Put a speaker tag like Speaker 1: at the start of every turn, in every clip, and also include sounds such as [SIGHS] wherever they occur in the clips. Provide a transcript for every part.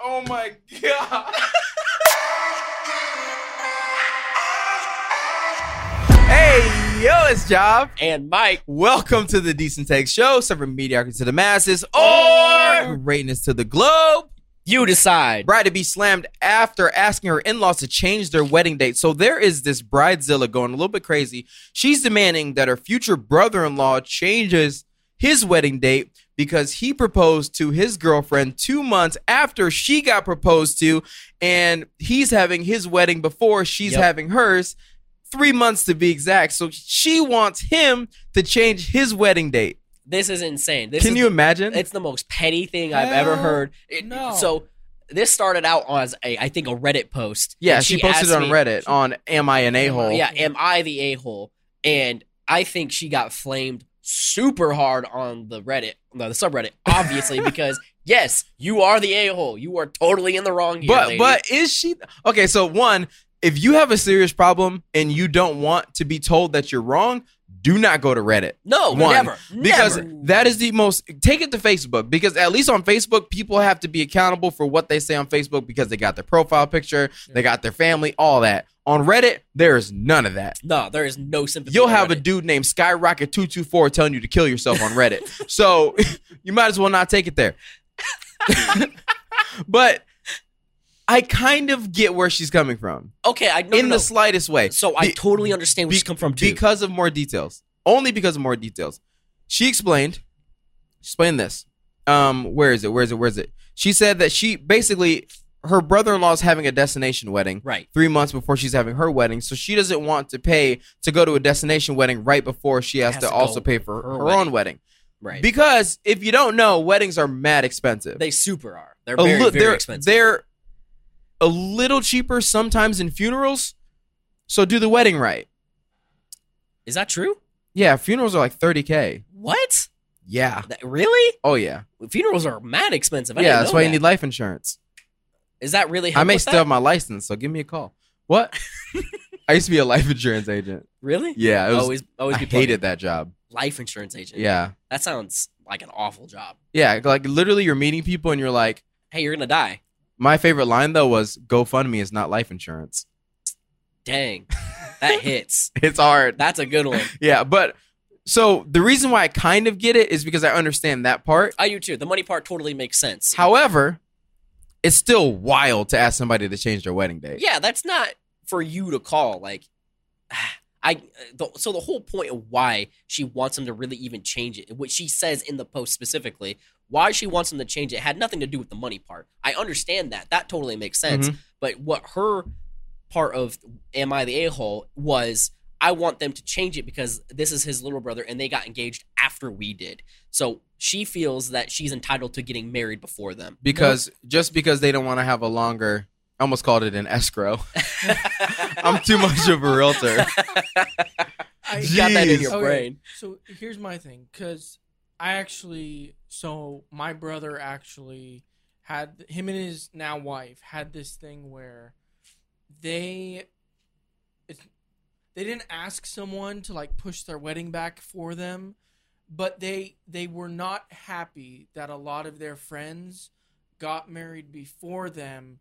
Speaker 1: Oh my god.
Speaker 2: Hey, yo, it's Job.
Speaker 3: And Mike,
Speaker 2: Welcome to the Decent Take Show, serving mediocrity to the masses or greatness to the globe.
Speaker 3: you decide.
Speaker 2: Bride to be slammed after asking her in laws to change their wedding date. So there is this bridezilla going a little bit crazy. She's demanding that her future brother in law changes his wedding date because he proposed to his girlfriend two months after she got proposed to, and he's having his wedding before she's
Speaker 3: Yep.
Speaker 2: having hers. Three months to be exact. So she wants him to change his wedding date.
Speaker 3: This is insane. This
Speaker 2: Can
Speaker 3: is
Speaker 2: you imagine?
Speaker 3: It's the most petty thing I've ever
Speaker 1: Hell
Speaker 3: heard. It-
Speaker 1: no.
Speaker 3: So this started out as a, I think, a Reddit post.
Speaker 2: yeah,
Speaker 3: And
Speaker 2: she, posted
Speaker 3: asked
Speaker 2: on
Speaker 3: me-
Speaker 2: Reddit on Am I an a hole?
Speaker 3: Yeah, am I the a hole? And I think she got flamed super hard on the Reddit, no, the subreddit,
Speaker 2: [LAUGHS]
Speaker 3: obviously, because yes, you are the a hole. You are totally in the wrong here.
Speaker 2: But
Speaker 3: lady.
Speaker 2: but is she okay? So one, if you have a serious problem and you don't want to be told that you're wrong, do not go to Reddit
Speaker 3: no,
Speaker 2: One,
Speaker 3: never,
Speaker 2: because
Speaker 3: never.
Speaker 2: that is the most. Take it to Facebook because at least on Facebook, people have to be accountable for what they say on Facebook because they got their profile picture, they got their family, all that. On Reddit, there is none of that.
Speaker 3: no, there is no sympathy.
Speaker 2: You'll
Speaker 3: on
Speaker 2: have a
Speaker 3: Reddit.
Speaker 2: dude named Skyrocket224 telling you to kill yourself on Reddit.
Speaker 3: [LAUGHS]
Speaker 2: so [LAUGHS] you might as well not take it there. but I kind of get where she's coming from
Speaker 3: okay. I no,
Speaker 2: in
Speaker 3: no, no.
Speaker 2: the slightest way.
Speaker 3: So I
Speaker 2: Be-
Speaker 3: totally understand where
Speaker 2: be-
Speaker 3: she's come from too.
Speaker 2: because of more details. Only because of more details. She explained. She explained this. Um, where is it? Where is it? Where is it? She said that she basically her brother-in-law is having a destination wedding
Speaker 3: right.
Speaker 2: three months before she's having her wedding, so she doesn't want to pay to go to a destination wedding right before she has,
Speaker 3: Has
Speaker 2: to,
Speaker 3: to
Speaker 2: also
Speaker 3: go
Speaker 2: pay for
Speaker 3: her
Speaker 2: her,
Speaker 3: wedding.
Speaker 2: own wedding.
Speaker 3: Right.
Speaker 2: Because if you don't know, weddings are mad expensive.
Speaker 3: they super are. They're
Speaker 2: A
Speaker 3: very,
Speaker 2: li-
Speaker 3: very
Speaker 2: Oh, they're,
Speaker 3: expensive.
Speaker 2: they're a little cheaper sometimes in funerals. So do the wedding right.
Speaker 3: Is that true?
Speaker 2: Yeah, funerals are like 30k.
Speaker 3: What?
Speaker 2: Yeah.
Speaker 3: That- really?
Speaker 2: Oh yeah.
Speaker 3: Funerals are mad expensive. I
Speaker 2: yeah,
Speaker 3: didn't
Speaker 2: that's
Speaker 3: know
Speaker 2: why
Speaker 3: that.
Speaker 2: you need life insurance.
Speaker 3: Is that really?
Speaker 2: I
Speaker 3: help
Speaker 2: may
Speaker 3: with
Speaker 2: still
Speaker 3: that?
Speaker 2: have my license, so give me a call.
Speaker 3: [LAUGHS]
Speaker 2: What? I used to be a life insurance agent.
Speaker 3: Really?
Speaker 2: Yeah, it was,
Speaker 3: always, always
Speaker 2: I
Speaker 3: be
Speaker 2: hated
Speaker 3: plugging.
Speaker 2: that job.
Speaker 3: Life insurance agent.
Speaker 2: Yeah.
Speaker 3: That sounds like an awful job.
Speaker 2: Yeah, like literally you're meeting people and you're like,
Speaker 3: Hey, you're gonna die.
Speaker 2: my favorite line though was GoFundMe is not life insurance. [LAUGHS]
Speaker 3: Dang, that hits.
Speaker 2: It's hard.
Speaker 3: That's a good one.
Speaker 2: Yeah, but so the reason why I kind of get it is because I understand that part.
Speaker 3: I do too. The money part totally makes sense.
Speaker 2: However, it's still wild to ask somebody to change their wedding date.
Speaker 3: Yeah, that's not for you to call. Like, [SIGHS] I. The, so the whole point of why she wants him to really even change it, what she says in the post specifically, why she wants him to change it, had nothing to do with the money part. I understand that. That totally makes sense.
Speaker 2: Mhm.
Speaker 3: But what her part of "Am I the a hole" was. I want them to change it because this is his little brother and they got engaged after we did. So she feels that she's entitled to getting married before them. [LAUGHS]
Speaker 2: Because just because they don't want to have a longer I almost called it an escrow. [LAUGHS] I'm too much of a
Speaker 3: [LAUGHS]
Speaker 2: realtor.
Speaker 1: I
Speaker 3: You got that in your
Speaker 2: Jeez.
Speaker 1: Okay.
Speaker 3: brain.
Speaker 1: So here's my thing, because I actually, so my brother actually had him and his now wife had this thing where they, it's, they didn't ask someone to like push their wedding back for them, but they they were not happy that a lot of their friends got married before them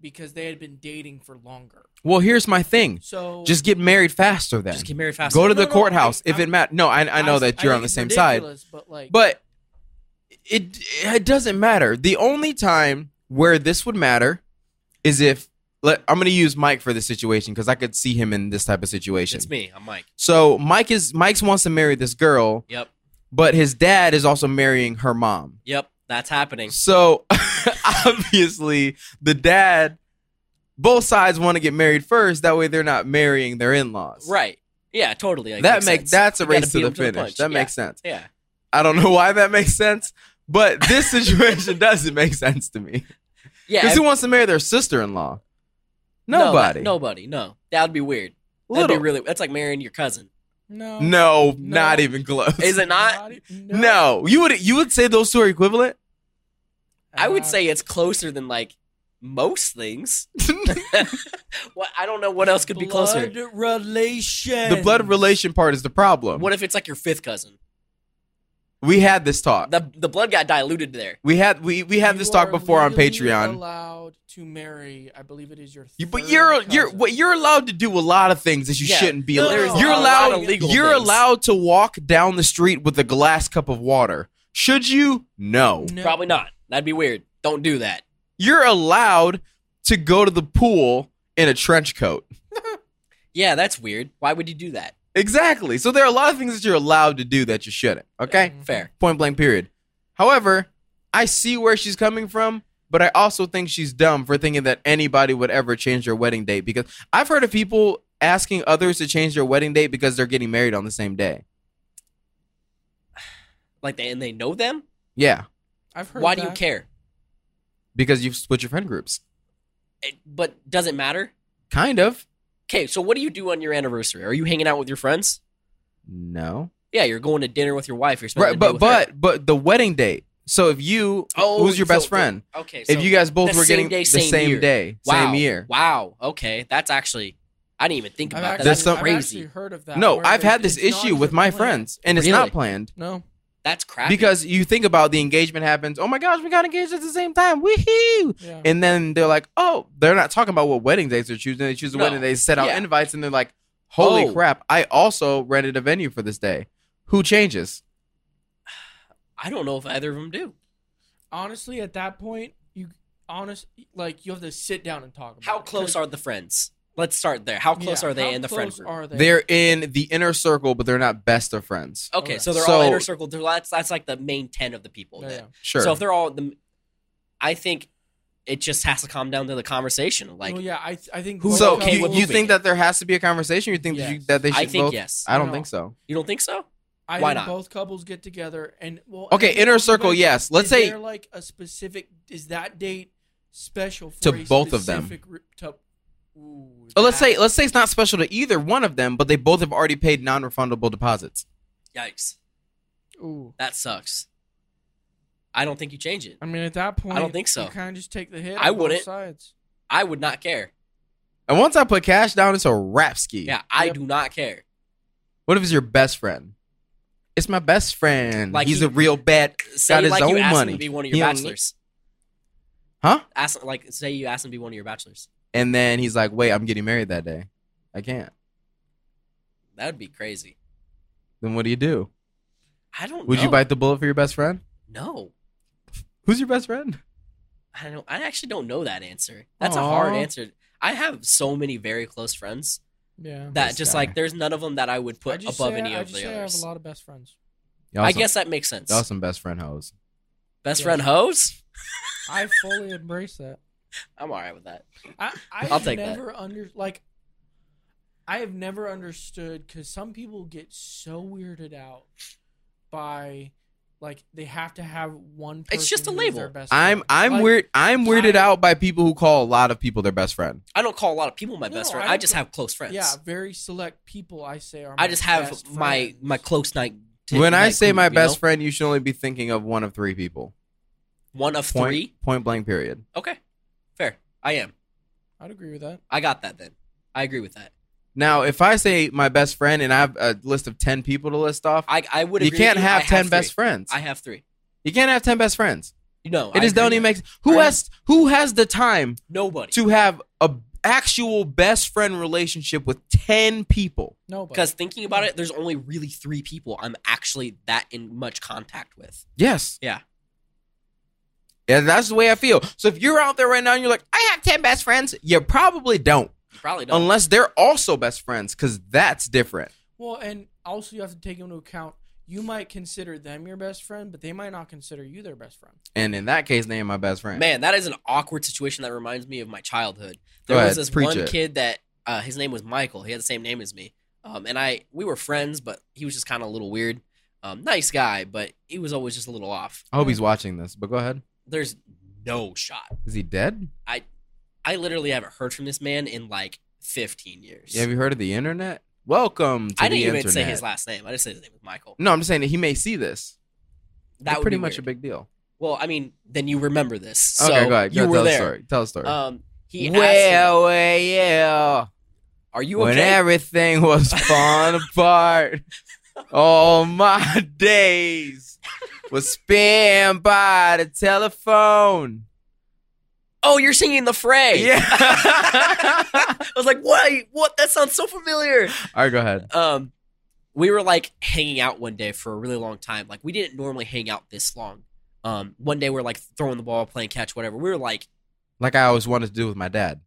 Speaker 1: because they had been dating for longer.
Speaker 2: Well, here's my thing.
Speaker 1: So
Speaker 2: Just get married faster then.
Speaker 3: Just get married fast.
Speaker 2: Go to
Speaker 1: No,
Speaker 2: the
Speaker 1: no,
Speaker 2: courthouse
Speaker 1: I-
Speaker 2: if it
Speaker 1: I'm-
Speaker 2: matters. No, I, I know that you're
Speaker 1: think
Speaker 2: on the
Speaker 1: it's
Speaker 2: same side.
Speaker 1: ridiculous, But like,
Speaker 2: But it it doesn't matter. The only time where this would matter is if let, I'm going to use Mike for this situation because I could see him in this type of situation.
Speaker 3: It's me. I'm Mike.
Speaker 2: So Mike is Mike's wants to marry this girl,
Speaker 3: Yep.
Speaker 2: but his dad is also marrying her mom.
Speaker 3: Yep. That's happening.
Speaker 2: So [LAUGHS] obviously the dad, both sides want to get married first. That way they're not marrying their in-laws.
Speaker 3: Right. Yeah. Totally. Like,
Speaker 2: that makes that's a
Speaker 3: You gotta
Speaker 2: race
Speaker 3: beat
Speaker 2: to the
Speaker 3: 'em to the
Speaker 2: finish.
Speaker 3: punch.
Speaker 2: that
Speaker 3: Yeah.
Speaker 2: makes sense.
Speaker 3: Yeah.
Speaker 2: I don't know [LAUGHS] why that makes sense, but this situation [LAUGHS] doesn't make sense to me.
Speaker 3: Yeah.
Speaker 2: Because
Speaker 3: ev-
Speaker 2: who wants to marry their sister in law?
Speaker 3: no, not-
Speaker 2: Nobody. No,
Speaker 3: nobody. No. That would be weird. That'd
Speaker 2: Little.
Speaker 3: be really. That's like marrying your cousin.
Speaker 1: no,
Speaker 2: no,
Speaker 1: No.
Speaker 2: not even close.
Speaker 3: Is it not?
Speaker 1: e-
Speaker 2: no. you would you would say those two are equivalent? [LAUGHS]
Speaker 3: I would
Speaker 1: Uh,
Speaker 3: say it's closer than like most things. [LAUGHS] What I don't know what else could be closer.
Speaker 1: Blood relation.
Speaker 2: the blood relation part is the problem.
Speaker 3: What if it's like your fifth cousin?
Speaker 2: We had this talk.
Speaker 3: The the blood got diluted there.
Speaker 2: We had we we had this
Speaker 1: You
Speaker 2: talk
Speaker 1: are
Speaker 2: before on
Speaker 1: legally
Speaker 2: Patreon.
Speaker 1: Allowed to marry, I believe it is your.
Speaker 2: You, but
Speaker 1: third
Speaker 2: you're you're
Speaker 1: cousin.
Speaker 2: what you're allowed to do a lot of things that you
Speaker 3: Yeah.
Speaker 2: shouldn't be.
Speaker 1: No,
Speaker 2: allowed.
Speaker 1: there's
Speaker 2: you're
Speaker 1: a lot
Speaker 2: allowed.
Speaker 1: of legal
Speaker 2: you're
Speaker 3: things.
Speaker 2: allowed to walk down the street with a glass cup of water. Should you? No.
Speaker 1: No.
Speaker 3: Probably not. That'd be weird. Don't do that.
Speaker 2: You're allowed to go to the pool in a trench coat.
Speaker 3: Yeah, that's weird. Why would you do that?
Speaker 2: Exactly. So there are a lot of things that you're allowed to do that you shouldn't. Okay.
Speaker 1: Mhm.
Speaker 3: Mm-hmm. Fair.
Speaker 2: Point blank. Period. However, I see where she's coming from, but I also think she's dumb for thinking that anybody would ever change their wedding date because I've heard of people asking others to change their wedding date because they're getting married on the same day.
Speaker 3: Like they and they know them.
Speaker 2: Yeah,
Speaker 1: I've heard.
Speaker 3: Why do you
Speaker 1: that.
Speaker 3: care?
Speaker 2: because you've split your friend groups.
Speaker 3: It, but does it matter?
Speaker 2: Kind of.
Speaker 3: Okay, so what do you do on your anniversary? Are you hanging out with your friends?
Speaker 2: No.
Speaker 3: Yeah, you're going to dinner with your wife. You're spending
Speaker 2: Right,
Speaker 3: the day
Speaker 2: but
Speaker 3: with her.
Speaker 2: but but the wedding date. So if you,
Speaker 3: Oh,
Speaker 2: who's your best
Speaker 3: so-
Speaker 2: friend?
Speaker 3: okay, so
Speaker 2: if you guys both
Speaker 3: the
Speaker 2: were getting
Speaker 3: same day,
Speaker 2: the
Speaker 3: same
Speaker 2: same
Speaker 3: year.
Speaker 2: day,
Speaker 3: wow,
Speaker 2: same year.
Speaker 3: Wow. Okay, that's actually I didn't even think
Speaker 1: I've
Speaker 3: about that.
Speaker 1: actually,
Speaker 2: There's
Speaker 3: That's
Speaker 2: some-
Speaker 1: I've
Speaker 3: crazy.
Speaker 1: actually heard of that.
Speaker 2: No,
Speaker 1: where
Speaker 2: I've had
Speaker 1: it's-
Speaker 2: this
Speaker 1: it's not
Speaker 2: issue with
Speaker 1: even
Speaker 2: my
Speaker 1: planned.
Speaker 2: friends, and it's not
Speaker 3: Really?
Speaker 2: planned
Speaker 1: No,
Speaker 3: that's crappy.
Speaker 2: because you think about the engagement happens. Oh my gosh, we got engaged at the same time. Woohoo!
Speaker 1: yeah.
Speaker 2: And then they're like, oh, they're not talking about what wedding dates they're choosing. They choose the
Speaker 3: No.
Speaker 2: wedding dates, set out
Speaker 3: Yeah.
Speaker 2: invites, and they're like, holy
Speaker 3: Oh.
Speaker 2: crap, I also rented a venue for this day. Who changes?
Speaker 3: I don't know if either of them do.
Speaker 1: honestly, at that point, you honest like you have to sit down and talk. about
Speaker 3: How
Speaker 1: it.
Speaker 3: close are the friends? Let's start there. How close
Speaker 1: Yeah,
Speaker 3: are they Oh,
Speaker 1: how
Speaker 3: in the friend
Speaker 1: close
Speaker 3: group?
Speaker 1: Are they?
Speaker 2: They're in the inner circle, but they're not best of friends.
Speaker 3: okay,
Speaker 1: Okay.
Speaker 3: so they're all
Speaker 2: So-
Speaker 3: inner circle. They're- That's that's like the main ten of the people.
Speaker 1: Yeah,
Speaker 3: then.
Speaker 1: yeah.
Speaker 2: Sure.
Speaker 3: So if they're all the, I think it just has to come down to the conversation. Like
Speaker 1: well, yeah, I th- I think
Speaker 3: who's
Speaker 1: both
Speaker 2: so
Speaker 1: of
Speaker 3: okay
Speaker 1: them-
Speaker 2: you,
Speaker 3: with
Speaker 2: you
Speaker 3: moving
Speaker 2: think
Speaker 3: it?
Speaker 2: that there has to be a conversation? You think that, you,
Speaker 1: Yes.
Speaker 2: that they should
Speaker 3: I think
Speaker 2: both?
Speaker 3: yes.
Speaker 2: I don't
Speaker 1: No.
Speaker 2: think so.
Speaker 3: You don't think so?
Speaker 1: I
Speaker 3: why
Speaker 1: think
Speaker 3: not?
Speaker 1: both couples get together and well.
Speaker 2: Okay,
Speaker 1: and-
Speaker 2: inner circle,
Speaker 1: Is
Speaker 2: yes. Let's say
Speaker 1: there like a specific is that date special for
Speaker 2: To
Speaker 1: a
Speaker 2: both of them.
Speaker 1: specific re- to, ooh,
Speaker 2: oh, let's say
Speaker 1: that-
Speaker 2: let's say it's not special to either one of them, but they both have already paid non-refundable deposits.
Speaker 3: Yikes!
Speaker 1: ooh.
Speaker 3: That sucks. I don't think you change it.
Speaker 1: I mean, at that point,
Speaker 3: think so.
Speaker 1: You kind of just take the hit.
Speaker 3: I
Speaker 1: on both
Speaker 3: wouldn't.
Speaker 1: Sides.
Speaker 3: I would not care.
Speaker 2: And once I put cash down, it's a rap ski.
Speaker 3: Yeah, I
Speaker 1: Yep.
Speaker 3: do not care.
Speaker 2: What if it's your best friend? It's my best friend.
Speaker 3: Like
Speaker 2: Like he's
Speaker 3: he-
Speaker 2: a real bad.
Speaker 3: Say
Speaker 2: Got his
Speaker 3: like you
Speaker 2: own
Speaker 3: asked
Speaker 2: money.
Speaker 3: him to be one of
Speaker 2: He
Speaker 3: your
Speaker 2: don't
Speaker 3: bachelors.
Speaker 2: Huh?
Speaker 3: Ask like say you asked him to be one of your bachelors.
Speaker 2: And then he's like, "Wait, I'm getting married that day. I can't."
Speaker 3: That would be crazy.
Speaker 2: Then what do you do?
Speaker 3: I don't.
Speaker 2: Would you
Speaker 3: know.
Speaker 2: bite the bullet for your best friend?
Speaker 3: No,
Speaker 2: Who's your best friend?
Speaker 3: I don't. I actually don't know that answer. That's a
Speaker 2: Aw.
Speaker 3: hard answer. I have so many very close friends
Speaker 1: Yeah.
Speaker 3: that
Speaker 2: This
Speaker 3: just
Speaker 2: guy.
Speaker 3: like there's none of them that I would
Speaker 1: I
Speaker 3: put
Speaker 1: just
Speaker 3: above
Speaker 1: say-
Speaker 3: any
Speaker 1: I
Speaker 3: of
Speaker 1: just
Speaker 3: the
Speaker 1: say I have a
Speaker 3: others.
Speaker 1: lot of best friends.
Speaker 2: Y'all
Speaker 3: I
Speaker 2: some-
Speaker 3: guess that makes sense.
Speaker 2: y'all some best friend hoes.
Speaker 3: Best
Speaker 1: Yeah.
Speaker 3: friend hoes.
Speaker 1: I fully embrace that.
Speaker 3: I'm all right with that.
Speaker 1: I, I've
Speaker 3: I'll take that.
Speaker 1: never under like I have never understood because some people get so weirded out by like they have to have one. Person
Speaker 3: It's just a
Speaker 1: who is their
Speaker 3: label.
Speaker 1: best
Speaker 2: I'm
Speaker 1: friend.
Speaker 2: I'm
Speaker 1: Like,
Speaker 2: weird. I'm weirded
Speaker 1: I-
Speaker 2: out by people who call a lot of people their best friend.
Speaker 3: I don't call a lot of people my
Speaker 1: No,
Speaker 3: best
Speaker 1: I
Speaker 3: friend.
Speaker 1: don't
Speaker 3: I just
Speaker 1: call-
Speaker 3: have close friends.
Speaker 1: Yeah, very select people. I say are. My
Speaker 3: I just have
Speaker 1: best
Speaker 3: my
Speaker 1: friends.
Speaker 3: my close night.
Speaker 2: when I say my best
Speaker 3: friend,
Speaker 2: friend, you should only be thinking of one of three people.
Speaker 3: one of
Speaker 2: Point-
Speaker 3: three.
Speaker 2: point blank. Period.
Speaker 3: Okay, fair. I am.
Speaker 1: I'd agree with that.
Speaker 3: I got that. Then I agree with that.
Speaker 2: Now, if I say my best friend and I have a list of ten people to list off,
Speaker 3: I I would.
Speaker 2: you
Speaker 3: agree with
Speaker 2: can't
Speaker 3: I
Speaker 2: have ten best
Speaker 3: three.
Speaker 2: friends.
Speaker 3: I have three.
Speaker 2: You can't have ten best friends.
Speaker 3: No,
Speaker 2: It
Speaker 3: I
Speaker 2: just
Speaker 3: agree
Speaker 2: don't
Speaker 3: with
Speaker 2: even
Speaker 3: that.
Speaker 2: make sense. Who
Speaker 3: Right.
Speaker 2: has who has the time
Speaker 3: nobody
Speaker 2: to have a actual best friend relationship with ten people?
Speaker 1: No,
Speaker 3: because
Speaker 1: because
Speaker 3: thinking about it, there's only really three people I'm actually that in much contact with.
Speaker 2: Yes.
Speaker 3: Yeah.
Speaker 2: Yeah, that's the way I feel. So if you're out there right now and you're like, I have ten best friends, you probably don't,
Speaker 3: You probably don't.
Speaker 2: unless they're also best friends, because that's different.
Speaker 1: well, and also you have to take into account you might consider them your best friend, but they might not consider you their best friend.
Speaker 2: And in that case, they ain't my best friend.
Speaker 3: Man, that is an awkward situation that reminds me of my childhood.
Speaker 2: Go
Speaker 3: There
Speaker 2: ahead,
Speaker 3: was this
Speaker 2: preach
Speaker 3: one
Speaker 2: it.
Speaker 3: kid that uh, his name was Michael. He had the same name as me, um, and I we were friends, but he was just kind of a little weird. Um, nice guy, but he was always just a little off.
Speaker 2: I hope he's watching this, but go ahead.
Speaker 3: There's no shot.
Speaker 2: Is he dead?
Speaker 3: I literally haven't heard from this man in like 15 years.
Speaker 2: Yeah, have you heard of the internet? Welcome to
Speaker 3: I
Speaker 2: the
Speaker 3: didn't even
Speaker 2: internet.
Speaker 3: say his last name. I just said his name was Michael.
Speaker 2: No, I'm just saying that he may see this.
Speaker 3: That
Speaker 2: It's
Speaker 3: would
Speaker 2: pretty
Speaker 3: be
Speaker 2: much
Speaker 3: weird.
Speaker 2: a big deal.
Speaker 3: Well, I mean, then you remember this. So
Speaker 2: okay, go ahead. Go
Speaker 3: you were
Speaker 2: tell the
Speaker 3: there.
Speaker 2: story. Tell the story.
Speaker 3: Um, he asked,
Speaker 2: well, well, yeah.
Speaker 3: me, "Are you
Speaker 2: When
Speaker 3: okay?" [LAUGHS]
Speaker 2: everything was falling apart, All my days was spent by the telephone.
Speaker 3: Oh, you're singing the fray.
Speaker 2: Yeah.
Speaker 3: [LAUGHS] I was like, wait, what? That sounds so familiar.
Speaker 2: All right, go ahead.
Speaker 3: Um, we were like hanging out one day for a really long time. Like we didn't normally hang out this long. Um, one day we're like throwing the ball, playing catch, whatever. We were like
Speaker 2: Like I always wanted to do with my dad.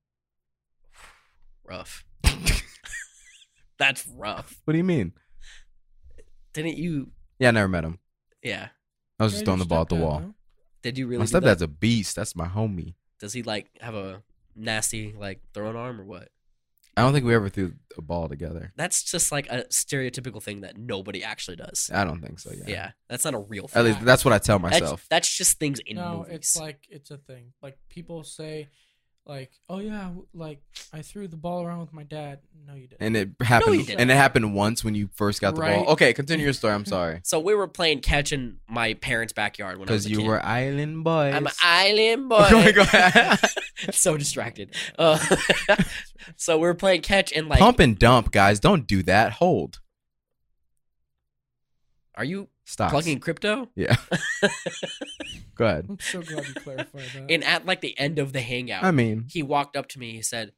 Speaker 3: rough. [LAUGHS] That's rough.
Speaker 2: What do you mean?
Speaker 3: Didn't you?
Speaker 2: Yeah, I never met him.
Speaker 3: Yeah.
Speaker 2: I was just throwing the ball at the wall.
Speaker 3: Did you
Speaker 2: My
Speaker 3: really? do that?
Speaker 2: stepdad's a beast. That's my homie.
Speaker 3: Does he like have a nasty like throwing arm or what?
Speaker 2: I don't think we ever threw a ball together.
Speaker 3: That's just like a stereotypical thing that nobody actually does.
Speaker 2: I don't think so. Yeah.
Speaker 3: yeah. that's not a real.
Speaker 2: At
Speaker 3: Thing.
Speaker 2: least that's what I tell
Speaker 3: That's-
Speaker 2: myself.
Speaker 3: That's, just things in
Speaker 1: no,
Speaker 3: movies.
Speaker 1: it's like it's a thing. Like people say, like, oh yeah, w- like I threw the ball around with my dad. No, you didn't.
Speaker 2: and it happened.
Speaker 3: didn't.
Speaker 2: and it happened once when you first got the
Speaker 1: Right.
Speaker 2: ball. Okay, continue your
Speaker 3: [LAUGHS]
Speaker 2: story. I'm sorry.
Speaker 3: so we were playing catch in my parents' backyard when I was
Speaker 2: Because
Speaker 3: a
Speaker 2: you
Speaker 3: kid.
Speaker 2: were Oh island boys.
Speaker 3: I'm an
Speaker 2: [LAUGHS]
Speaker 3: island boy.
Speaker 2: Go ahead, go ahead.
Speaker 3: [LAUGHS] so distracted. Uh, [LAUGHS] so we were playing catch and like,
Speaker 2: Pump and dump, guys. Don't do that. Hold.
Speaker 3: are you
Speaker 2: Stop.
Speaker 3: plugging crypto?
Speaker 2: Yeah. go ahead.
Speaker 3: [LAUGHS]
Speaker 1: I'm so glad you clarified that.
Speaker 3: And at like the end of the hangout,
Speaker 2: I mean,
Speaker 3: he walked up to me. He said,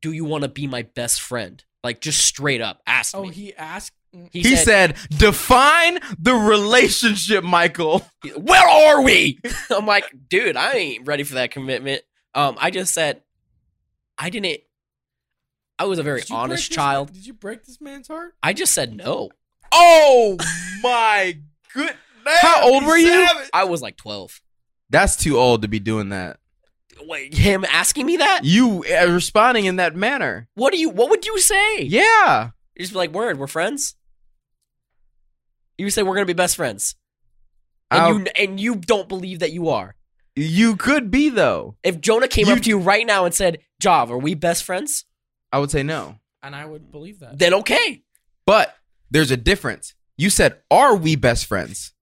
Speaker 3: "Do you want to be my best friend?" Like just straight up asked
Speaker 1: oh,
Speaker 3: me.
Speaker 1: he asked. mm,
Speaker 2: he, said, define the relationship, Michael. [LAUGHS]
Speaker 3: where are we? [LAUGHS] I'm like, dude, I ain't ready for that commitment. Um, I just said, I didn't. I was a very
Speaker 1: "Did you break
Speaker 3: honest
Speaker 1: this-
Speaker 3: child.
Speaker 1: Did you break this man's heart?
Speaker 3: I just said no.
Speaker 2: Oh my good. How old were you?
Speaker 3: I was like 12.
Speaker 2: That's too old to be doing
Speaker 3: [LAUGHS]
Speaker 2: that.
Speaker 3: Wait, him asking me that?
Speaker 2: You uh, responding in that manner.
Speaker 3: What do you? What would you say?
Speaker 2: Yeah.
Speaker 3: You just be like, word, we're friends. You say we're gonna be best friends, and
Speaker 2: I'll-
Speaker 3: you, and you don't believe that you are.
Speaker 2: you could be, though.
Speaker 3: If Jonah came
Speaker 2: You-
Speaker 3: up to you right now and said, "Jav, are we best friends?"
Speaker 2: I would say no.
Speaker 1: And I would believe that.
Speaker 3: Then okay.
Speaker 2: But there's a difference. You said, Are we best friends?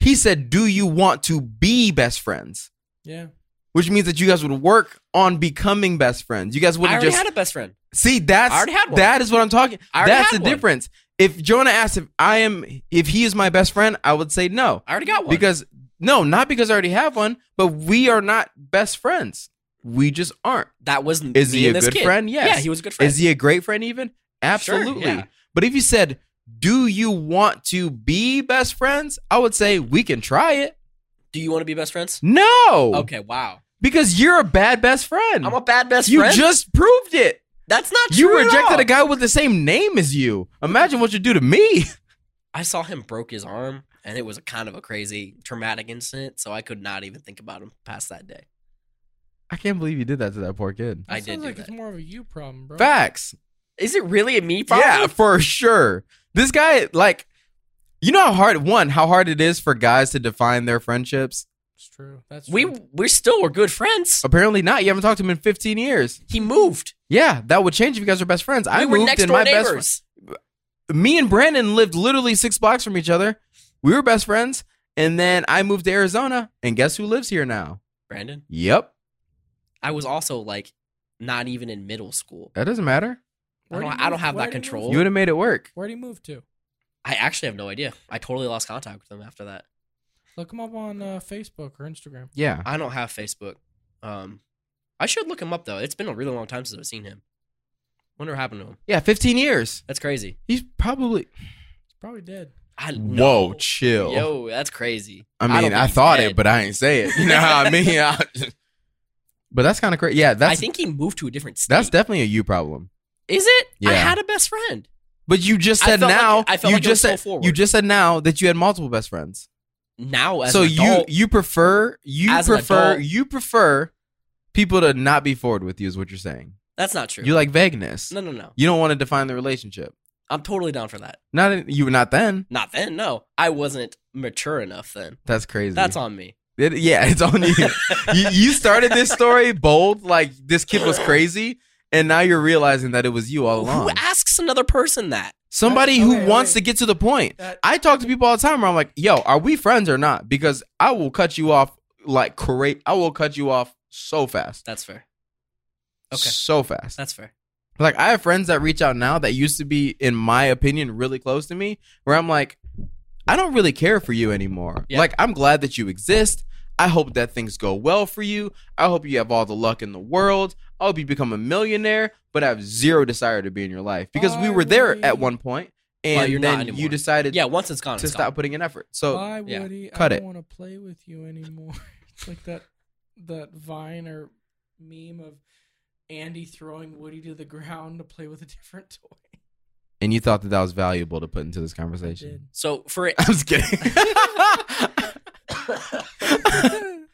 Speaker 2: He said, Do you want to be best friends?
Speaker 1: yeah.
Speaker 2: Which means that you guys would work on becoming best friends. You guys
Speaker 3: I
Speaker 2: wouldn't
Speaker 3: already
Speaker 2: just
Speaker 3: had a best friend.
Speaker 2: see that's
Speaker 3: I already had one.
Speaker 2: that is what I'm talking.
Speaker 3: I already
Speaker 2: That's the
Speaker 3: had one.
Speaker 2: difference. If Jonah asked if I am if he is my best friend, I would say no.
Speaker 3: I already got one.
Speaker 2: Because no, not because I already have one, but we are not best friends. We just aren't.
Speaker 3: that wasn't
Speaker 2: Is
Speaker 3: me
Speaker 2: he a
Speaker 3: and this
Speaker 2: good
Speaker 3: kid.
Speaker 2: friend? Yes.
Speaker 3: Yeah, he was a good friend.
Speaker 2: Is he a great friend even? Absolutely.
Speaker 3: yeah.
Speaker 2: But if you said, "Do you want to be best friends?" I would say we can try it.
Speaker 3: Do you want to be best friends?
Speaker 2: No.
Speaker 3: Okay, wow.
Speaker 2: Because you're a bad best friend.
Speaker 3: I'm a bad best
Speaker 2: you
Speaker 3: friend.
Speaker 2: just proved it.
Speaker 3: That's not true.
Speaker 2: You
Speaker 3: at
Speaker 2: rejected
Speaker 3: all.
Speaker 2: a guy with the same name as you. Imagine what you do to me. [LAUGHS]
Speaker 3: I saw him broke his arm, and it was a kind of a crazy traumatic incident. So I could not even think about him past that day.
Speaker 2: I can't believe you did that to that poor kid.
Speaker 1: That
Speaker 3: I
Speaker 1: sounds
Speaker 3: did do
Speaker 1: like
Speaker 3: that.
Speaker 1: it's more of a you problem, bro.
Speaker 2: Facts.
Speaker 3: Is it really a me problem?
Speaker 2: Yeah, for sure. This guy, like, you know how hard one, how hard it is for guys to define their friendships.
Speaker 1: It's true. That's
Speaker 3: we
Speaker 1: true.
Speaker 3: we still were good friends.
Speaker 2: Apparently not. You haven't talked to him in 15 years.
Speaker 3: He moved.
Speaker 2: Yeah, that would change if you guys were best friends. I
Speaker 3: we were
Speaker 2: moved
Speaker 3: next
Speaker 2: in
Speaker 3: door
Speaker 2: my
Speaker 3: neighbors.
Speaker 2: best friend. Me and Brandon lived literally six blocks from each other. We were best friends, and then I moved to Arizona, and guess who lives here now?
Speaker 3: Brandon,
Speaker 2: Yep,
Speaker 3: I was also like not even in middle school.
Speaker 2: that doesn't matter.
Speaker 3: I
Speaker 1: Where
Speaker 3: don't-
Speaker 1: do you
Speaker 3: I don't
Speaker 1: move-
Speaker 3: have
Speaker 1: where
Speaker 3: that
Speaker 1: do you move
Speaker 3: control.
Speaker 1: to?
Speaker 2: You would have made it work.
Speaker 1: Where'd he move to?
Speaker 3: I actually have no idea. I totally lost contact with them after that.
Speaker 1: Look him up on uh, Facebook or Instagram.
Speaker 2: Yeah,
Speaker 3: I don't have Facebook. Um, I should look him up though. It's been a really long time since I've seen him. Wonder what happened to him.
Speaker 2: yeah, 15 years.
Speaker 3: That's crazy.
Speaker 2: He's probably.
Speaker 1: He's probably dead.
Speaker 3: I
Speaker 2: Whoa,
Speaker 3: no.
Speaker 2: chill.
Speaker 3: Yo, that's crazy.
Speaker 2: I mean,
Speaker 3: don't
Speaker 2: I,
Speaker 3: think he's
Speaker 2: thought
Speaker 3: dead.
Speaker 2: it, but I ain't say it. You know what I
Speaker 3: [LAUGHS]
Speaker 2: mean? I- but that's kind of crazy. Yeah,
Speaker 3: I
Speaker 2: that's
Speaker 3: think he moved to a different state.
Speaker 2: that's definitely a you problem.
Speaker 3: Is it?
Speaker 2: Yeah.
Speaker 3: I had a best friend.
Speaker 2: But you just
Speaker 3: I
Speaker 2: said
Speaker 3: felt like-
Speaker 2: now.
Speaker 3: I felt
Speaker 2: you
Speaker 3: like it
Speaker 2: just
Speaker 3: was so
Speaker 2: said
Speaker 3: forward.
Speaker 2: you just said now that you had multiple best friends.
Speaker 3: Now as
Speaker 2: so
Speaker 3: an
Speaker 2: you
Speaker 3: adult,
Speaker 2: you prefer you
Speaker 3: As an
Speaker 2: prefer
Speaker 3: adult.
Speaker 2: you prefer people to not be forward with you is what you're saying.
Speaker 3: that's not true.
Speaker 2: You like vagueness.
Speaker 3: no, no, no.
Speaker 2: You don't want to define the relationship.
Speaker 3: I'm totally down for that.
Speaker 2: Not in, you not then.
Speaker 3: Not then. No, I wasn't mature enough then.
Speaker 2: That's crazy.
Speaker 3: That's on me.
Speaker 2: It- yeah, it's
Speaker 3: [LAUGHS]
Speaker 2: on you. you. You started this story bold, like this kid was crazy, and now you're realizing that it was you all
Speaker 3: Who
Speaker 2: along.
Speaker 3: asks another person that?
Speaker 2: Somebody
Speaker 1: That's-
Speaker 2: who
Speaker 1: okay,
Speaker 2: wants
Speaker 1: wait.
Speaker 2: to get to the point.
Speaker 1: That-
Speaker 2: I talk to people all the time where I'm like, yo, are we friends or not? Because I will cut you off like great. I will cut you off so fast.
Speaker 3: That's fair. Okay,
Speaker 2: So fast.
Speaker 3: that's fair.
Speaker 2: Like I have friends that reach out now that used to be, in my opinion, really close to me, where I'm like, I don't really care for you anymore.
Speaker 3: Yeah.
Speaker 2: Like I'm glad that you exist. I hope that things go well for you. I hope you have all the luck in the world. I hope you become a millionaire, but I have zero desire to be in your life because we
Speaker 1: Why
Speaker 2: were there
Speaker 1: would
Speaker 2: at
Speaker 1: he?
Speaker 2: one point,
Speaker 3: Well,
Speaker 2: and
Speaker 3: you're not
Speaker 2: then you
Speaker 3: anymore.
Speaker 2: decided
Speaker 3: Yeah, once it's gone,
Speaker 2: to
Speaker 3: it's
Speaker 2: stop
Speaker 3: gone.
Speaker 2: putting in effort. So
Speaker 1: Bye,
Speaker 3: yeah.
Speaker 1: Woody.
Speaker 2: Cut
Speaker 1: I don't
Speaker 2: it.
Speaker 1: want to play with you anymore. [LAUGHS] it's like that that Vine or meme of Andy throwing Woody to the ground to play with a different [LAUGHS] toy.
Speaker 2: and you thought that that was valuable to put into this
Speaker 1: I
Speaker 2: conversation.
Speaker 3: So for it,
Speaker 2: [LAUGHS] I'm just
Speaker 3: [LAUGHS]
Speaker 2: kidding. [LAUGHS]
Speaker 1: did.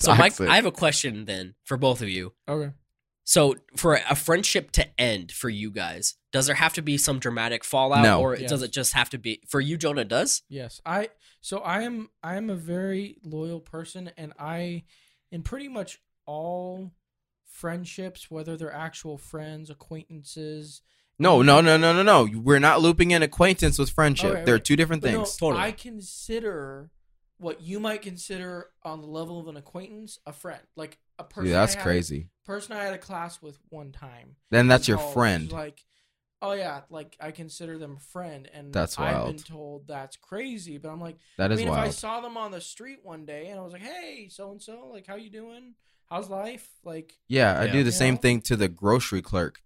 Speaker 3: so Mike,
Speaker 2: Toxic.
Speaker 3: I have a question then for both of you.
Speaker 1: okay.
Speaker 3: So for a friendship to end for you guys, does there have to be some dramatic fallout,
Speaker 2: No.
Speaker 3: or
Speaker 1: Yes.
Speaker 3: does it just have to be for you? Jonah does.
Speaker 1: Yes. I so I am I am a very loyal person and I in pretty much all friendships, whether they're actual friends, acquaintances,
Speaker 2: No, no, no, no, no, no. We're not looping in acquaintance with friendship.
Speaker 1: Okay,
Speaker 2: They're
Speaker 1: okay.
Speaker 2: two different
Speaker 1: But no,
Speaker 2: things.
Speaker 3: Totally.
Speaker 1: I consider what you might consider on the level of an acquaintance a friend, like a person.
Speaker 2: Dude,
Speaker 1: I
Speaker 2: that's
Speaker 1: had-
Speaker 2: crazy.
Speaker 1: Person I had a class with one time.
Speaker 2: Then that's your
Speaker 1: Called-
Speaker 2: friend.
Speaker 1: Like, oh yeah, like I consider them a friend, and
Speaker 2: That's
Speaker 1: I've
Speaker 2: wild.
Speaker 1: been told that's crazy. But I'm like,
Speaker 2: That
Speaker 1: I
Speaker 2: is
Speaker 1: mean, if I
Speaker 2: wild.
Speaker 1: saw them on the street one day and I was like, hey, so and so, like, how you doing? How's life? Like,
Speaker 2: yeah, I
Speaker 3: Yeah.
Speaker 2: do the
Speaker 1: You
Speaker 2: same
Speaker 1: know?
Speaker 2: thing to the grocery clerk.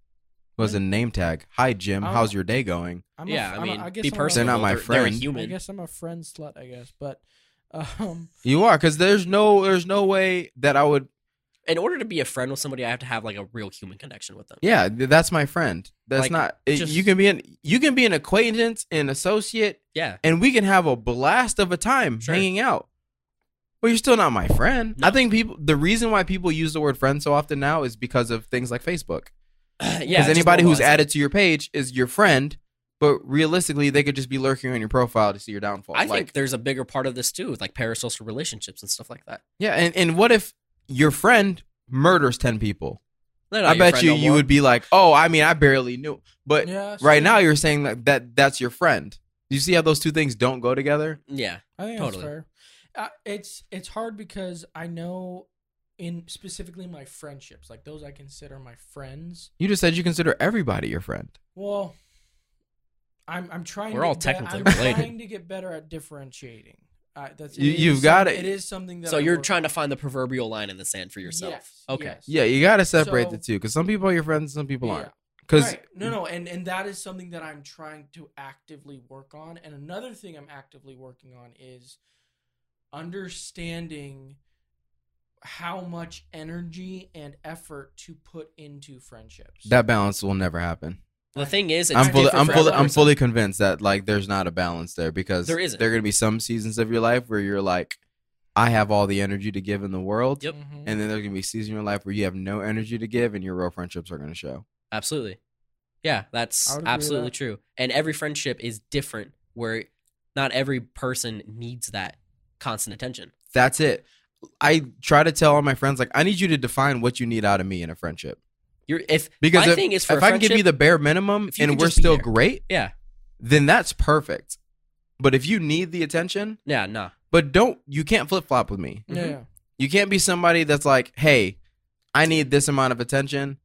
Speaker 2: It was a name tag. Hi, Jim.
Speaker 1: Oh.
Speaker 2: How's your day going?
Speaker 1: I'm
Speaker 3: yeah, I
Speaker 1: a, I'm a-
Speaker 3: mean,
Speaker 1: I guess
Speaker 3: be
Speaker 1: I'm a-
Speaker 3: personal.
Speaker 2: They're not my
Speaker 3: They're a
Speaker 2: friend.
Speaker 1: I
Speaker 3: human.
Speaker 1: guess I'm a friend slut. I guess, but um,
Speaker 2: You are, because there's no, there's no way that I would.
Speaker 3: In order to be a friend with somebody, I have to have like a real human connection with them.
Speaker 2: Yeah, th- that's my friend. That's
Speaker 3: Like,
Speaker 2: not. it-
Speaker 3: just-
Speaker 2: you can be an, you can be an acquaintance, an associate,
Speaker 3: Yeah.
Speaker 2: and we can have a blast of a time
Speaker 3: Sure.
Speaker 2: hanging out. But you're still not my friend.
Speaker 3: No.
Speaker 2: I think people. The reason why people use the word friend so often now is because of things like Facebook.
Speaker 3: [CLEARS THROAT] yeah.
Speaker 2: Because
Speaker 3: it's just
Speaker 2: anybody who's
Speaker 3: normalized.
Speaker 2: added to your page is your friend, but realistically, they could just be lurking on your profile to see your downfall.
Speaker 3: I
Speaker 2: like,
Speaker 3: think there's a bigger part of this too, with like parasocial relationships and stuff like that.
Speaker 2: yeah, and, and what if your friend murders ten people?
Speaker 3: They're
Speaker 2: I
Speaker 3: not your
Speaker 2: bet
Speaker 3: friend
Speaker 2: you
Speaker 3: no
Speaker 2: you
Speaker 3: more.
Speaker 2: would be like, oh, I mean, I barely knew, [LAUGHS] but
Speaker 1: yeah.
Speaker 2: right
Speaker 1: so-
Speaker 2: now you're saying that, that that's your friend. You see how those two things don't go together?
Speaker 3: Yeah.
Speaker 1: I think
Speaker 3: Totally.
Speaker 1: that's fair. Uh, it's it's hard because I know in specifically my friendships, like those I consider my friends.
Speaker 2: You just said you consider everybody your friend.
Speaker 1: Well, I'm I'm trying.
Speaker 3: We're
Speaker 1: to
Speaker 3: all
Speaker 1: get be-
Speaker 3: technically
Speaker 1: I'm
Speaker 3: related.
Speaker 1: trying to get better at differentiating. Uh, that's
Speaker 2: You-
Speaker 1: it is
Speaker 2: you've got
Speaker 1: some-
Speaker 2: it.
Speaker 1: It is something that
Speaker 3: So
Speaker 1: I
Speaker 3: you're
Speaker 1: work-
Speaker 3: trying to find the proverbial line in the sand for yourself.
Speaker 1: Yes,
Speaker 3: Okay.
Speaker 1: yes.
Speaker 2: Yeah, you gotta separate the
Speaker 1: So-
Speaker 2: two because some people are your friends, some people
Speaker 1: Yeah.
Speaker 2: aren't. Because
Speaker 1: Right. no, no, and and that is something that I'm trying to actively work on. And another thing I'm actively working on is understanding how much energy and effort to put into friendships.
Speaker 2: that balance will never happen.
Speaker 3: The thing is, it's
Speaker 2: I'm fully,
Speaker 3: different
Speaker 2: I'm
Speaker 3: for
Speaker 2: fully,
Speaker 3: every
Speaker 2: I'm
Speaker 3: person.
Speaker 2: fully convinced that like there's not a balance there because
Speaker 3: There isn't.
Speaker 2: There are gonna be some seasons of your life where you're like, I have all the energy to give in the world,
Speaker 3: Yep.
Speaker 1: Mhm.
Speaker 2: and then there's gonna be seasons in your life where you have no energy to give, and your real friendships are gonna show.
Speaker 3: Absolutely. Yeah,
Speaker 1: I
Speaker 3: that's
Speaker 1: would agree with
Speaker 3: absolutely
Speaker 1: that.
Speaker 3: true. And every friendship is different where not every person needs that constant attention.
Speaker 2: That's it. I try to tell all my friends like, I need you to define what you need out of me in a friendship
Speaker 3: You're if
Speaker 2: because
Speaker 3: my
Speaker 2: if,
Speaker 3: thing is for
Speaker 2: if
Speaker 3: a
Speaker 2: I can give you
Speaker 3: friendship-
Speaker 2: the bare minimum
Speaker 3: if you
Speaker 2: and
Speaker 3: can
Speaker 2: we're
Speaker 3: just be
Speaker 2: still
Speaker 3: there.
Speaker 2: great,
Speaker 3: Yeah.
Speaker 2: then that's perfect. But if you need the attention,
Speaker 3: Yeah, nah.
Speaker 2: but don't you can't flip flop with me.
Speaker 1: Yeah,
Speaker 3: Mhm.
Speaker 1: yeah.
Speaker 2: You can't be somebody that's like, hey, I need this amount of attention,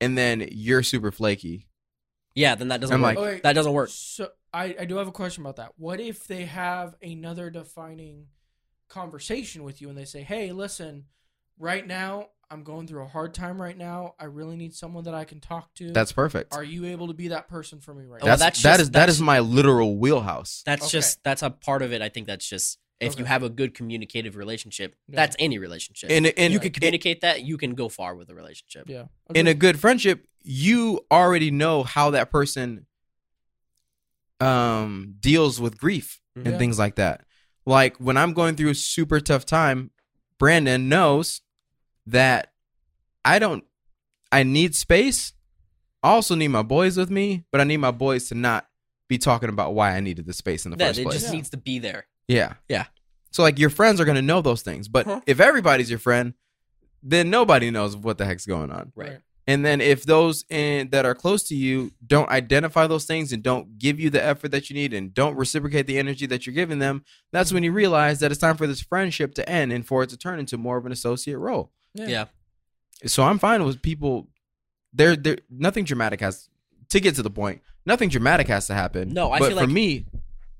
Speaker 2: and then you're super flaky.
Speaker 3: Yeah, then that doesn't
Speaker 2: I'm
Speaker 3: work.
Speaker 2: like-
Speaker 1: Wait.
Speaker 3: that doesn't work.
Speaker 1: So I, I do have a question about that. What if they have another defining conversation with you and they say, Hey, listen, right now I'm going through a hard time right now. I really need someone that I can talk to.
Speaker 2: That's perfect.
Speaker 1: are you able to be that person for me right
Speaker 3: Well,
Speaker 2: That's,
Speaker 1: now?
Speaker 3: that's
Speaker 2: that
Speaker 3: just-
Speaker 2: is that
Speaker 3: that's-
Speaker 2: is my literal wheelhouse.
Speaker 3: That's
Speaker 1: Okay.
Speaker 3: just that's a part of it. I think that's just if you
Speaker 1: Okay.
Speaker 3: have a good communicative relationship,
Speaker 1: Yeah.
Speaker 3: that's any relationship.
Speaker 2: In in
Speaker 1: You
Speaker 3: you can communicate that, you can go far with a relationship.
Speaker 1: Yeah.
Speaker 2: in
Speaker 1: Agree.
Speaker 2: a good friendship, you already know how that person um deals with grief
Speaker 3: Mm-hmm.
Speaker 2: and
Speaker 1: Yeah.
Speaker 2: things like that. Like when I'm going through a super tough time, Brandon knows that I don't I need space. I also need my boys with me, but I need my boys to not be talking about why I needed the space in the
Speaker 3: That
Speaker 2: first
Speaker 3: it
Speaker 2: place.
Speaker 3: just
Speaker 1: Yeah.
Speaker 3: needs to be there.
Speaker 2: yeah.
Speaker 3: Yeah. Uh-huh.
Speaker 2: So like your friends are gonna know those things. But
Speaker 3: Huh.
Speaker 2: if everybody's your friend, then nobody knows what the heck's going on.
Speaker 3: Right.
Speaker 2: And then if those in, that are close to you don't identify those things and don't give you the effort that you need and don't reciprocate the energy that you're giving them, that's when you realize that it's time for this friendship to end and for it to turn into more of an associate role.
Speaker 3: Yeah.
Speaker 2: So I'm fine with people there there nothing dramatic has to get to the point. Nothing dramatic has to happen.
Speaker 3: No, I
Speaker 2: but
Speaker 3: feel
Speaker 2: for
Speaker 3: like-
Speaker 2: me,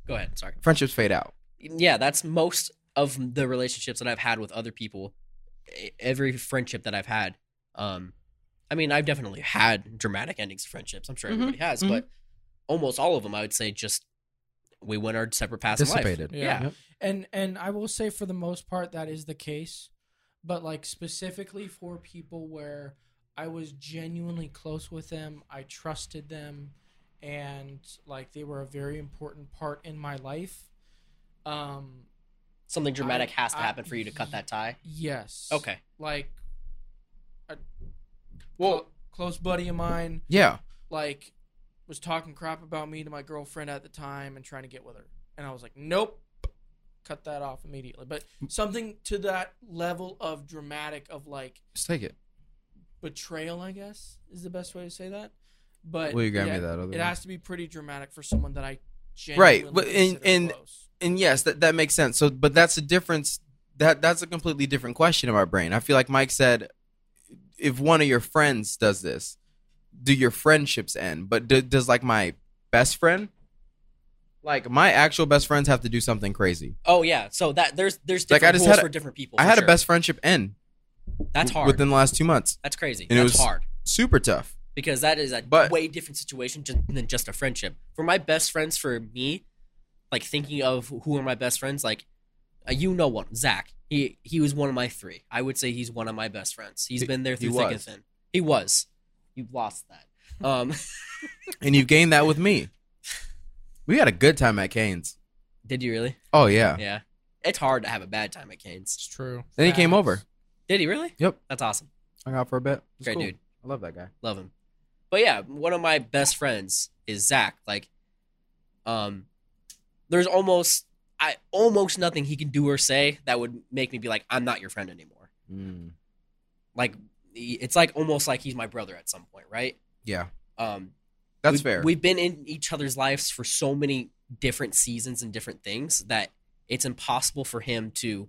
Speaker 3: Go ahead. Sorry.
Speaker 2: friendships fade out.
Speaker 3: Yeah, that's most of the relationships that I've had with other people. e- Every friendship that I've had. Um, I mean, I've definitely had dramatic endings of friendships. I'm sure
Speaker 2: Mhm,
Speaker 3: everybody has,
Speaker 2: mhm.
Speaker 3: but almost all of them, I would say, just we went our separate paths. in life.
Speaker 2: Dissipated.
Speaker 1: Yeah.
Speaker 3: Yeah.
Speaker 1: and and I will say for the most part that is the case, but like specifically for people where I was genuinely close with them, I trusted them, and like they were a very important part in my life. Um,
Speaker 3: Something dramatic
Speaker 1: I-
Speaker 3: has to
Speaker 1: I-
Speaker 3: happen for you to cut that tie.
Speaker 1: yes.
Speaker 3: Okay.
Speaker 1: Like, a well, close buddy of mine,
Speaker 2: Yeah.
Speaker 1: like, was talking crap about me to my girlfriend at the time and trying to get with her, and I was like, nope. Cut that off immediately, but something to that level of dramatic of like
Speaker 2: Just take it.
Speaker 1: betrayal, I guess, is the best way to say that. But
Speaker 2: Will you grab
Speaker 1: yeah,
Speaker 2: me that other
Speaker 1: It
Speaker 2: one?
Speaker 1: has to be pretty dramatic for someone that I
Speaker 2: Right,
Speaker 1: genuinely
Speaker 2: but- and-
Speaker 1: consider
Speaker 2: and-
Speaker 1: close.
Speaker 2: and yes, that, that makes sense. So, but that's a difference. That that's a completely different question in my brain. I feel like Mike said, if one of your friends does this, do your friendships end? But do, does like my best friend, like my actual best friends, have to do something crazy?
Speaker 3: Oh yeah, so that there's there's
Speaker 2: Like,
Speaker 3: different
Speaker 2: I just
Speaker 3: rules
Speaker 2: had a-
Speaker 3: for different people.
Speaker 2: I
Speaker 3: for
Speaker 2: had
Speaker 3: sure.
Speaker 2: a best friendship end
Speaker 3: That's
Speaker 2: w-
Speaker 3: hard.
Speaker 2: within the last two months.
Speaker 3: That's crazy.
Speaker 2: and it
Speaker 3: That's
Speaker 2: was-
Speaker 3: hard
Speaker 2: Super tough.
Speaker 3: because that is a
Speaker 2: But-
Speaker 3: way different situation ju- than just a friendship. For my best friends, for me, like thinking of who are my best friends, like uh, you know one, Zach. He he was one of my three. I would say he's one of my best friends. He's
Speaker 2: He-
Speaker 3: been there
Speaker 2: he
Speaker 3: through thick and
Speaker 2: was.
Speaker 3: thin. He was. You lost
Speaker 2: [LAUGHS]
Speaker 3: that. Um, [LAUGHS]
Speaker 2: And you've gained that with me. We had a good time at Canes.
Speaker 3: did you really?
Speaker 2: Oh yeah.
Speaker 3: Yeah. It's hard to have a bad time at Canes.
Speaker 1: It's true.
Speaker 2: Then he came
Speaker 1: Facts.
Speaker 2: over.
Speaker 3: Did he really?
Speaker 2: Yep.
Speaker 3: That's awesome.
Speaker 2: Hung out for a bit. It was
Speaker 3: Great
Speaker 2: cool.
Speaker 3: dude.
Speaker 2: I love that guy.
Speaker 3: love him. But yeah, one of my best friends is Zach. Like, um, there's almost I almost nothing he can do or say that would make me be like, I'm not your friend anymore.
Speaker 2: Mm.
Speaker 3: Like, he- it's like almost like he's my brother at some point, right?
Speaker 2: Yeah,
Speaker 3: Um,
Speaker 2: that's
Speaker 3: we've-
Speaker 2: fair.
Speaker 3: We've been in each other's lives for so many different seasons and different things that it's impossible for him to.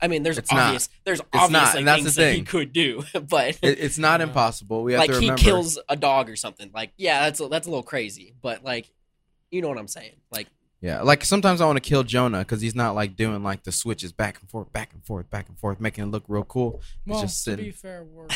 Speaker 3: I mean, there's
Speaker 2: It's not.
Speaker 3: obvious, there's
Speaker 2: not,
Speaker 3: obviously
Speaker 2: and that's the
Speaker 3: things that he
Speaker 2: thing.
Speaker 3: could do, [LAUGHS] but
Speaker 2: It- it's not
Speaker 1: Yeah.
Speaker 2: impossible. We have
Speaker 3: like
Speaker 2: to
Speaker 3: he
Speaker 2: remember.
Speaker 3: kills a dog or something. Like, yeah, that's a, that's a little crazy, but like, you know what I'm saying? Like,
Speaker 2: Yeah, like sometimes I want to kill Jonah because he's not like doing like the switches back and forth, back and forth, back and forth, making it look real cool.
Speaker 1: Well,
Speaker 2: just
Speaker 1: to
Speaker 2: sitting.
Speaker 1: be
Speaker 2: [LAUGHS]
Speaker 1: fair, we're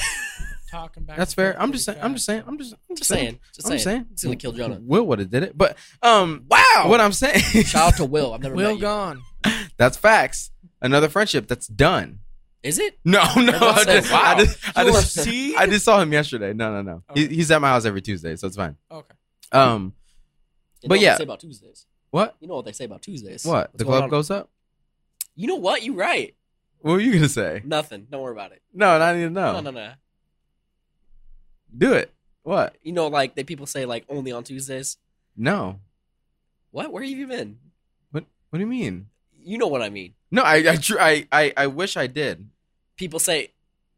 Speaker 1: talking back.
Speaker 2: That's
Speaker 1: and forth
Speaker 2: fair. I'm just saying.
Speaker 1: pretty
Speaker 2: I'm
Speaker 1: fast.
Speaker 2: just saying. I'm just. I'm
Speaker 3: just saying, just
Speaker 2: I'm
Speaker 3: saying,
Speaker 2: just saying.
Speaker 3: it's gonna kill Jonah.
Speaker 2: Will would have did it, but um, [LAUGHS]
Speaker 3: Wow.
Speaker 2: what I'm saying.
Speaker 3: Shout out to Will. I've never
Speaker 1: Will
Speaker 3: met you.
Speaker 1: gone.
Speaker 2: [LAUGHS] that's facts. Another friendship that's done. [LAUGHS]
Speaker 3: Is it?
Speaker 2: No, no. I
Speaker 3: Everyone says,
Speaker 2: just,
Speaker 3: "Wow,
Speaker 2: I just, I
Speaker 3: you are
Speaker 2: just, [LAUGHS]
Speaker 3: see?"
Speaker 2: I just saw him yesterday. No, no, no. He,
Speaker 1: Okay.
Speaker 2: he's at my house every Tuesday, so it's fine.
Speaker 1: Okay.
Speaker 2: Um, But
Speaker 3: You know what
Speaker 2: yeah.
Speaker 3: they say about Tuesdays.
Speaker 2: what?
Speaker 3: You know what they say about Tuesdays?
Speaker 2: What?
Speaker 3: What's
Speaker 2: the
Speaker 3: going
Speaker 2: club
Speaker 3: on?
Speaker 2: goes up.
Speaker 3: You know what? You're right.
Speaker 2: What were you gonna say?
Speaker 3: Nothing. Don't worry about it.
Speaker 2: No, I need to know.
Speaker 3: No, no, no.
Speaker 2: Do it. What?
Speaker 3: You know, like that people say, like only on Tuesdays.
Speaker 2: No.
Speaker 3: What? Where have you been?
Speaker 2: What? What do you mean?
Speaker 3: You know what I mean.
Speaker 2: No, I I tr- I, I I wish I did.
Speaker 3: People say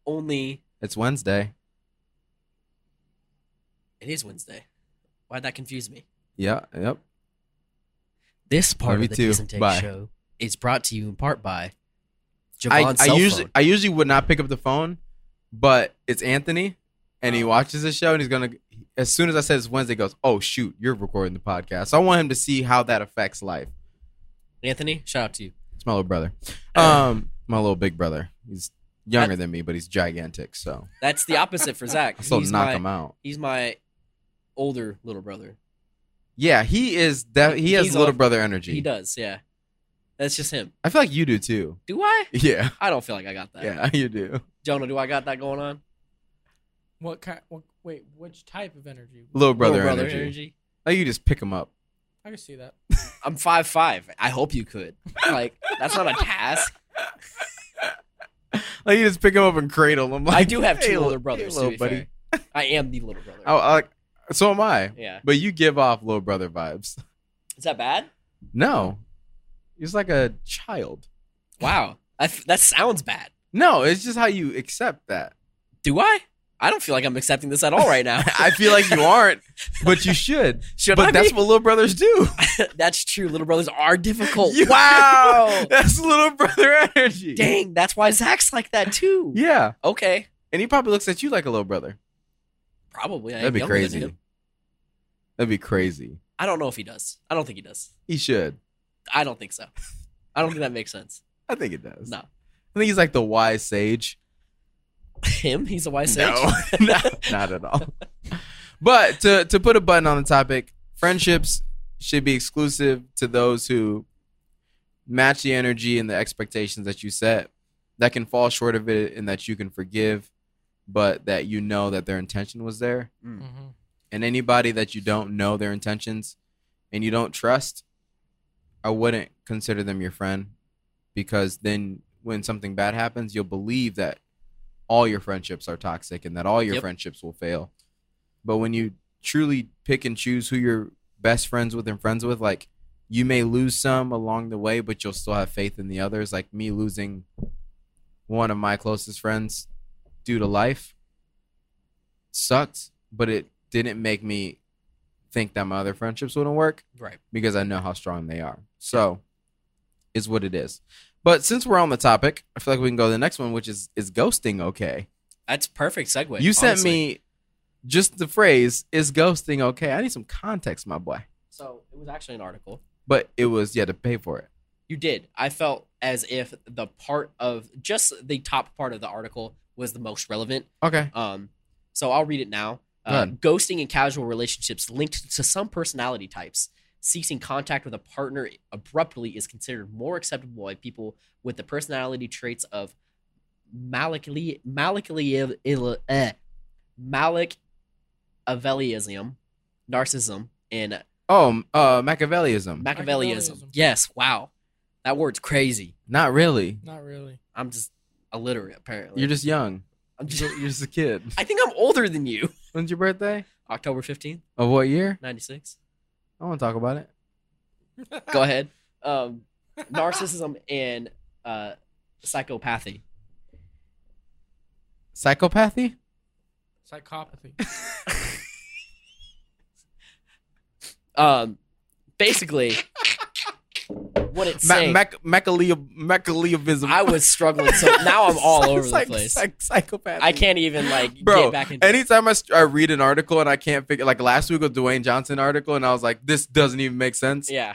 Speaker 3: only.
Speaker 2: It's Wednesday.
Speaker 3: It is Wednesday. Why'd that confuse me?
Speaker 2: Yeah. Yep.
Speaker 3: This part
Speaker 2: Oh, Me
Speaker 3: of the
Speaker 2: too.
Speaker 3: Jason Takes
Speaker 2: Bye.
Speaker 3: Show is brought to you in part by
Speaker 2: I,
Speaker 3: Javon's
Speaker 2: I
Speaker 3: cell
Speaker 2: usually
Speaker 3: phone.
Speaker 2: I usually would not pick up the phone, but it's Anthony, and he
Speaker 1: Oh.
Speaker 2: watches the show, and he's gonna. As soon as I said it's Wednesday, he goes, "Oh shoot, you're recording the podcast." So I want him to see how that affects life.
Speaker 3: Anthony, shout out to you.
Speaker 2: It's my little brother. Um, my little big brother. He's younger than me, but he's gigantic. So
Speaker 3: That's the opposite
Speaker 2: [LAUGHS]
Speaker 3: for Zach.
Speaker 2: I still
Speaker 3: he's
Speaker 2: knock
Speaker 3: my,
Speaker 2: him out.
Speaker 3: He's my older little brother.
Speaker 2: Yeah, he is. That he has
Speaker 3: He's
Speaker 2: little
Speaker 3: a-
Speaker 2: brother energy.
Speaker 3: He does, yeah. That's just him.
Speaker 2: I feel like you do too. [LAUGHS]
Speaker 3: Do I?
Speaker 2: Yeah.
Speaker 3: I don't feel like I got that.
Speaker 2: Yeah, [LAUGHS] you do.
Speaker 3: Jonah, do I got that going on?
Speaker 1: What kind? What, wait, which type of energy?
Speaker 2: Little brother,
Speaker 3: Little brother
Speaker 2: energy. Like you just pick him up.
Speaker 1: I can see that.
Speaker 3: I'm five five. I hope you could. Like that's not a
Speaker 2: [LAUGHS]
Speaker 3: task.
Speaker 2: Like you just pick him up and cradle him. Like,
Speaker 3: I do have two
Speaker 2: "Hey,
Speaker 3: older
Speaker 2: li-
Speaker 3: brothers.
Speaker 2: hey, Oh.
Speaker 3: to be fair. I am the
Speaker 2: [LAUGHS]
Speaker 3: little brother.
Speaker 2: I, I, so am I.
Speaker 3: Yeah.
Speaker 2: But you give off little brother vibes. [LAUGHS]
Speaker 3: Is that bad?
Speaker 2: No, he's like a child.
Speaker 3: Wow. I f- that sounds bad.
Speaker 2: No, it's just how you accept that.
Speaker 3: Do I? I don't feel like I'm accepting this at all
Speaker 2: [LAUGHS]
Speaker 3: right now.
Speaker 2: I feel like you
Speaker 3: [LAUGHS]
Speaker 2: aren't, but you should.
Speaker 3: Should
Speaker 2: but
Speaker 3: I
Speaker 2: that's
Speaker 3: be?
Speaker 2: what little brothers do.
Speaker 3: [LAUGHS] that's true. Little brothers are
Speaker 2: [LAUGHS]
Speaker 3: difficult.
Speaker 2: You-
Speaker 3: wow.
Speaker 2: [LAUGHS] that's little brother energy.
Speaker 3: Dang, that's why Zach's like that too.
Speaker 2: Yeah,
Speaker 3: Okay.
Speaker 2: and he probably looks at you like a little brother.
Speaker 3: Probably. I
Speaker 2: That'd
Speaker 3: am
Speaker 2: be
Speaker 3: younger than
Speaker 2: crazy.
Speaker 3: him.
Speaker 2: That'd be crazy.
Speaker 3: I don't know if he does. I don't think he does.
Speaker 2: He should.
Speaker 3: I don't think so. I don't think that
Speaker 2: [LAUGHS]
Speaker 3: makes sense.
Speaker 2: I think it does.
Speaker 3: No.
Speaker 2: I think he's like the wise sage.
Speaker 3: Him? He's a wise sage?
Speaker 2: No.
Speaker 3: [LAUGHS]
Speaker 2: No, [LAUGHS] not at all. But to to put a button on the topic, friendships should be exclusive to those who match the energy and the expectations that you set. That can fall short of it, and that you can forgive, but that you know that their intention was there.
Speaker 3: Mm.
Speaker 1: Mm-hmm.
Speaker 2: And anybody that you don't know their intentions and you don't trust, I wouldn't consider them your friend, because then when something bad happens, you'll believe that all your friendships are toxic and that all your
Speaker 3: Yep.
Speaker 2: friendships will fail. But when you truly pick and choose who you're best friends with and friends with, like you may lose some along the way, but you'll still have faith in the others. Like me losing one of my closest friends due to life sucked, but it didn't make me think that my other friendships wouldn't work
Speaker 3: Right.
Speaker 2: because I know how strong they are. So is what it is. But since we're on the topic, I feel like we can go to the next one, which is is ghosting okay?
Speaker 3: That's perfect segue.
Speaker 2: you sent
Speaker 3: honestly.
Speaker 2: me just the phrase is ghosting okay? I need some context, my boy.
Speaker 3: So it was actually an article.
Speaker 2: But it was you had to pay for it.
Speaker 3: You did. I felt as if the part of just the top part of the article was the most relevant.
Speaker 2: Okay.
Speaker 3: Um, so I'll read it now.
Speaker 2: Go
Speaker 3: Uh,
Speaker 2: ahead.
Speaker 3: ghosting and casual relationships linked to some personality types. Ceasing contact with a partner abruptly is considered more acceptable by people with the personality traits of Malakli Malakli eh, Malik Avellism, narcissism, and
Speaker 2: Oh, uh Machiavellism.
Speaker 3: Machiavellism.
Speaker 1: Machiavellism.
Speaker 3: Yes, wow, that word's crazy.
Speaker 2: Not really.
Speaker 1: Not really.
Speaker 3: I'm just illiterate, apparently.
Speaker 2: You're just
Speaker 3: [LAUGHS]
Speaker 2: young.
Speaker 3: I'm
Speaker 2: You're
Speaker 3: just,
Speaker 2: just- you're just a kid.
Speaker 3: I think I'm older than you.
Speaker 2: When's your birthday?
Speaker 3: October 15th,
Speaker 2: Of what year?
Speaker 3: 96.
Speaker 2: I want to talk about it.
Speaker 3: Go ahead. Um, narcissism and uh, psychopathy.
Speaker 2: Psychopathy?
Speaker 1: Psychopathy.
Speaker 3: Um, basically, what it's
Speaker 2: Ma-
Speaker 3: saying.
Speaker 2: Mac- Machiavelli- Machiavellism. [LAUGHS]
Speaker 3: I was struggling, so now I'm all over the
Speaker 2: Psych-
Speaker 3: place.
Speaker 2: psych- psychopathy.
Speaker 3: I can't even like
Speaker 2: Bro,
Speaker 3: get back into.
Speaker 2: Anytime I, st- I read an article and I can't figure, like last week with Dwayne Johnson article, and I was like, this doesn't even make sense.
Speaker 3: yeah,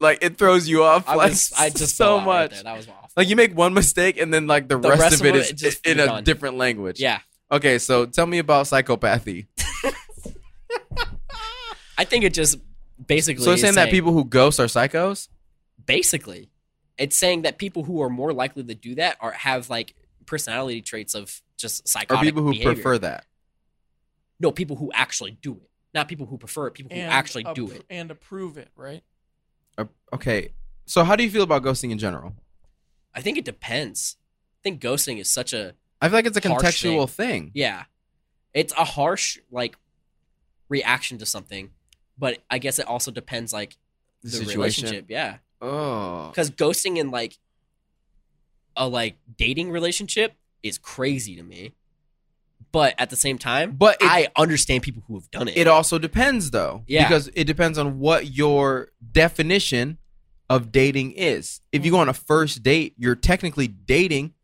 Speaker 2: Like it throws you off.
Speaker 3: I
Speaker 2: like,
Speaker 3: was. I just fell
Speaker 2: so
Speaker 3: out right
Speaker 2: much.
Speaker 3: there. That was off.
Speaker 2: like you make one mistake, and then like the, rest, of it is
Speaker 3: just
Speaker 2: in a
Speaker 3: done.
Speaker 2: different language.
Speaker 3: yeah,
Speaker 2: Okay, so tell me about psychopathy.
Speaker 3: I think it just basically.
Speaker 2: so
Speaker 3: is
Speaker 2: it's saying that people who ghost are psychos.
Speaker 3: basically it's saying that people who are more likely to do that are have like personality traits of just
Speaker 2: Or
Speaker 3: psychotic
Speaker 2: people who
Speaker 3: behavior.
Speaker 2: prefer that.
Speaker 3: no people who actually do it not people who prefer it people who actually do
Speaker 1: appro-
Speaker 3: it
Speaker 1: And approve it, right?
Speaker 2: Or- Okay, so how do you feel about ghosting in general?
Speaker 3: i think it depends i think ghosting is such a
Speaker 2: I feel like it's a
Speaker 3: Harsh
Speaker 2: contextual thing.
Speaker 3: yeah it's a harsh like reaction to something but i guess it also depends like the relationship yeah
Speaker 2: Oh,
Speaker 3: because ghosting in like a like dating relationship is crazy to me but at the same time
Speaker 2: but it,
Speaker 3: I understand people who have done it.
Speaker 2: it also depends though,
Speaker 3: Yeah.
Speaker 2: because it depends on what your definition of dating is. If you go on a first date, you're technically dating,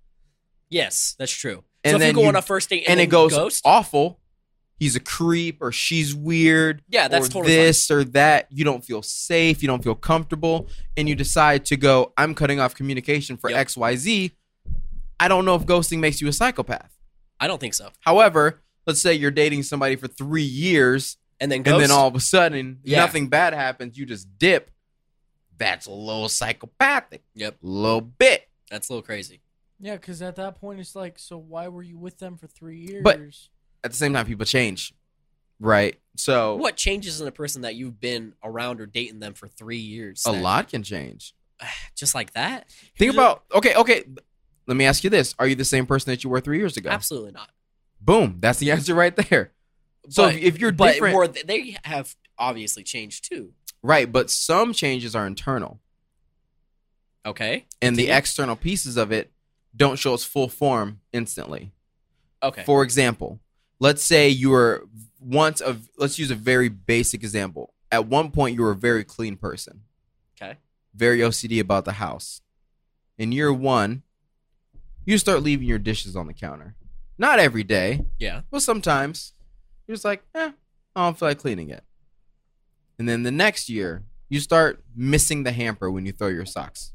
Speaker 3: yes, that's true.
Speaker 2: And
Speaker 3: so if
Speaker 2: then
Speaker 3: you go
Speaker 2: you-
Speaker 3: on a first date
Speaker 2: and,
Speaker 3: and,
Speaker 2: it
Speaker 3: then
Speaker 2: goes
Speaker 3: ghost,
Speaker 2: awful. He's a creep, or she's weird,
Speaker 3: yeah, Uh, that's
Speaker 2: or
Speaker 3: totally fine.
Speaker 2: this or that. You don't feel safe, you don't feel comfortable, and you decide to go. I'm cutting off communication for
Speaker 3: Yep.
Speaker 2: X, Y, Z. I don't know if ghosting makes you a psychopath.
Speaker 3: I don't think so.
Speaker 2: However, let's say you're dating somebody for three years
Speaker 3: And then ghost.
Speaker 2: and then all of a sudden
Speaker 3: Yeah.
Speaker 2: nothing bad happens you just dip that's a little psychopathic
Speaker 3: Yep.
Speaker 2: little bit
Speaker 3: that's a little crazy.
Speaker 1: Yeah, because at that point it's like, so why were you with them for three years?
Speaker 2: But- at the same time people change right so
Speaker 3: What changes in a person that you've been around or dating them for three years?
Speaker 2: a
Speaker 3: that-
Speaker 2: lot can change
Speaker 3: just like that.
Speaker 2: think
Speaker 1: Here's a-
Speaker 2: about okay okay let me ask you this are you the same person that you were three years ago
Speaker 3: Absolutely not.
Speaker 2: boom that's the [LAUGHS] answer right there so
Speaker 3: But-
Speaker 2: if, if you're
Speaker 3: But
Speaker 2: different
Speaker 3: more, th- they have obviously changed too.
Speaker 2: right but some changes are internal
Speaker 3: Okay.
Speaker 2: and the
Speaker 3: Continue.
Speaker 2: external pieces of it don't show its full form instantly
Speaker 3: Okay.
Speaker 2: For example, let's say you were once of let's use a very basic example. At one point you were a very clean person.
Speaker 3: Okay.
Speaker 2: Very OCD about the house. In year 1, you start leaving your dishes on the counter. Not every day,
Speaker 3: yeah.
Speaker 2: but sometimes. You He was like, eh, I don't feel like cleaning it. And then the next year, you start missing the hamper when you throw your socks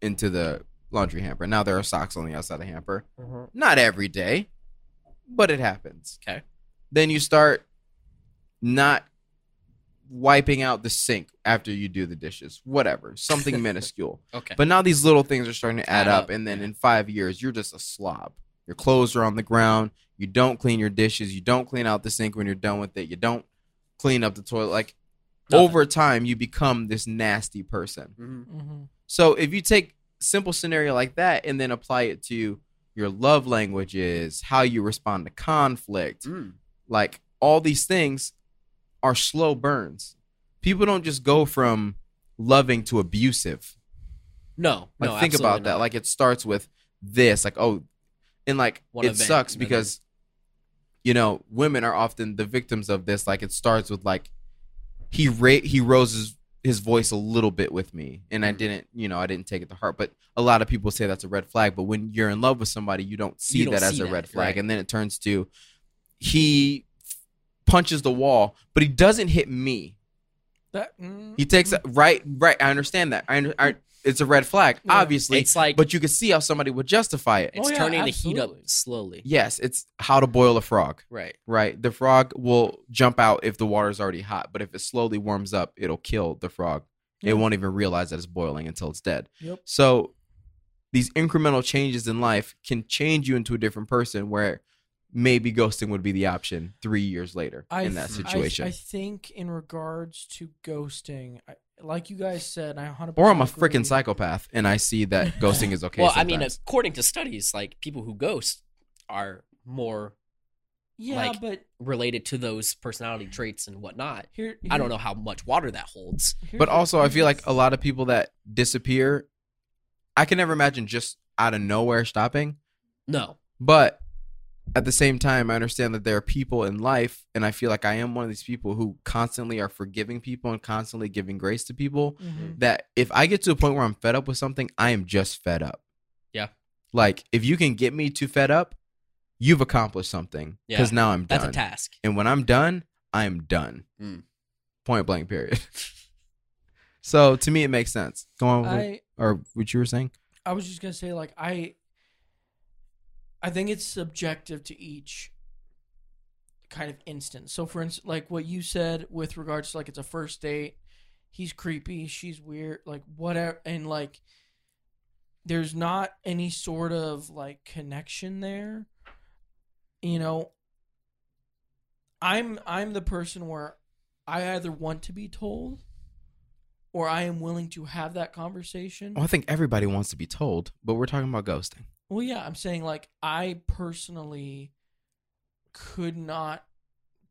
Speaker 2: into the laundry hamper. Now there are socks on the outside of the hamper.
Speaker 1: Mm-hmm.
Speaker 2: Not every day, but it happens.
Speaker 3: Okay.
Speaker 2: Then you start not wiping out the sink after you do the dishes, whatever,
Speaker 3: [LAUGHS]
Speaker 2: something minuscule.
Speaker 3: Okay.
Speaker 2: But now these little things are starting to add
Speaker 3: Add
Speaker 2: up,
Speaker 3: up,
Speaker 2: and then
Speaker 3: yeah.
Speaker 2: in five years, you're just a slob. Your clothes are on the ground. You don't clean your dishes. You don't clean out the sink when you're done with it. You don't clean up the toilet. Like
Speaker 3: Nothing.
Speaker 2: over time, you become this nasty person.
Speaker 3: Mhm.
Speaker 1: Mm-hmm.
Speaker 2: So if you take simple scenario like that and then apply it to your love languages, how you respond to conflict,
Speaker 3: Mm.
Speaker 2: like all these things are slow burns. People don't just go from loving to abusive.
Speaker 3: No,
Speaker 2: Like
Speaker 3: no,
Speaker 2: think
Speaker 3: absolutely
Speaker 2: about that.
Speaker 3: not.
Speaker 2: Like it starts with this, like oh, and like
Speaker 3: One
Speaker 2: it
Speaker 3: event,
Speaker 2: sucks
Speaker 3: and then
Speaker 2: because you know women are often the victims of this. Like it starts with like he ra- he rose his, his voice a little bit with me, and I
Speaker 3: Mhm.
Speaker 2: didn't you know I didn't take it to heart. But a lot of people say that's a red flag. But when you're in love with somebody, you don't see
Speaker 3: You don't
Speaker 2: that as
Speaker 3: see
Speaker 2: a
Speaker 3: that,
Speaker 2: red flag,
Speaker 3: right.
Speaker 2: and then it turns to he punches the wall, but he doesn't hit me.
Speaker 1: That mm,
Speaker 2: He takes
Speaker 1: mm,
Speaker 3: Mm-hmm.
Speaker 2: right right. I understand that. I, under- I it's a red flag,
Speaker 1: Yeah.
Speaker 2: obviously
Speaker 3: it's like
Speaker 2: but you can see how somebody would justify it.
Speaker 3: it's
Speaker 1: Oh, yeah,
Speaker 3: turning the heat
Speaker 1: absolutely.
Speaker 3: up slowly.
Speaker 2: Yes, it's how to boil a frog,
Speaker 3: Right.
Speaker 2: right? The frog will jump out if the water's already hot, but if it slowly warms up, it'll kill the frog.
Speaker 1: Yeah.
Speaker 2: It won't even realize that it's boiling until it's dead.
Speaker 1: Yep.
Speaker 2: So these incremental changes in life can change you into a different person where maybe ghosting would be the option three years later in that
Speaker 1: th-
Speaker 2: situation.
Speaker 1: I, think in regards to ghosting, I, like you guys said, I 100
Speaker 2: or I'm a freaking psychopath and I see
Speaker 1: [LAUGHS]
Speaker 2: that ghosting is okay.
Speaker 3: well, I mean,
Speaker 2: sometimes.
Speaker 3: according to studies, like people who ghost are more
Speaker 1: Yeah,
Speaker 3: like-
Speaker 1: but
Speaker 3: related to those personality traits and whatnot.
Speaker 1: here,
Speaker 3: I don't know how much water that holds.
Speaker 1: here-
Speaker 2: But
Speaker 1: here's-
Speaker 2: also, I feel like
Speaker 1: here's-
Speaker 2: a lot of people that disappear, I can never imagine just out of nowhere stopping.
Speaker 3: No.
Speaker 2: But at the same time, I understand that there are people in life, and I feel like I am one of these people who constantly are forgiving people and constantly giving grace to people.
Speaker 1: Mhm.
Speaker 2: That if I get to a point where I'm fed up with something, I am just fed up.
Speaker 3: Yeah.
Speaker 2: Like if you can get me to fed up, you've accomplished something. Because
Speaker 3: Yeah.
Speaker 2: now I'm done.
Speaker 3: That's a task.
Speaker 2: And when I'm done, I'm done.
Speaker 3: Mm.
Speaker 2: Point blank, period. [LAUGHS] so to me, it makes sense. Go on, with what-
Speaker 1: I
Speaker 2: or what you were saying?
Speaker 1: I was just gonna say like I I think it's subjective to each kind of instance. So for instance, like what you said with regards to like it's a first date, he's creepy, she's weird, like whatever, and like there's not any sort of like connection there. You know, I'm I'm the person where I either want to be told or I am willing to have that conversation.
Speaker 2: Well, Oh, I think everybody wants to be told, but we're talking about ghosting.
Speaker 1: Well, yeah, I'm saying like I personally could not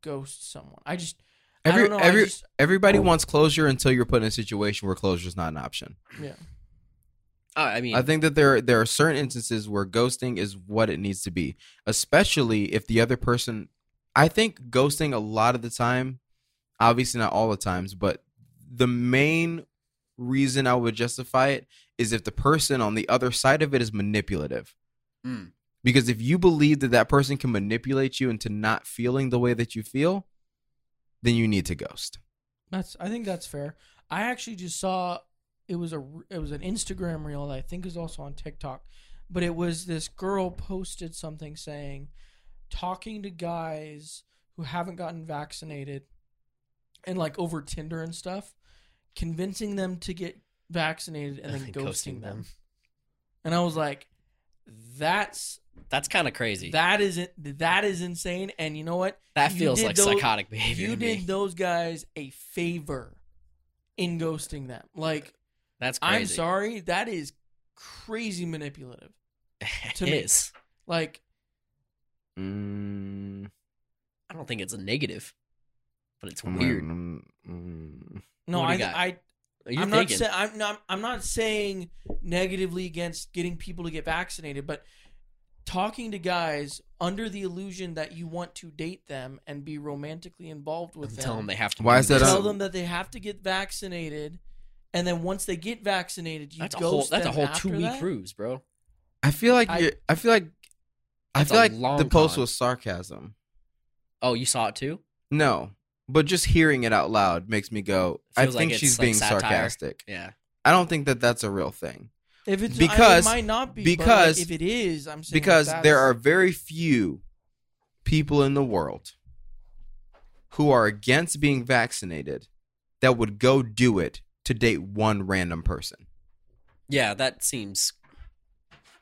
Speaker 1: ghost someone. I just I
Speaker 2: Every,
Speaker 1: don't know.
Speaker 2: every,
Speaker 1: I just,
Speaker 2: everybody wants closure until you're put in a situation where closure is not an option.
Speaker 1: yeah,
Speaker 3: Uh, I mean,
Speaker 2: I think that there there are certain instances where ghosting is what it needs to be, especially if the other person. I think ghosting a lot of the time, obviously not all the times, but the main reason I would justify it is if the person on the other side of it is manipulative.
Speaker 3: Mm.
Speaker 2: Because if you believe that that person can manipulate you into not feeling the way that you feel, then you need to ghost.
Speaker 1: that's I think that's fair. I actually just saw it was a it was an Instagram reel that I think is also on TikTok, but it was this girl posted something saying talking to guys who haven't gotten vaccinated and like over Tinder and stuff, convincing them to get vaccinated and then [LAUGHS] ghosting, them. And I was like, that's
Speaker 3: That's kind of crazy. That,
Speaker 1: that is it that is insane. And you know what? you
Speaker 3: feels
Speaker 1: did
Speaker 3: like
Speaker 1: those-
Speaker 3: psychotic behavior.
Speaker 1: You
Speaker 3: to me.
Speaker 1: did those guys a favor in ghosting them. Like,
Speaker 3: That's crazy.
Speaker 1: I'm sorry, that is crazy manipulative.
Speaker 3: [LAUGHS]
Speaker 1: to
Speaker 3: It
Speaker 1: me.
Speaker 3: is.
Speaker 1: Like,
Speaker 2: Mm,
Speaker 3: I don't think it's a negative, but it's
Speaker 2: I'm like,
Speaker 3: weird.
Speaker 2: mm, mm.
Speaker 1: no,
Speaker 3: What do
Speaker 1: I
Speaker 3: you got?
Speaker 1: I
Speaker 3: You're
Speaker 1: I'm not
Speaker 3: thinking.
Speaker 1: saying I'm not I'm not saying negatively against getting people to get vaccinated, but talking to guys under the illusion that you want to date them and be romantically involved with them.
Speaker 3: tell them they have to.
Speaker 2: Why
Speaker 3: do
Speaker 2: is that
Speaker 3: this.
Speaker 2: on-
Speaker 1: tell them that they have to get vaccinated, and then once they get vaccinated, you
Speaker 3: That's a
Speaker 1: ghost
Speaker 3: whole. That's a
Speaker 1: them
Speaker 3: whole
Speaker 1: after
Speaker 3: two week
Speaker 1: that?
Speaker 3: cruise, bro.
Speaker 2: I feel like
Speaker 1: I-
Speaker 2: you're, I feel like I
Speaker 3: That's
Speaker 2: feel
Speaker 3: a
Speaker 2: like
Speaker 3: long
Speaker 2: the post
Speaker 3: con.
Speaker 2: was sarcasm.
Speaker 3: Oh, you saw it too?
Speaker 2: No, but just hearing it out loud makes me go. I
Speaker 3: Feels like
Speaker 2: think
Speaker 3: it's,
Speaker 2: she's
Speaker 3: like,
Speaker 2: being
Speaker 3: satire.
Speaker 2: sarcastic.
Speaker 3: Yeah.
Speaker 2: I don't think that that's a real thing
Speaker 1: If it's
Speaker 2: Because-
Speaker 1: I, it might not be but, like,
Speaker 2: because-
Speaker 1: if it is, I'm saying
Speaker 2: because
Speaker 1: that
Speaker 2: there are
Speaker 1: that's-
Speaker 2: very few people in the world who are against being vaccinated that would go do it to date one random person
Speaker 3: Yeah, that seems.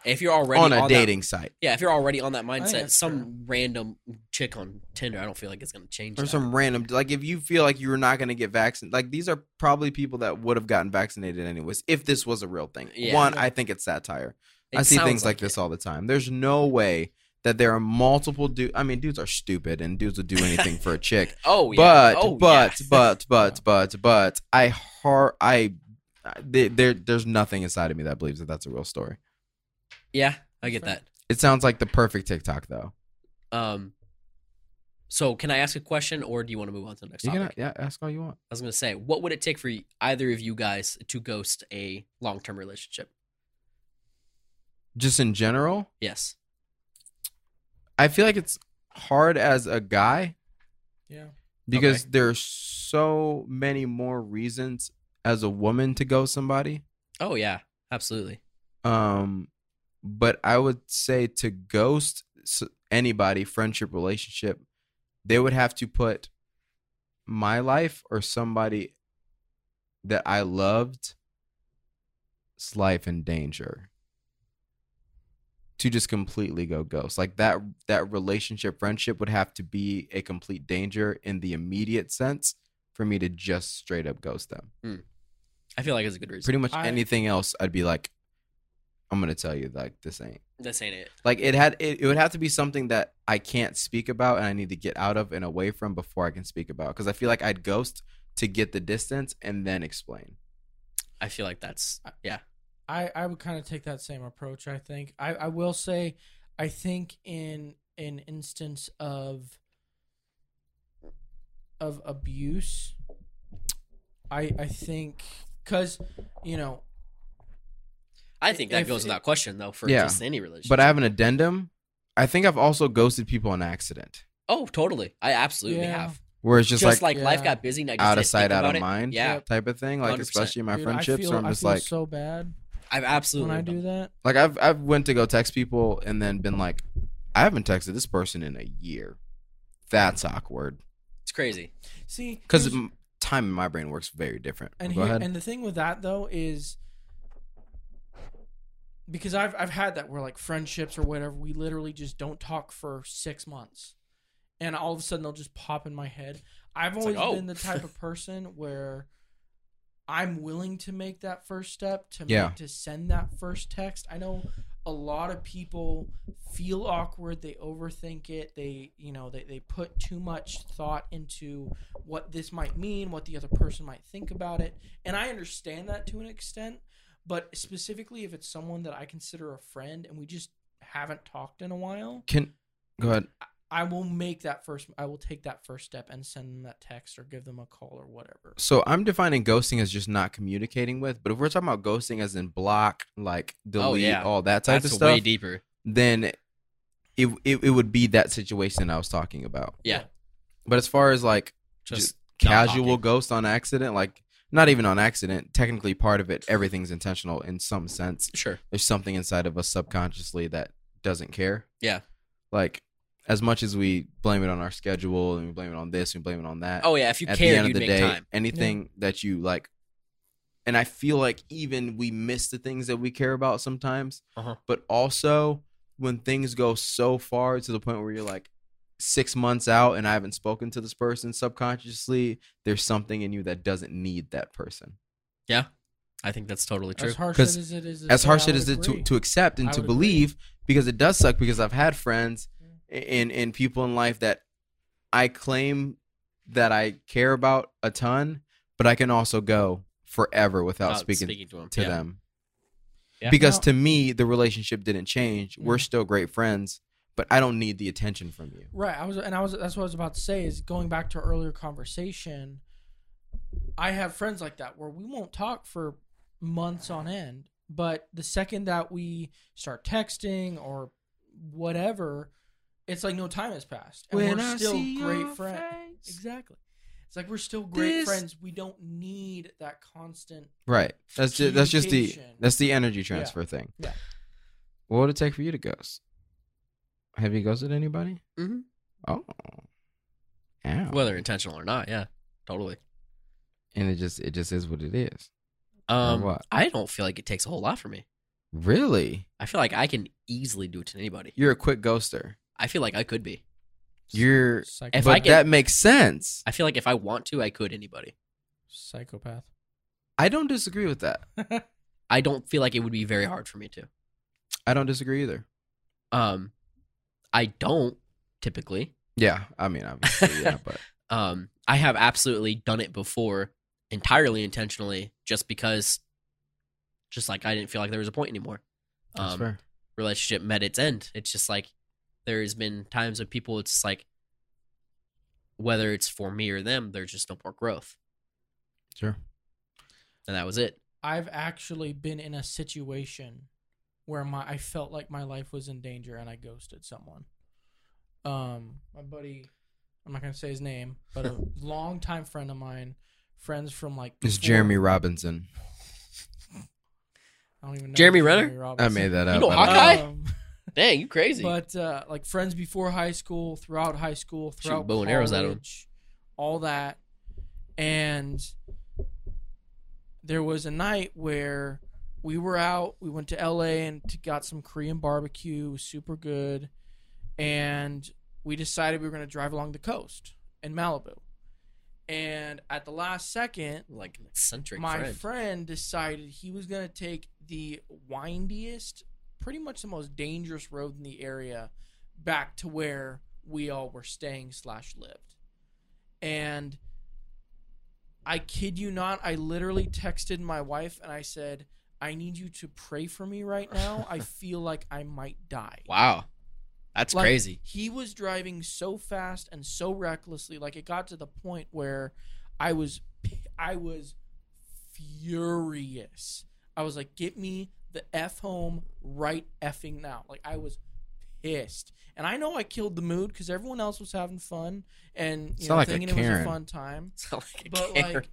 Speaker 3: If you're already
Speaker 2: on a
Speaker 3: that-
Speaker 2: dating site
Speaker 3: yeah, if you're already on that
Speaker 1: think
Speaker 3: mindset,
Speaker 1: that's
Speaker 3: some random chick on Tinder, I don't feel like it's gonna change.
Speaker 2: or
Speaker 3: that.
Speaker 2: some random like if you feel like you were not going to get vaccinated like these are probably people that would have gotten vaccinated anyways if this was a real thing
Speaker 3: Yeah.
Speaker 2: one
Speaker 1: Yeah.
Speaker 2: i think it's satire
Speaker 3: It
Speaker 2: I see
Speaker 3: sounds
Speaker 2: things like, this all the time. There's no way that there are multiple dudes. I mean, dudes are stupid and dudes will do anything for a
Speaker 3: [LAUGHS]
Speaker 2: chick.
Speaker 3: it. Oh yeah.
Speaker 2: But,
Speaker 3: oh,
Speaker 2: but,
Speaker 3: [LAUGHS] yeah.
Speaker 2: but, but, but, but, I har I, I- there, there, there's nothing inside of me that believes that that's a real story.
Speaker 3: yeah, I get that.
Speaker 2: It sounds like the perfect TikTok though.
Speaker 3: Um. So can I ask a question, or do you want to move on to the next
Speaker 2: You
Speaker 3: topic?
Speaker 2: can, yeah, ask all you want.
Speaker 3: I was gonna say, what would it take for y- either of you guys to ghost a long-term relationship?
Speaker 2: Just in general,
Speaker 3: Yes.
Speaker 2: I feel like it's hard as a guy
Speaker 1: yeah.
Speaker 2: because
Speaker 3: Okay.
Speaker 2: there's so many more reasons as a woman to go somebody.
Speaker 3: Oh yeah, absolutely.
Speaker 2: Um, but I would say to ghost s- anybody, friendship, relationship, they would have to put my life or somebody that I loved's life in danger to just completely go ghost. Like that that relationship, friendship would have to be a complete danger in the immediate sense for me to just straight up ghost them
Speaker 3: I feel like it's a good reason.
Speaker 2: pretty much
Speaker 1: I-
Speaker 2: anything else i'd be like i'm gonna tell you like this ain't
Speaker 3: That's ain't it.
Speaker 2: like it had it, it would have to be something that i can't speak about and i need to get out of and away from before i can speak about because i feel like i'd ghost to get the distance and then explain
Speaker 3: I feel like that's yeah.
Speaker 1: I, I would kind of take that same approach. I think I, I will say I think in an instance of of abuse, I I think because you know
Speaker 3: I think that
Speaker 1: If
Speaker 3: goes
Speaker 1: it-
Speaker 3: without question though for
Speaker 2: Yeah.
Speaker 3: just any relationship.
Speaker 2: but i have an addendum i think i've also ghosted people on accident
Speaker 3: oh totally, I absolutely
Speaker 1: Yeah.
Speaker 3: have.
Speaker 2: where it's
Speaker 3: Just,
Speaker 2: just, like,
Speaker 3: like,
Speaker 1: Yeah.
Speaker 3: life got busy, and I just
Speaker 2: out of
Speaker 3: didn't
Speaker 2: sight
Speaker 3: think
Speaker 2: out
Speaker 3: about
Speaker 2: of
Speaker 3: it.
Speaker 2: mind
Speaker 3: Yeah,
Speaker 1: Yep.
Speaker 2: type of thing like
Speaker 3: 100%.
Speaker 2: especially in my
Speaker 1: dude,
Speaker 2: friendships
Speaker 1: I feel,
Speaker 2: where i'm just
Speaker 1: I feel
Speaker 2: like
Speaker 1: so bad
Speaker 3: I've absolutely.
Speaker 1: when I do that.
Speaker 2: like i've i've went to go text people and then been like i haven't texted this person in a year that's awkward
Speaker 3: It's crazy.
Speaker 1: See,
Speaker 2: because
Speaker 1: here's-
Speaker 2: time in my brain works very different.
Speaker 1: And
Speaker 2: Go
Speaker 1: here,
Speaker 2: ahead.
Speaker 1: and the thing with that though is because I've I've had that where like friendships or whatever, we literally just don't talk for six months, and all of a sudden they'll just pop in my head. I've
Speaker 3: It's like,
Speaker 1: always
Speaker 3: oh.
Speaker 1: been the
Speaker 3: [LAUGHS]
Speaker 1: type of person where I'm willing to make that first step to
Speaker 2: Yeah.
Speaker 1: make, to send that first text. I know a lot of people feel awkward they overthink it they you know they, they put too much thought into what this might mean what the other person might think about it and i understand that to an extent but specifically if it's someone that i consider a friend and we just haven't talked in a while
Speaker 2: Can go ahead.
Speaker 1: i will make that first i will take that first step and send them that text or give them a call or whatever
Speaker 2: So I'm defining ghosting as just not communicating with, but if we're talking about ghosting as in block, like delete,
Speaker 3: Oh, yeah.
Speaker 2: all that type
Speaker 3: That's
Speaker 2: of
Speaker 3: way
Speaker 2: stuff,
Speaker 3: deeper.
Speaker 2: then it, it it would be that situation I was talking about.
Speaker 3: Yeah.
Speaker 2: But as far as like
Speaker 3: Just not
Speaker 2: casual
Speaker 3: talking.
Speaker 2: ghost on accident, like not even on accident, technically part of it, everything's intentional in some sense.
Speaker 3: Sure.
Speaker 2: there's something inside of us subconsciously that doesn't care.
Speaker 3: Yeah.
Speaker 2: Like as much as we blame it on our schedule and we blame it on this, we blame it on that.
Speaker 3: Oh yeah, if you
Speaker 2: at the
Speaker 3: cared,
Speaker 2: end of
Speaker 3: you'd
Speaker 2: the
Speaker 3: make
Speaker 2: day,
Speaker 3: time.
Speaker 2: anything that you like, and I feel like even we miss the things that we care about sometimes.
Speaker 3: Uh-huh.
Speaker 2: But also when things go so far to the point where you're like six months out and I haven't spoken to this person subconsciously, there's something in you that doesn't need that person.
Speaker 3: I think that's totally true.
Speaker 1: as harsh
Speaker 2: 'Cause
Speaker 1: as it is to
Speaker 2: as
Speaker 1: say,
Speaker 2: harsh
Speaker 1: I
Speaker 2: it is
Speaker 1: would
Speaker 2: to,
Speaker 1: agree.
Speaker 2: to accept and
Speaker 1: I
Speaker 2: to
Speaker 1: would agree.
Speaker 2: believe because it does suck because i've had friends and, and people in life that i claim that i care about a ton but i can also go forever without
Speaker 3: Not
Speaker 2: speaking,
Speaker 3: speaking to him.
Speaker 2: to
Speaker 3: yeah.
Speaker 2: them
Speaker 3: Yeah.
Speaker 2: because
Speaker 1: No.
Speaker 2: to me the relationship didn't change we're
Speaker 1: Mhm.
Speaker 2: still great friends but i don't need the attention from you
Speaker 1: Right. I was, and I was. That's what I was about to say. Is going back to our earlier conversation. I have friends like that where we won't talk for months on end, but the second that we start texting or whatever, it's like no time has passed, and we're still great friends. Exactly. It's like we're still great
Speaker 2: This-
Speaker 1: friends. We don't need that constant.
Speaker 2: Right. That's just, that's just the
Speaker 1: Communication.
Speaker 2: that's the energy transfer thing.
Speaker 1: Yeah.
Speaker 2: What would it take for you to ghost? Have you ghosted anybody?
Speaker 3: Mhm.
Speaker 2: Oh. Ow.
Speaker 3: whether intentional or not. Yeah, totally.
Speaker 2: and it just it just is what it is.
Speaker 3: Um,
Speaker 2: what?
Speaker 3: I don't feel like it takes a whole lot for me.
Speaker 2: Really?
Speaker 3: I feel like I can easily do it to anybody.
Speaker 2: You're a quick ghoster.
Speaker 3: I feel like I could be.
Speaker 2: You're
Speaker 1: Psych-
Speaker 3: If
Speaker 2: but
Speaker 3: I get-
Speaker 2: that makes sense.
Speaker 3: I feel like if I want to, I could anybody.
Speaker 1: psychopath.
Speaker 2: I don't disagree with that.
Speaker 3: I don't feel like it would be very hard for me to.
Speaker 2: I don't disagree either.
Speaker 3: Um, I don't typically.
Speaker 2: Yeah, I mean obviously, yeah, but
Speaker 3: Um, I have absolutely done it before, entirely intentionally, just because, just like I didn't feel like there was a point anymore.
Speaker 2: that's
Speaker 3: Um,
Speaker 2: fair.
Speaker 3: relationship met its end. It's just like there's been times with people. It's like whether it's for me or them, there's just no more growth,
Speaker 2: Sure.
Speaker 3: and that was it.
Speaker 1: [LAUGHS] I've actually been in a situation where my I felt like my life was in danger and I ghosted someone. Um, my buddy, I'm not gonna say his name, but [LAUGHS] a longtime friend of mine, friends from like
Speaker 2: It's
Speaker 1: before-
Speaker 2: Jeremy Robinson.
Speaker 1: I don't even know
Speaker 3: Jeremy
Speaker 1: if it's
Speaker 3: Renner?
Speaker 2: I
Speaker 1: Robinson.
Speaker 2: made that up.
Speaker 3: know
Speaker 2: I don't
Speaker 3: Hawkeye?
Speaker 1: Um,
Speaker 3: Dang, you crazy?
Speaker 1: but uh, like friends before high school, throughout high school,
Speaker 3: Shoot
Speaker 1: throughout
Speaker 3: bow
Speaker 1: bow
Speaker 3: and
Speaker 1: college,
Speaker 3: arrows at 'em.
Speaker 1: all that, and there was a night where we were out. We went to L.A. and t- got some Korean barbecue, it was super good, and we decided we were going to drive along the coast in Malibu. And at the last second,
Speaker 3: like an eccentric
Speaker 1: my
Speaker 3: friend.
Speaker 1: friend. decided he was going to take the windiest, pretty much the most dangerous road in the area back to where we all were staying slash lived. And I kid you not, I literally texted my wife and I said, I need you to pray for me right now. I feel like I might die.
Speaker 3: wow, that's
Speaker 1: Like, [LAUGHS]
Speaker 3: crazy.
Speaker 1: He was driving so fast and so recklessly. Like it got to the point where I was p- I was furious. I was like, "Get me the f home right effing now!" Like I was pissed, and I know I killed the mood because everyone else was having fun and
Speaker 2: It's
Speaker 1: you
Speaker 2: not
Speaker 1: know
Speaker 2: like a
Speaker 1: thinking it was
Speaker 2: Karen.
Speaker 1: a fun time.
Speaker 3: It's not like a
Speaker 1: but,
Speaker 3: Karen.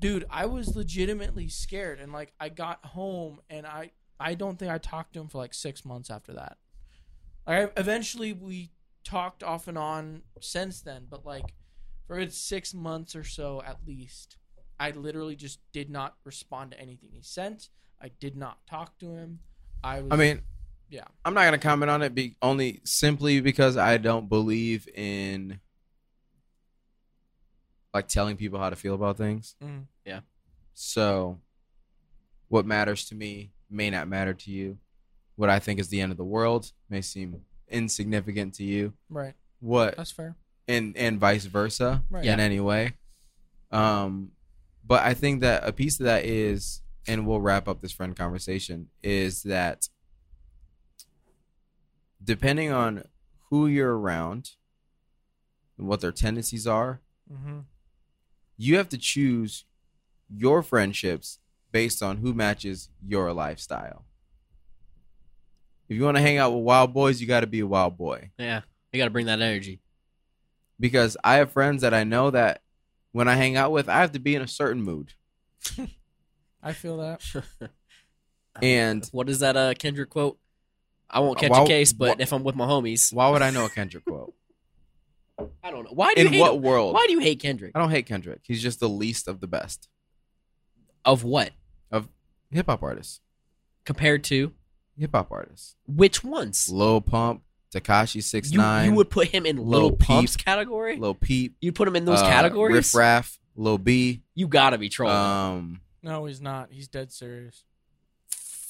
Speaker 1: Dude, I was legitimately scared, and like I got home, and I I don't think I talked to him for like six months after that. Like I, eventually we talked off and on since then, but like for a good six months or so at least, I literally just did not respond to anything he sent. I did not talk to him. I was.
Speaker 2: I mean,
Speaker 1: Yeah.
Speaker 2: I'm not gonna comment on it, be only simply because I don't believe in like telling people how to feel about things.
Speaker 1: Mm.
Speaker 3: Yeah.
Speaker 2: So, what matters to me may not matter to you. What I think is the end of the world may seem insignificant to you.
Speaker 1: right.
Speaker 2: What
Speaker 1: That's fair.
Speaker 2: and and vice versa
Speaker 1: Right.
Speaker 2: in any way. Um, but I think that a piece of that is, and we'll wrap up this friend conversation, is that depending on who you're around and what their tendencies are,
Speaker 1: Mm-hmm.
Speaker 2: you have to choose your friendships based on who matches your lifestyle. If you want to hang out with wild boys, you got to be a wild boy
Speaker 3: yeah, you got to bring that energy. [LAUGHS]
Speaker 2: because I have friends that I know that when I hang out with, I have to be in a certain mood.
Speaker 1: I feel that.
Speaker 2: And
Speaker 3: what is that uh Kendrick quote? I won't catch
Speaker 2: Uh, Why-
Speaker 3: a case, but
Speaker 2: why-
Speaker 3: if I'm with my homies,
Speaker 2: why would I know a Kendrick quote?
Speaker 3: I don't know. [LAUGHS] Why do you
Speaker 2: In
Speaker 3: hate
Speaker 2: what
Speaker 3: him?
Speaker 2: world?
Speaker 3: Why do you hate Kendrick?
Speaker 2: I don't hate Kendrick. He's just the least of the best
Speaker 3: Of what
Speaker 2: hip hop artists.
Speaker 3: compared to
Speaker 2: Hip hop artists.
Speaker 3: which ones?
Speaker 2: Lil Pump, Takashi Six
Speaker 3: You,
Speaker 2: Nine,
Speaker 3: you would put him in
Speaker 2: Lil
Speaker 3: Little Pumps
Speaker 2: Peep,
Speaker 3: category.
Speaker 2: Lil Peep.
Speaker 3: You'd put him in those
Speaker 2: uh,
Speaker 3: categories.
Speaker 2: Riff Raff, Lil B.
Speaker 3: You gotta be trolling.
Speaker 2: Um,
Speaker 1: No, he's not. He's dead serious.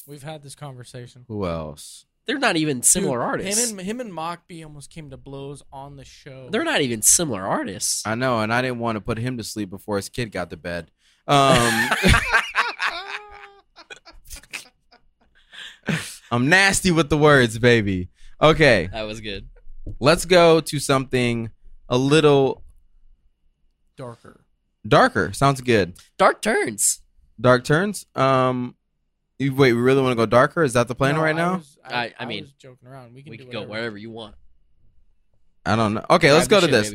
Speaker 1: We've had this conversation.
Speaker 2: who else?
Speaker 3: They're not even similar
Speaker 1: Dude,
Speaker 3: artists.
Speaker 1: Him and him and Mock B almost came to blows on the show.
Speaker 3: They're not even similar artists.
Speaker 2: I know, and I didn't want to put him to sleep before his kid got to bed.
Speaker 3: [LAUGHS]
Speaker 2: Um,
Speaker 1: [LAUGHS]
Speaker 2: I'm nasty with the words, baby. Okay,
Speaker 3: that was good.
Speaker 2: let's go to something a little
Speaker 1: darker.
Speaker 2: darker. Sounds good.
Speaker 3: Dark turns.
Speaker 2: Dark turns. Um, you, wait, we really want to go darker? Is that the plan
Speaker 1: No,
Speaker 2: right
Speaker 1: I
Speaker 2: now?
Speaker 1: was- I,
Speaker 3: I- I mean,
Speaker 1: was joking around. We can
Speaker 3: we
Speaker 1: do
Speaker 3: could go
Speaker 1: whatever.
Speaker 3: wherever you want.
Speaker 2: I don't know. Okay, let's go to this.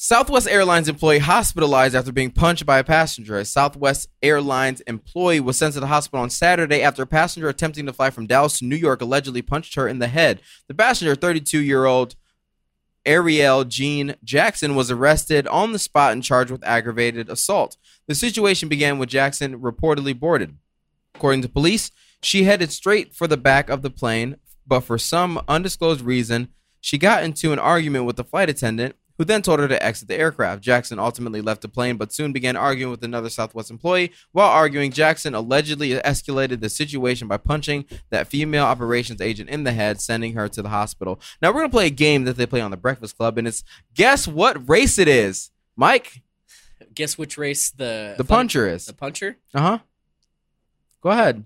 Speaker 2: Southwest Airlines employee hospitalized after being punched by a passenger. A Southwest Airlines employee was sent to the hospital on Saturday after a passenger attempting to fly from Dallas to New York allegedly punched her in the head. The passenger, 32 year old Ariel Jean Jackson, was arrested on the spot and charged with aggravated assault. The situation began when Jackson reportedly boarded. According to police, she headed straight for the back of the plane, but for some undisclosed reason, she got into an argument with the flight attendant, who then told her to exit the aircraft. Jackson ultimately left the plane, but soon began arguing with another Southwest employee. While arguing, Jackson allegedly escalated the situation by punching that female operations agent in the head, sending her to the hospital. Now, we're going to play a game that they play on the Breakfast Club, and it's guess what race it is? Mike,
Speaker 3: Guess which race the
Speaker 2: the puncher is.
Speaker 3: the puncher
Speaker 2: Uh huh. Go ahead.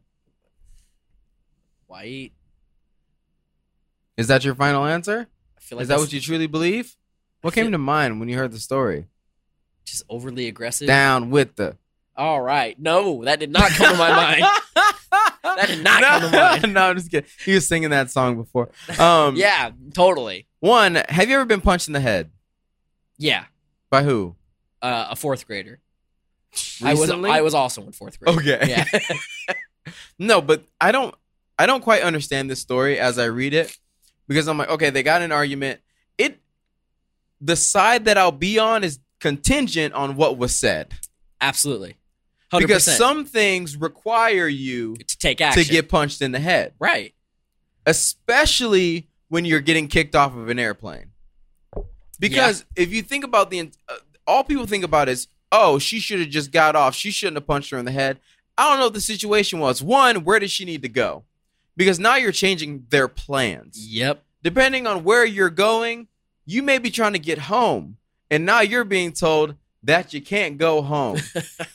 Speaker 3: white.
Speaker 2: Is that your final answer?
Speaker 3: I feel like
Speaker 2: is that
Speaker 3: that's
Speaker 2: what you truly believe? What
Speaker 3: I feel-
Speaker 2: came to mind when you heard the story?
Speaker 3: just overly aggressive.
Speaker 2: Down with the.
Speaker 3: All right, no, that did not come to my
Speaker 2: [LAUGHS]
Speaker 3: mind. [LAUGHS]
Speaker 1: [LAUGHS]
Speaker 3: That did not come to mind.
Speaker 2: no, I'm just kidding. He was singing that song before. Um,
Speaker 3: [LAUGHS] Yeah, totally.
Speaker 2: One, have you ever been punched in the head
Speaker 3: Yeah,
Speaker 2: by who?
Speaker 3: uh, a fourth grader.
Speaker 2: Recently?
Speaker 3: I was I was also in fourth grade.
Speaker 2: Okay.
Speaker 3: Yeah.
Speaker 2: [LAUGHS] No, but I don't. I don't quite understand this story as I read it because I'm like, okay, they got an argument. It, the side that I'll be on is contingent on what was said
Speaker 3: Absolutely. 100%.
Speaker 2: because some things require you
Speaker 3: to take action.
Speaker 2: to get punched in the head.
Speaker 3: right.
Speaker 2: especially when you're getting kicked off of an airplane. Because if you think about the, uh, all people think about is, oh, she should have just got off. She shouldn't have punched her in the head. I don't know what the situation was. One, where did she need to go? Because now you're changing their plans.
Speaker 3: Yep.
Speaker 2: Depending on where you're going, you may be trying to get home. And now you're being told that you can't go home,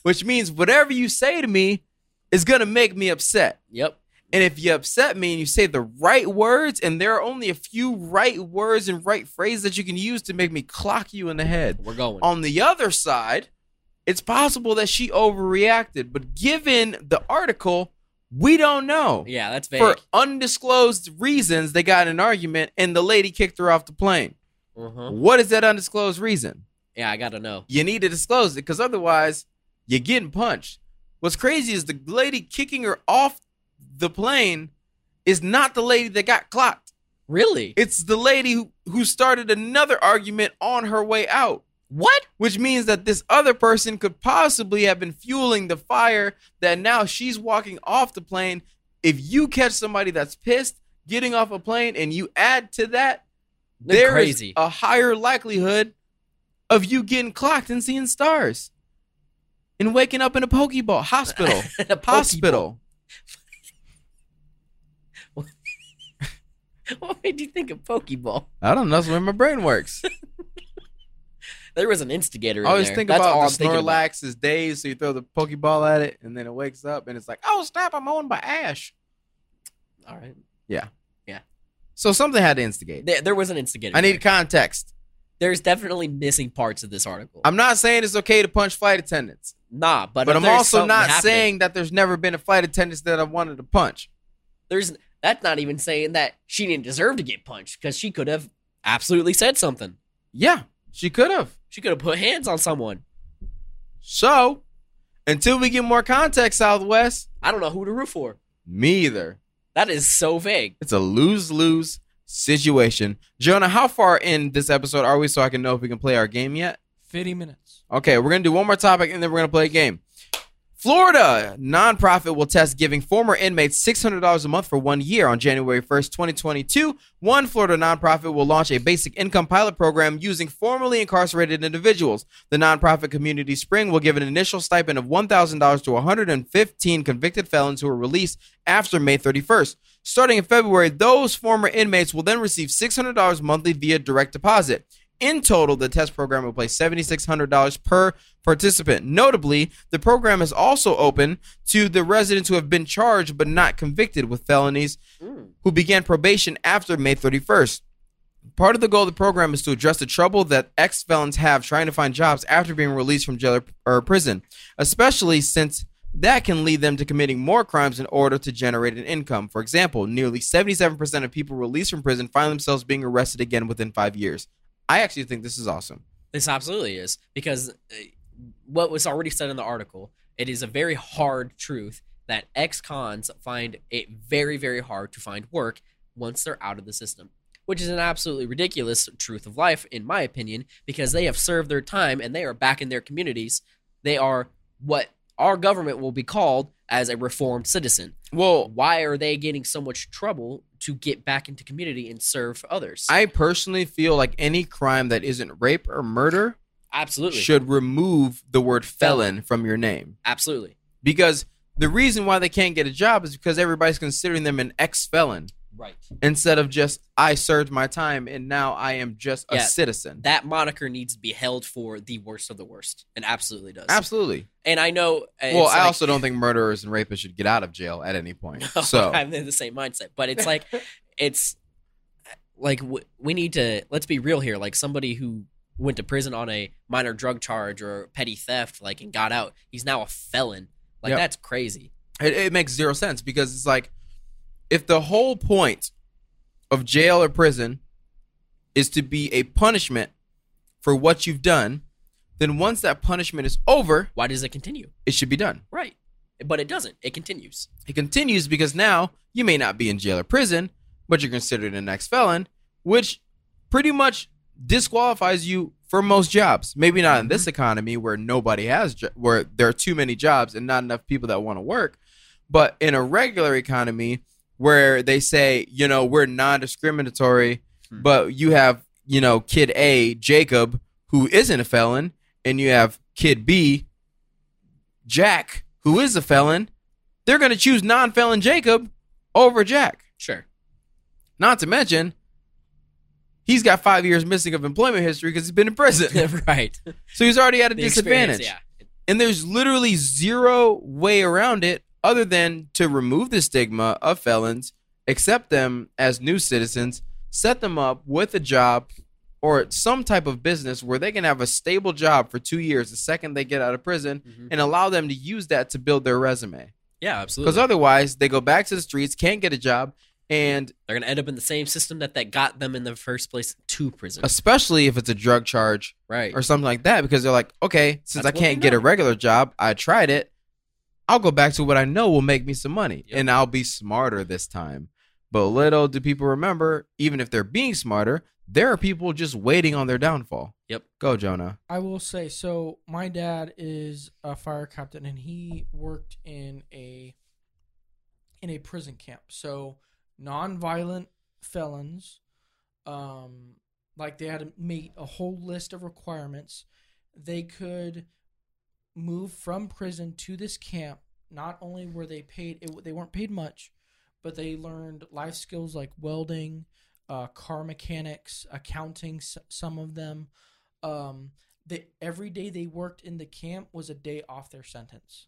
Speaker 2: which means whatever you say to me is going to make me upset.
Speaker 3: Yep.
Speaker 2: And if you upset me and you say the right words, and there are only a few right words and right phrases that you can use to make me clock you in the head.
Speaker 3: We're going.
Speaker 2: On the other side, it's possible that she overreacted, but given the article, we don't know.
Speaker 3: yeah, that's vague.
Speaker 2: For undisclosed reasons, they got in an argument and the lady kicked her off the plane.
Speaker 3: uh-huh.
Speaker 2: What is that undisclosed reason?
Speaker 3: Yeah, I gotta know.
Speaker 2: you need to disclose it because otherwise you're getting punched. What's crazy is the lady kicking her off the plane is not the lady that got clocked.
Speaker 3: Really?
Speaker 2: It's the lady who, who started another argument on her way out,
Speaker 3: What? [LAUGHS]
Speaker 2: which means that this other person could possibly have been fueling the fire that now she's walking off the plane. If you catch somebody that's pissed getting off a plane and you add to that,
Speaker 3: They're
Speaker 2: there is
Speaker 3: crazy.
Speaker 2: a higher likelihood of you getting clocked and seeing stars and waking up in a pokeball
Speaker 3: [LAUGHS]
Speaker 2: hospital [LAUGHS]
Speaker 3: A
Speaker 2: hospital
Speaker 3: Pokeball. What made you think of Pokeball?
Speaker 2: i don't know that's where my brain
Speaker 3: [LAUGHS]
Speaker 2: works
Speaker 3: There was an
Speaker 2: i
Speaker 3: instigator. In
Speaker 2: always
Speaker 3: there.
Speaker 2: think
Speaker 3: That's all
Speaker 2: about
Speaker 3: I'm
Speaker 2: the
Speaker 3: thinking about.
Speaker 2: snorlax is dazed so you throw the pokeball at it and then it wakes up and it's like oh snap i'm owned by ash
Speaker 3: All right.
Speaker 2: so something had to instigate
Speaker 3: There, there was an instigator.
Speaker 2: i
Speaker 3: in
Speaker 2: need
Speaker 3: there.
Speaker 2: context
Speaker 3: There's definitely missing parts of this article.
Speaker 2: i'm not saying it's okay to punch flight attendants
Speaker 3: nah, but
Speaker 2: but,
Speaker 3: if
Speaker 2: i'm
Speaker 3: there's
Speaker 2: also
Speaker 3: something
Speaker 2: not
Speaker 3: happening-
Speaker 2: saying that there's never been a flight attendant that i wanted to punch
Speaker 3: there's. That's not even saying that she didn't deserve to get punched because she could have absolutely said something.
Speaker 2: yeah she could have
Speaker 3: She could have put hands on someone.
Speaker 2: So, until we get more context, Southwest,
Speaker 3: I don't know who to root for.
Speaker 2: me either.
Speaker 3: That is so vague.
Speaker 2: It's a lose lose situation. Jonah, how far in this episode are we so I can know if we can play our game yet?
Speaker 1: 50 minutes.
Speaker 2: Okay, we're going to do one more topic and then we're going to play a game. Florida nonprofit will test giving former inmates $600 a month for one year on January 1st, 2022. One Florida nonprofit will launch a basic income pilot program using formerly incarcerated individuals. The nonprofit Community Spring will give an initial stipend of $1,000 to 115 convicted felons who are released after May 31st. Starting in February, those former inmates will then receive $600 monthly via direct deposit. In total, the test program will place $7,600 per participant. Notably, the program is also open to the residents who have been charged but not convicted with felonies
Speaker 3: Mm.
Speaker 2: who began probation after May 31st. Part of the goal of the program is to address the trouble that ex felons have trying to find jobs after being released from jail or, or prison, especially since That can lead them to committing more crimes in order to generate an income. For example, nearly 77% of people released from prison find themselves being arrested again within five years. I actually think this is awesome.
Speaker 3: This absolutely is because uh, what was already said in the article, it is a very hard truth that ex-cons find it very very hard to find work once they're out of the system, which is an absolutely ridiculous truth of life in my opinion because they have served their time and they are back in their communities. They are what our government will be called as a reformed citizen.
Speaker 2: Well,
Speaker 3: Why are they getting so much trouble to get back into community and serve others?
Speaker 2: I personally feel like any crime that isn't rape or murder
Speaker 3: absolutely.
Speaker 2: should remove the word felon from your name.
Speaker 3: Absolutely.
Speaker 2: because the reason why they can't get a job is because everybody's considering them an ex felon
Speaker 3: Right.
Speaker 2: instead of just I served my time and now I am just a
Speaker 3: Yeah.
Speaker 2: citizen.
Speaker 3: That moniker needs to be held for the worst of the worst, and absolutely does.
Speaker 2: Absolutely.
Speaker 3: And I know. it's
Speaker 2: well, I
Speaker 3: like- [LAUGHS]
Speaker 2: also don't think murderers and rapists should get out of jail at any point.
Speaker 3: No,
Speaker 2: so
Speaker 3: [LAUGHS] I'm in the same mindset, but
Speaker 2: [LAUGHS]
Speaker 3: it's like it's like w- we need to let's be real here. Like somebody who went to prison on a minor drug charge or petty theft, like and got out, he's now a felon. Like
Speaker 2: Yep.
Speaker 3: that's crazy.
Speaker 2: it, it makes zero sense because it's like if the whole point of jail or prison is to be a punishment for what you've done, then once that punishment is over,
Speaker 3: Why does it continue?
Speaker 2: it should be done.
Speaker 3: Right. But it doesn't. It continues.
Speaker 2: It continues because now you may not be in jail or prison, but you're considered an ex felon, which pretty much disqualifies you for most jobs. Maybe not in this economy where nobody has, jo- where there are too many jobs and not enough people that want to work, but in a regular economy where they say, you know, we're non discriminatory,
Speaker 3: Hmm.
Speaker 2: but you have, you know, kid A, Jacob, who isn't a felon, and you have kid B, Jack, who is a felon, they're going to choose non felon Jacob over Jack.
Speaker 3: Sure.
Speaker 2: [LAUGHS] Not to mention, he's got five years missing of employment history because he's been in
Speaker 3: [LAUGHS]
Speaker 2: prison.
Speaker 3: right.
Speaker 2: so he's already at a
Speaker 3: The experience,
Speaker 2: disadvantage.
Speaker 3: Yeah.
Speaker 2: And there's literally zero way around it other than to remove the stigma of felons, accept them as new citizens, set them up with a job or some type of business where they can have a stable job for two years the second they get out of prison
Speaker 3: Mhm.
Speaker 2: and allow them to use that to build their resume.
Speaker 3: Yeah,
Speaker 2: Because
Speaker 3: absolutely.
Speaker 2: otherwise, they go back to the streets, can't get a job, and
Speaker 3: They're gonna end up in the same system that that got them in the first place to prison.
Speaker 2: especially if it's a drug charge
Speaker 3: right.
Speaker 2: or something like that, because they're like, okay, since
Speaker 3: That's
Speaker 2: I
Speaker 3: what
Speaker 2: can't
Speaker 3: we
Speaker 2: get a
Speaker 3: know.
Speaker 2: regular job, I tried it. I'll go back to what I know will make me some money,
Speaker 3: Yep.
Speaker 2: and I'll be smarter this time. But little do people remember, even if they're being smarter, there are people just waiting on their downfall.
Speaker 3: Yep.
Speaker 2: Go, Jonah.
Speaker 1: I will say so. My dad is a fire captain, and he worked in a in a prison camp. So non-violent felons, um, like they had to meet a whole list of requirements. They could move from prison to this camp. Not only were they paid, it, they weren't paid much, but they learned life skills like welding, uh, car mechanics, accounting. S- some of them. Um, the every day they worked in the camp was a day off their sentence.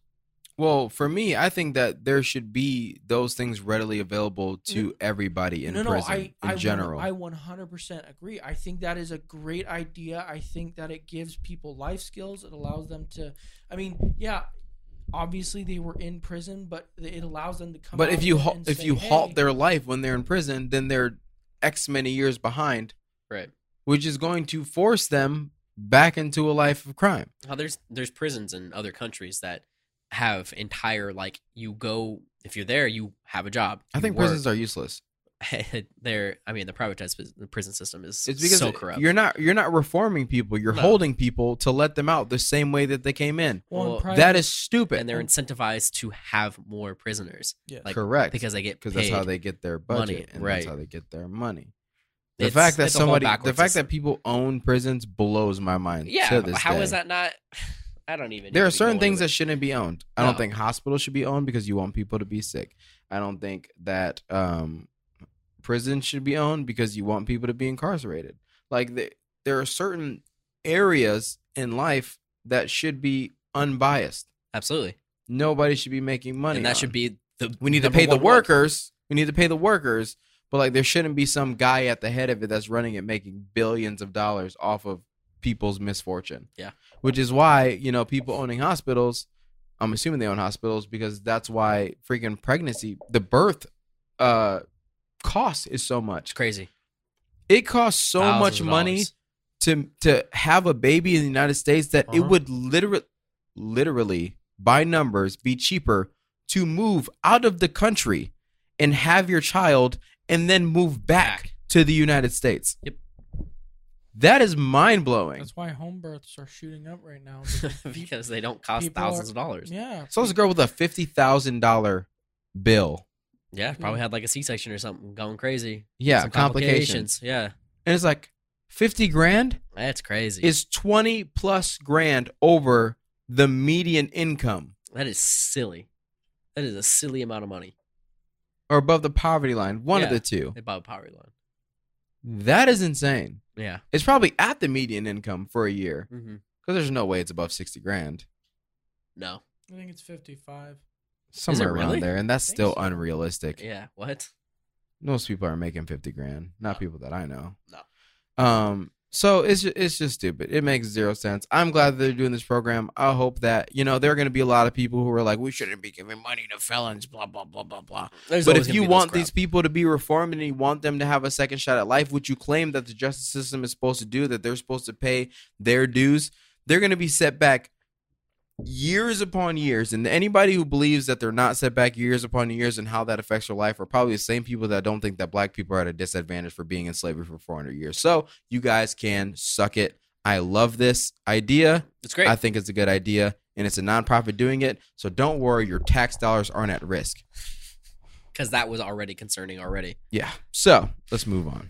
Speaker 2: Well, for me, I think that there should be those things readily available to
Speaker 1: No-
Speaker 2: everybody in prison in
Speaker 1: I,
Speaker 2: general.
Speaker 1: I one hundred percent agree. I think that is a great idea. I think that it gives people life skills. It allows them to. I mean, yeah, obviously they were in prison, but it allows them to come.
Speaker 2: But
Speaker 1: out
Speaker 2: if
Speaker 1: of
Speaker 2: you
Speaker 1: it
Speaker 2: ha-
Speaker 1: and
Speaker 2: if
Speaker 1: say,
Speaker 2: you halt
Speaker 1: "Hey,"
Speaker 2: their life when they're in prison, then they're X many years behind,
Speaker 3: right.
Speaker 2: which is going to force them back into a life of crime.
Speaker 3: Now, there's there's prisons in other countries that have entire like you go if you're there you have a job.
Speaker 2: I think
Speaker 3: [LAUGHS]
Speaker 2: prisons are useless.
Speaker 3: are they're I mean the privatized pris- the prison system is
Speaker 2: It's because
Speaker 3: so corrupt.
Speaker 2: you're not you're not reforming people. You're
Speaker 3: No.
Speaker 2: holding people to let them out the same way that they came in.
Speaker 1: Well, in
Speaker 3: well,
Speaker 1: private-
Speaker 2: That is stupid. [LAUGHS]
Speaker 3: and they're incentivized to have more prisoners
Speaker 1: Yes.
Speaker 3: like,
Speaker 2: correct
Speaker 3: because they get
Speaker 2: because
Speaker 3: paid.
Speaker 2: that's how they get their budget
Speaker 3: money,
Speaker 2: and that's
Speaker 3: right.
Speaker 2: how they get their money. The
Speaker 3: It's-
Speaker 2: fact that
Speaker 3: it's a whole
Speaker 2: somebody the
Speaker 3: backwards
Speaker 2: fact
Speaker 3: system.
Speaker 2: that people own prisons blows my mind.
Speaker 3: [LAUGHS] yeah.
Speaker 2: to this
Speaker 3: how
Speaker 2: day.
Speaker 3: is that not? [SIGHS] I don't even.
Speaker 2: There
Speaker 3: need
Speaker 2: are
Speaker 3: to be
Speaker 2: certain
Speaker 3: going
Speaker 2: things
Speaker 3: there.
Speaker 2: that shouldn't be owned. I don't
Speaker 3: No.
Speaker 2: think hospitals should be owned because you want people to be sick. I don't think that um, prisons should be owned because you want people to be incarcerated. Like the, there are certain areas in life that should be unbiased.
Speaker 3: absolutely,
Speaker 2: Nobody should be making money.
Speaker 3: and that
Speaker 2: on.
Speaker 3: should be the
Speaker 2: We need to
Speaker 3: number
Speaker 2: pay the
Speaker 3: one rule.
Speaker 2: workers. We need to pay the workers. But like there shouldn't be some guy at the head of it that's running it making billions of dollars off of people's misfortune.
Speaker 3: Yeah.
Speaker 2: Which is why, you know, people owning hospitals I'm assuming they own hospitals because that's why freaking pregnancy, the birth, uh, cost is so
Speaker 3: It's
Speaker 2: much.
Speaker 3: crazy.
Speaker 2: It costs so
Speaker 3: Thousands
Speaker 2: much
Speaker 3: of
Speaker 2: money
Speaker 3: dollars. [LAUGHS]
Speaker 2: to to have a baby in the United States that it
Speaker 3: Uh-huh.
Speaker 2: would literally, literally by numbers be cheaper to move out of the country and have your child and then move back,
Speaker 3: Back.
Speaker 2: to the United States.
Speaker 3: Yep.
Speaker 2: That is mind blowing.
Speaker 1: [LAUGHS] That's why home births are shooting up
Speaker 2: [LAUGHS]
Speaker 1: right now.
Speaker 3: because they don't cost
Speaker 1: people
Speaker 3: thousands
Speaker 1: are-
Speaker 3: of dollars. Yeah,
Speaker 1: yeah,
Speaker 2: So there's a girl with a fifty thousand dollar bill.
Speaker 3: probably had like a C-section or something, going crazy.
Speaker 2: Mm. Yeah,
Speaker 3: Some
Speaker 2: complications.
Speaker 3: Yeah,
Speaker 2: And it's like fifty grand
Speaker 3: that's crazy.
Speaker 2: is twenty plus grand over the median income
Speaker 3: that is silly. That is a silly amount of money.
Speaker 2: or above the poverty line. One of
Speaker 3: Yeah.
Speaker 2: the two.
Speaker 3: They bought a poverty line.
Speaker 2: That is insane.
Speaker 3: Yeah.
Speaker 2: It's probably at the median income for a year
Speaker 3: Mm-hmm.
Speaker 2: because there's no way it's above sixty grand.
Speaker 3: No.
Speaker 1: I think it's 55.
Speaker 2: Somewhere
Speaker 3: really?
Speaker 2: around there, and that's
Speaker 1: Think
Speaker 2: still
Speaker 1: so.
Speaker 2: unrealistic.
Speaker 3: Yeah. What?
Speaker 2: Most people are making fifty grand, not people that I know.
Speaker 3: No.
Speaker 2: Um. So it's just, it's just stupid. It makes zero sense. I'm glad they're doing this program. I hope that you know there are going to be a lot of people who are like, we shouldn't be giving money to felons, blah blah blah blah blah.
Speaker 3: There's
Speaker 2: but if
Speaker 3: always gonna
Speaker 2: you
Speaker 3: be this
Speaker 2: want
Speaker 3: crowd.
Speaker 2: these people to be reformed and you want them to have a second shot at life, which you claim that the justice system is supposed to do, that they're supposed to pay their dues, they're going to be set back years upon years. And anybody who believes that they're not set back years upon years and how that affects their life are probably the same people that don't think that black people are at a disadvantage for being in slavery for 400 years. So you guys can suck it. I love this idea.
Speaker 3: it's great.
Speaker 2: I think it's a good idea. And it's a nonprofit doing it. So don't worry, your tax dollars aren't at risk.
Speaker 3: because that was already concerning already.
Speaker 2: Yeah. So let's move on.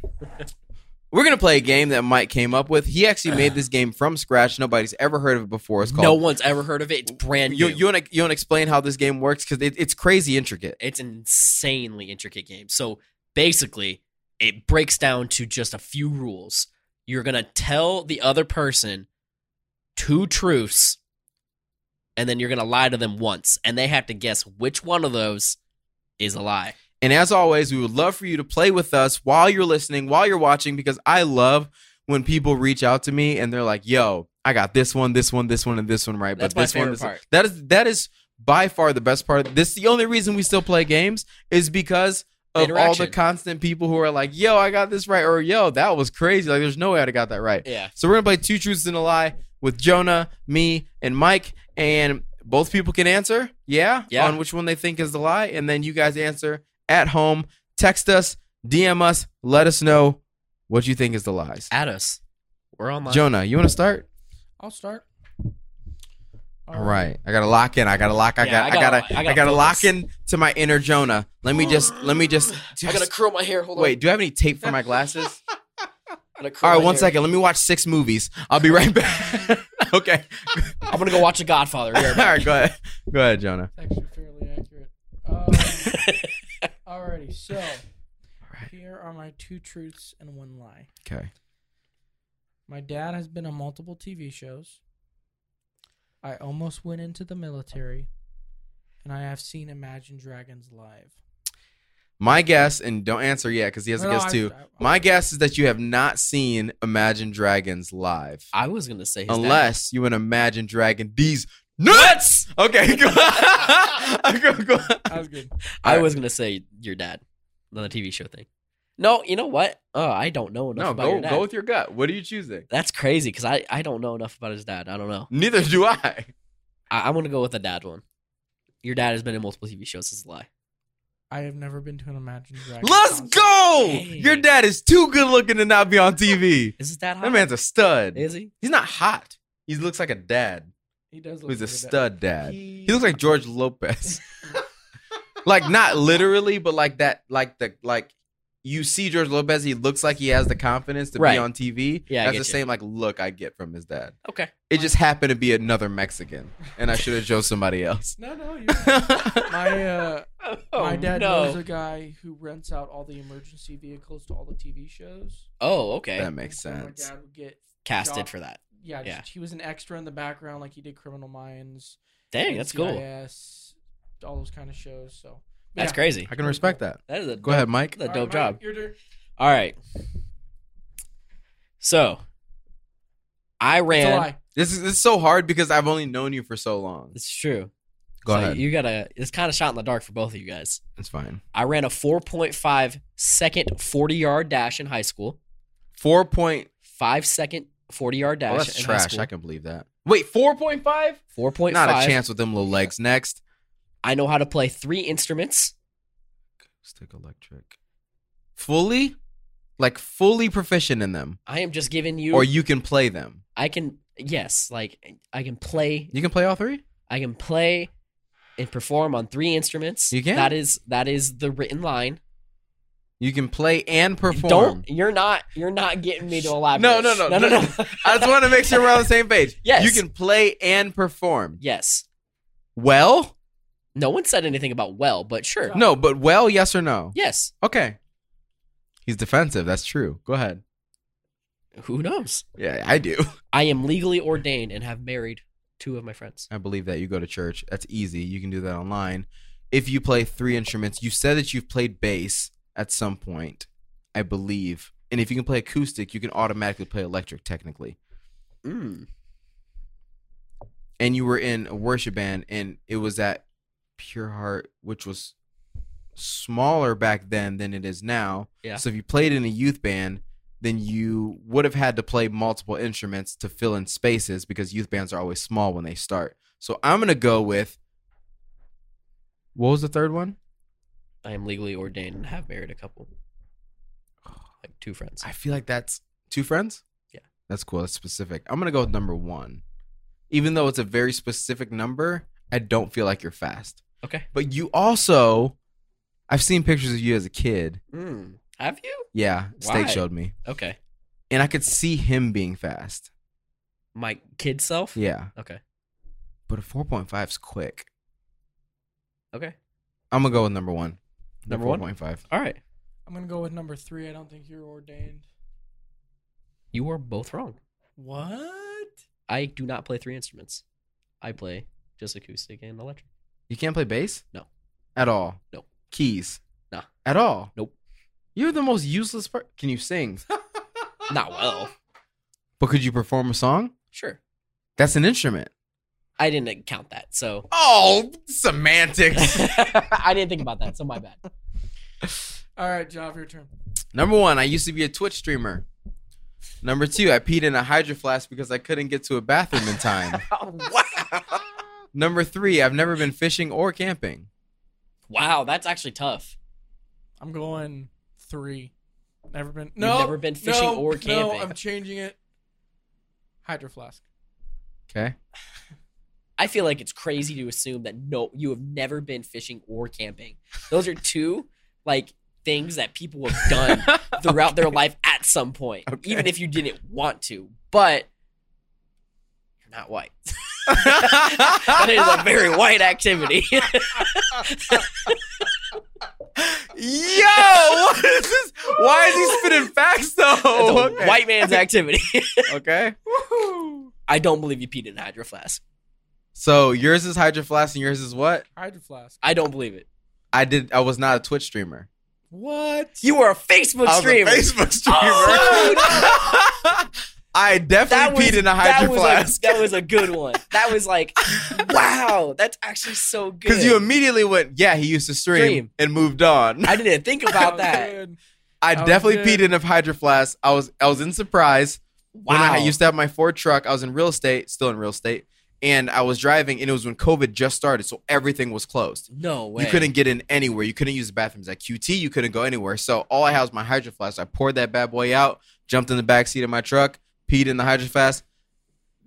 Speaker 2: We're gonna play a game that Mike came up with. He actually made this game from scratch. Nobody's ever heard of it before. It's
Speaker 3: no
Speaker 2: called.
Speaker 3: one's ever heard of it. It's brand
Speaker 2: you
Speaker 3: new.
Speaker 2: you wanna you wanna explain how this game works because it, it's crazy intricate.
Speaker 3: it's an insanely intricate game. So basically, it breaks down to just a few rules. You're gonna tell the other person two truths, and then you're gonna lie to them once, and they have to guess which one of those is a lie.
Speaker 2: And as always, we would love for you to play with us while you're listening, while you're watching, because I love when people reach out to me and they're like, "Yo, I got this one, this one, this one, and this one right."
Speaker 3: That's
Speaker 2: but
Speaker 3: my
Speaker 2: this one,
Speaker 3: favorite
Speaker 2: this one-
Speaker 3: part.
Speaker 2: That is that is by far the best part. This the only reason we still play games is because of all the
Speaker 3: Interaction.
Speaker 2: constant people who are like, "Yo, I got this right," or "Yo, that was crazy." Like, there's no way I'd have got that right.
Speaker 3: Yeah,
Speaker 2: So we're gonna play two truths and a lie with Jonah, me, and Mike, and both people can answer, yeah,
Speaker 3: Yeah.
Speaker 2: on which one they think is the lie, and then you guys answer at home. Text us, DM us, let us know what you think is the lies.
Speaker 3: at us. We're online.
Speaker 2: Jonah, you want to start?
Speaker 1: I'll start.
Speaker 2: All right, I gotta lock in. I gotta lock. I
Speaker 3: Yeah,
Speaker 2: got.
Speaker 3: I
Speaker 2: I
Speaker 3: gotta-
Speaker 2: gotta.
Speaker 3: I
Speaker 2: I
Speaker 3: gotta
Speaker 2: gotta, lock
Speaker 3: focus.
Speaker 2: in to my inner Jonah. Let me just. Let me just.
Speaker 3: I gotta curl my hair. Hold on.
Speaker 2: wait. Do I have any tape
Speaker 3: [LAUGHS]
Speaker 2: for my glasses?
Speaker 3: I gotta curl
Speaker 2: All right,
Speaker 3: my
Speaker 2: one
Speaker 3: hair.
Speaker 2: second. Let me watch six movies. I'll be right back. [LAUGHS]
Speaker 3: [LAUGHS]
Speaker 2: okay.
Speaker 3: I'm gonna go watch The Godfather.
Speaker 2: All [LAUGHS] right, go ahead. Go ahead, Jonah.
Speaker 1: It's actually fairly
Speaker 2: [LAUGHS]
Speaker 1: accurate. Um, alrighty, so
Speaker 2: right.
Speaker 1: here are my two truths and one lie.
Speaker 2: Okay.
Speaker 1: My dad has been on multiple TV shows. I almost went into the military, and I have seen Imagine Dragons live.
Speaker 2: My guess, and don't answer yet because he has a
Speaker 1: No,
Speaker 2: guess
Speaker 1: I-
Speaker 2: too.
Speaker 1: I- I-
Speaker 2: My guess is that you have not seen Imagine Dragons live,
Speaker 3: I was gonna say his dad.
Speaker 2: unless you an Imagine Dragon these [LAUGHS] nuts. Okay, go. [LAUGHS] go, go.
Speaker 1: That was good.
Speaker 3: I
Speaker 2: Alright.
Speaker 3: was gonna say your dad, on the TV show thing. No, you know what? Oh, I don't know enough
Speaker 2: No,
Speaker 3: about
Speaker 2: go
Speaker 3: your dad.
Speaker 2: go with your gut. What are you choosing?
Speaker 3: That's crazy because I, I don't know enough about his dad. I don't know.
Speaker 2: Neither do [LAUGHS] I.
Speaker 3: I, I'm gonna go with the dad one. Your dad has been in multiple TV shows. Is a lie.
Speaker 1: I have never been to
Speaker 2: [LAUGHS]
Speaker 1: an Imagine Dragons.
Speaker 2: Let's
Speaker 1: concert.
Speaker 2: go.
Speaker 3: Dang.
Speaker 2: Your dad is too good looking to not be on TV.
Speaker 3: Is his dad hot?
Speaker 2: That man's a stud.
Speaker 3: Is he?
Speaker 2: He's not hot. He looks like a dad.
Speaker 1: He does. Look
Speaker 2: He's a
Speaker 1: good at-
Speaker 2: stud dad.
Speaker 1: He,
Speaker 2: He looks like George Lopez. [LAUGHS] like not literally, but like that, like the like you see George Lopez, he looks like he has the confidence to be
Speaker 3: Right.
Speaker 2: on TV.
Speaker 3: Yeah, I
Speaker 2: that's the
Speaker 3: get you.
Speaker 2: same like look I get from his dad.
Speaker 3: Okay.
Speaker 2: It just happened to be another Mexican, and I should have chose somebody
Speaker 3: [LAUGHS]
Speaker 2: else. [LAUGHS]
Speaker 1: No, no. You're... my uh,
Speaker 3: Oh,
Speaker 1: my dad
Speaker 3: no.
Speaker 1: knows a guy who rents out all the emergency vehicles to all the TV shows.
Speaker 3: oh, okay.
Speaker 2: that makes
Speaker 1: And so
Speaker 2: sense.
Speaker 1: My dad would get
Speaker 3: Casted
Speaker 1: Doc-
Speaker 3: for that.
Speaker 1: yeah,
Speaker 3: Yeah.
Speaker 1: Just, he was an extra in the background, like he did Criminal Minds.
Speaker 3: Dang, that's cool.
Speaker 1: NCIS, all those kind of shows. So
Speaker 3: That's
Speaker 1: yeah.
Speaker 3: crazy.
Speaker 2: I can respect that.
Speaker 3: That is a
Speaker 2: Go ahead, Mike.
Speaker 3: That's a
Speaker 1: All
Speaker 3: dope
Speaker 1: right,
Speaker 3: job.
Speaker 1: Mike, your turn.
Speaker 3: All right. So, I
Speaker 1: It's a
Speaker 3: ran.
Speaker 1: lie.
Speaker 2: This is, this is so hard because I've only known you for so long.
Speaker 3: It's true.
Speaker 2: Go
Speaker 3: So
Speaker 2: ahead.
Speaker 3: You gotta. It's kind of shot in the dark for both of you guys.
Speaker 2: it's fine.
Speaker 3: I ran a 4.5 second 40 yard dash in high school.
Speaker 2: Four point.
Speaker 3: Five second 40 yard dash.
Speaker 2: Oh, that's
Speaker 3: in High
Speaker 2: trash.
Speaker 3: school.
Speaker 2: I can believe that. Wait, four point five?
Speaker 3: 4.5.
Speaker 2: Not a chance with them little legs. Next,
Speaker 3: I know how to play three instruments.
Speaker 2: stick electric. Fully, like fully proficient in them,
Speaker 3: I am just giving you.
Speaker 2: or you can play them.
Speaker 3: I can. Yes, like I can play.
Speaker 2: You can play all three.
Speaker 3: I can play and perform on three instruments.
Speaker 2: You can?
Speaker 3: That is that is the written line.
Speaker 2: You can play and perform.
Speaker 3: Don't. You're not. You're not getting me to elaborate.
Speaker 2: No, no, no,
Speaker 3: no, no.
Speaker 2: no.
Speaker 3: no. [LAUGHS]
Speaker 2: I just want to make sure we're on the same page.
Speaker 3: Yes.
Speaker 2: You can play and perform.
Speaker 3: yes.
Speaker 2: Well,
Speaker 3: No one said anything about well, but sure.
Speaker 2: no, but well, yes or no?
Speaker 3: Yes.
Speaker 2: Okay. He's defensive. That's true. Go ahead.
Speaker 3: Who knows?
Speaker 2: Yeah, I do.
Speaker 3: I am legally ordained and have married two of my friends.
Speaker 2: I believe that you go to church. That's easy. You can do that online. If you play three instruments, you said that you've played bass at some point, I believe. And if you can play acoustic, you can automatically play electric technically.
Speaker 3: Mm.
Speaker 2: And you were in a worship band and it was at Pure Heart, which was smaller back then than it is now.
Speaker 3: Yeah.
Speaker 2: So if you played in a youth band, then you would have had to play multiple instruments to fill in spaces because youth bands are always small when they start. So I'm gonna go with what was the third one?
Speaker 3: I am legally ordained and have married a couple, like two friends.
Speaker 2: I feel like that's two friends.
Speaker 3: Yeah.
Speaker 2: that's cool. That's specific. I'm gonna go with number one, even though it's a very specific number. I don't feel like you're fast,
Speaker 3: Okay.
Speaker 2: but you also. I've seen pictures of you as a kid.
Speaker 3: Mm. Have you?
Speaker 2: Yeah,
Speaker 3: Why?
Speaker 2: State showed me.
Speaker 3: Okay.
Speaker 2: And I could see him being fast.
Speaker 3: My kid self.
Speaker 2: Yeah.
Speaker 3: Okay.
Speaker 2: But a 4.5 is quick.
Speaker 3: Okay.
Speaker 2: I'm gonna go with number one. The
Speaker 3: Number one?
Speaker 2: 4.5.
Speaker 3: All right.
Speaker 1: I'm gonna go with number three. I don't think you're ordained.
Speaker 3: You are both wrong.
Speaker 1: What?
Speaker 3: I do not play three instruments. I play just acoustic and electric.
Speaker 2: You can't play bass?
Speaker 3: No.
Speaker 2: At all?
Speaker 3: No.
Speaker 2: Keys?
Speaker 3: Nah.
Speaker 2: At all?
Speaker 3: Nope.
Speaker 2: You're the most useless part. Can you sing? [LAUGHS]
Speaker 3: Not well.
Speaker 2: but could you perform a song?
Speaker 3: Sure.
Speaker 2: That's an instrument.
Speaker 3: I didn't count that, so [LAUGHS]
Speaker 2: Oh, semantics.
Speaker 3: I didn't think about that. So my bad.
Speaker 1: All right, Job, your turn.
Speaker 2: [LAUGHS] Number one, I used to be a Twitch streamer. Number two, I peed in a hydro flask because I couldn't get to a bathroom in time.
Speaker 3: wow.
Speaker 2: [LAUGHS] Number three, I've never been fishing or camping.
Speaker 3: Wow, that's actually tough.
Speaker 1: I'm going three. Never been.
Speaker 3: You've
Speaker 1: No,
Speaker 3: never been fishing
Speaker 1: no,
Speaker 3: or
Speaker 1: No,
Speaker 3: camping.
Speaker 1: I'm changing it. Hydro flask.
Speaker 2: Okay.
Speaker 3: I feel like it's crazy to assume that no, you have never been fishing or camping. Those are two like things that people
Speaker 2: [LAUGHS]
Speaker 3: have done throughout their life at some point,
Speaker 2: Okay.
Speaker 3: even if you didn't want to. But you're not white.
Speaker 2: that
Speaker 3: [LAUGHS] That is
Speaker 2: [LAUGHS]
Speaker 3: a very white activity. [LAUGHS]
Speaker 2: Yo, what is this? Why is he spitting facts though?
Speaker 3: That's a
Speaker 2: Oh, Okay.
Speaker 3: white man's activity. [LAUGHS]
Speaker 2: Okay.
Speaker 1: Woohoo!
Speaker 3: I don't believe you peed in a hydro flask.
Speaker 2: So yours is Hydro Flask and yours is what?
Speaker 1: Hydro flask.
Speaker 3: I don't believe it.
Speaker 2: I did. I was not a Twitch streamer.
Speaker 1: What?
Speaker 3: You were a Facebook
Speaker 2: I was
Speaker 3: streamer. Oh,
Speaker 2: a Facebook streamer. [LAUGHS] I
Speaker 3: that
Speaker 2: definitely
Speaker 3: was,
Speaker 2: peed in a
Speaker 3: that,
Speaker 2: Hydro
Speaker 3: was
Speaker 2: Flask
Speaker 3: a, that was a good one. That
Speaker 2: [LAUGHS]
Speaker 3: was like, wow, that's actually so good.
Speaker 2: because you immediately went, "Yeah, he used to stream,
Speaker 3: Stream.
Speaker 2: and moved on." [LAUGHS]
Speaker 3: I didn't think
Speaker 1: Oh,
Speaker 3: about that.
Speaker 1: Good.
Speaker 2: I
Speaker 1: That was
Speaker 2: definitely
Speaker 1: good.
Speaker 2: peed in a Hydro Flask. I was I was in surprise.
Speaker 3: Wow.
Speaker 2: when I used to have my Ford truck, I was in real estate, still in real estate, and I was driving, and it was when COVID just started, so everything was closed.
Speaker 3: no way.
Speaker 2: You couldn't get in anywhere. You couldn't use the bathrooms at QT. You couldn't go anywhere. So all I had was my hydro flask. I poured that bad boy out, jumped in the back seat of my truck, peed in the hydro flask.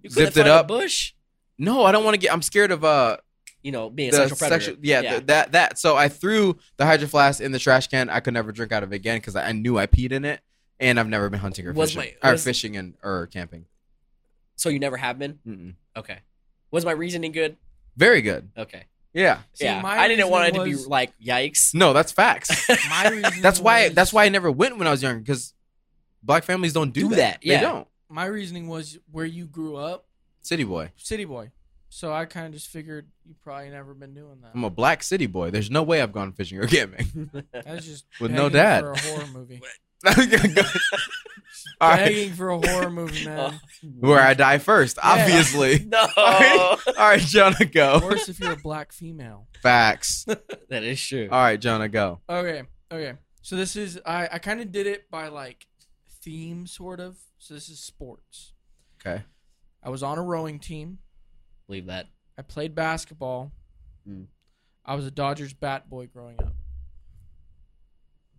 Speaker 3: You couldn't
Speaker 2: zipped it
Speaker 3: find a
Speaker 2: up.
Speaker 3: bush.
Speaker 2: No, I don't want to get. I'm scared of uh
Speaker 3: You know, being a
Speaker 2: the
Speaker 3: sexual predator.
Speaker 2: sexual. Yeah, the- that that. So I threw the hydro flask in the trash can. I could never drink out of it again because I, I knew I peed in it, and I've never been hunting or
Speaker 3: Was
Speaker 2: fishing
Speaker 3: my-
Speaker 2: or
Speaker 3: was-
Speaker 2: fishing and or camping.
Speaker 3: so you never have been.
Speaker 2: Mm-mm.
Speaker 3: Okay. Was my reasoning good?
Speaker 2: Very good.
Speaker 3: Okay.
Speaker 2: Yeah.
Speaker 1: See,
Speaker 3: yeah.
Speaker 1: my
Speaker 3: I didn't want it
Speaker 1: reasoning
Speaker 3: to be
Speaker 1: was-
Speaker 3: like, yikes.
Speaker 2: No, that's facts.
Speaker 3: [LAUGHS]
Speaker 1: My reasoning
Speaker 2: That's why.
Speaker 1: was-
Speaker 2: That's why I never went when I was younger because black families don't do,
Speaker 3: Do that,
Speaker 2: that.
Speaker 3: yeah.
Speaker 2: They don't.
Speaker 1: My reasoning was where you grew up,
Speaker 2: City boy.
Speaker 1: city boy. So I kind of just figured you probably never been doing that.
Speaker 2: I'm a black city boy. There's no way I've gone fishing or camping. [LAUGHS]
Speaker 1: That's just
Speaker 2: With no
Speaker 3: [LAUGHS]
Speaker 1: begging
Speaker 2: dad.
Speaker 1: for a horror movie.
Speaker 2: I'm All right.
Speaker 1: begging for a
Speaker 3: [LAUGHS]
Speaker 1: horror movie,
Speaker 3: Uh, Oh.
Speaker 1: man.
Speaker 2: Where I die first,
Speaker 1: Yeah.
Speaker 2: obviously.
Speaker 3: No,
Speaker 2: [LAUGHS] All right, Jonah,
Speaker 3: oh.
Speaker 2: go.
Speaker 1: Worse if you're a black female.
Speaker 3: [LAUGHS]
Speaker 2: Facts.
Speaker 3: that is true.
Speaker 2: All right, Jonah, go.
Speaker 1: Okay, okay. So this is I I kind of did it by like theme sort of. So this is sports.
Speaker 2: Okay.
Speaker 1: I was on a rowing team.
Speaker 3: Believe that.
Speaker 1: I played basketball.
Speaker 3: Mm.
Speaker 1: I was a Dodgers bat boy growing up.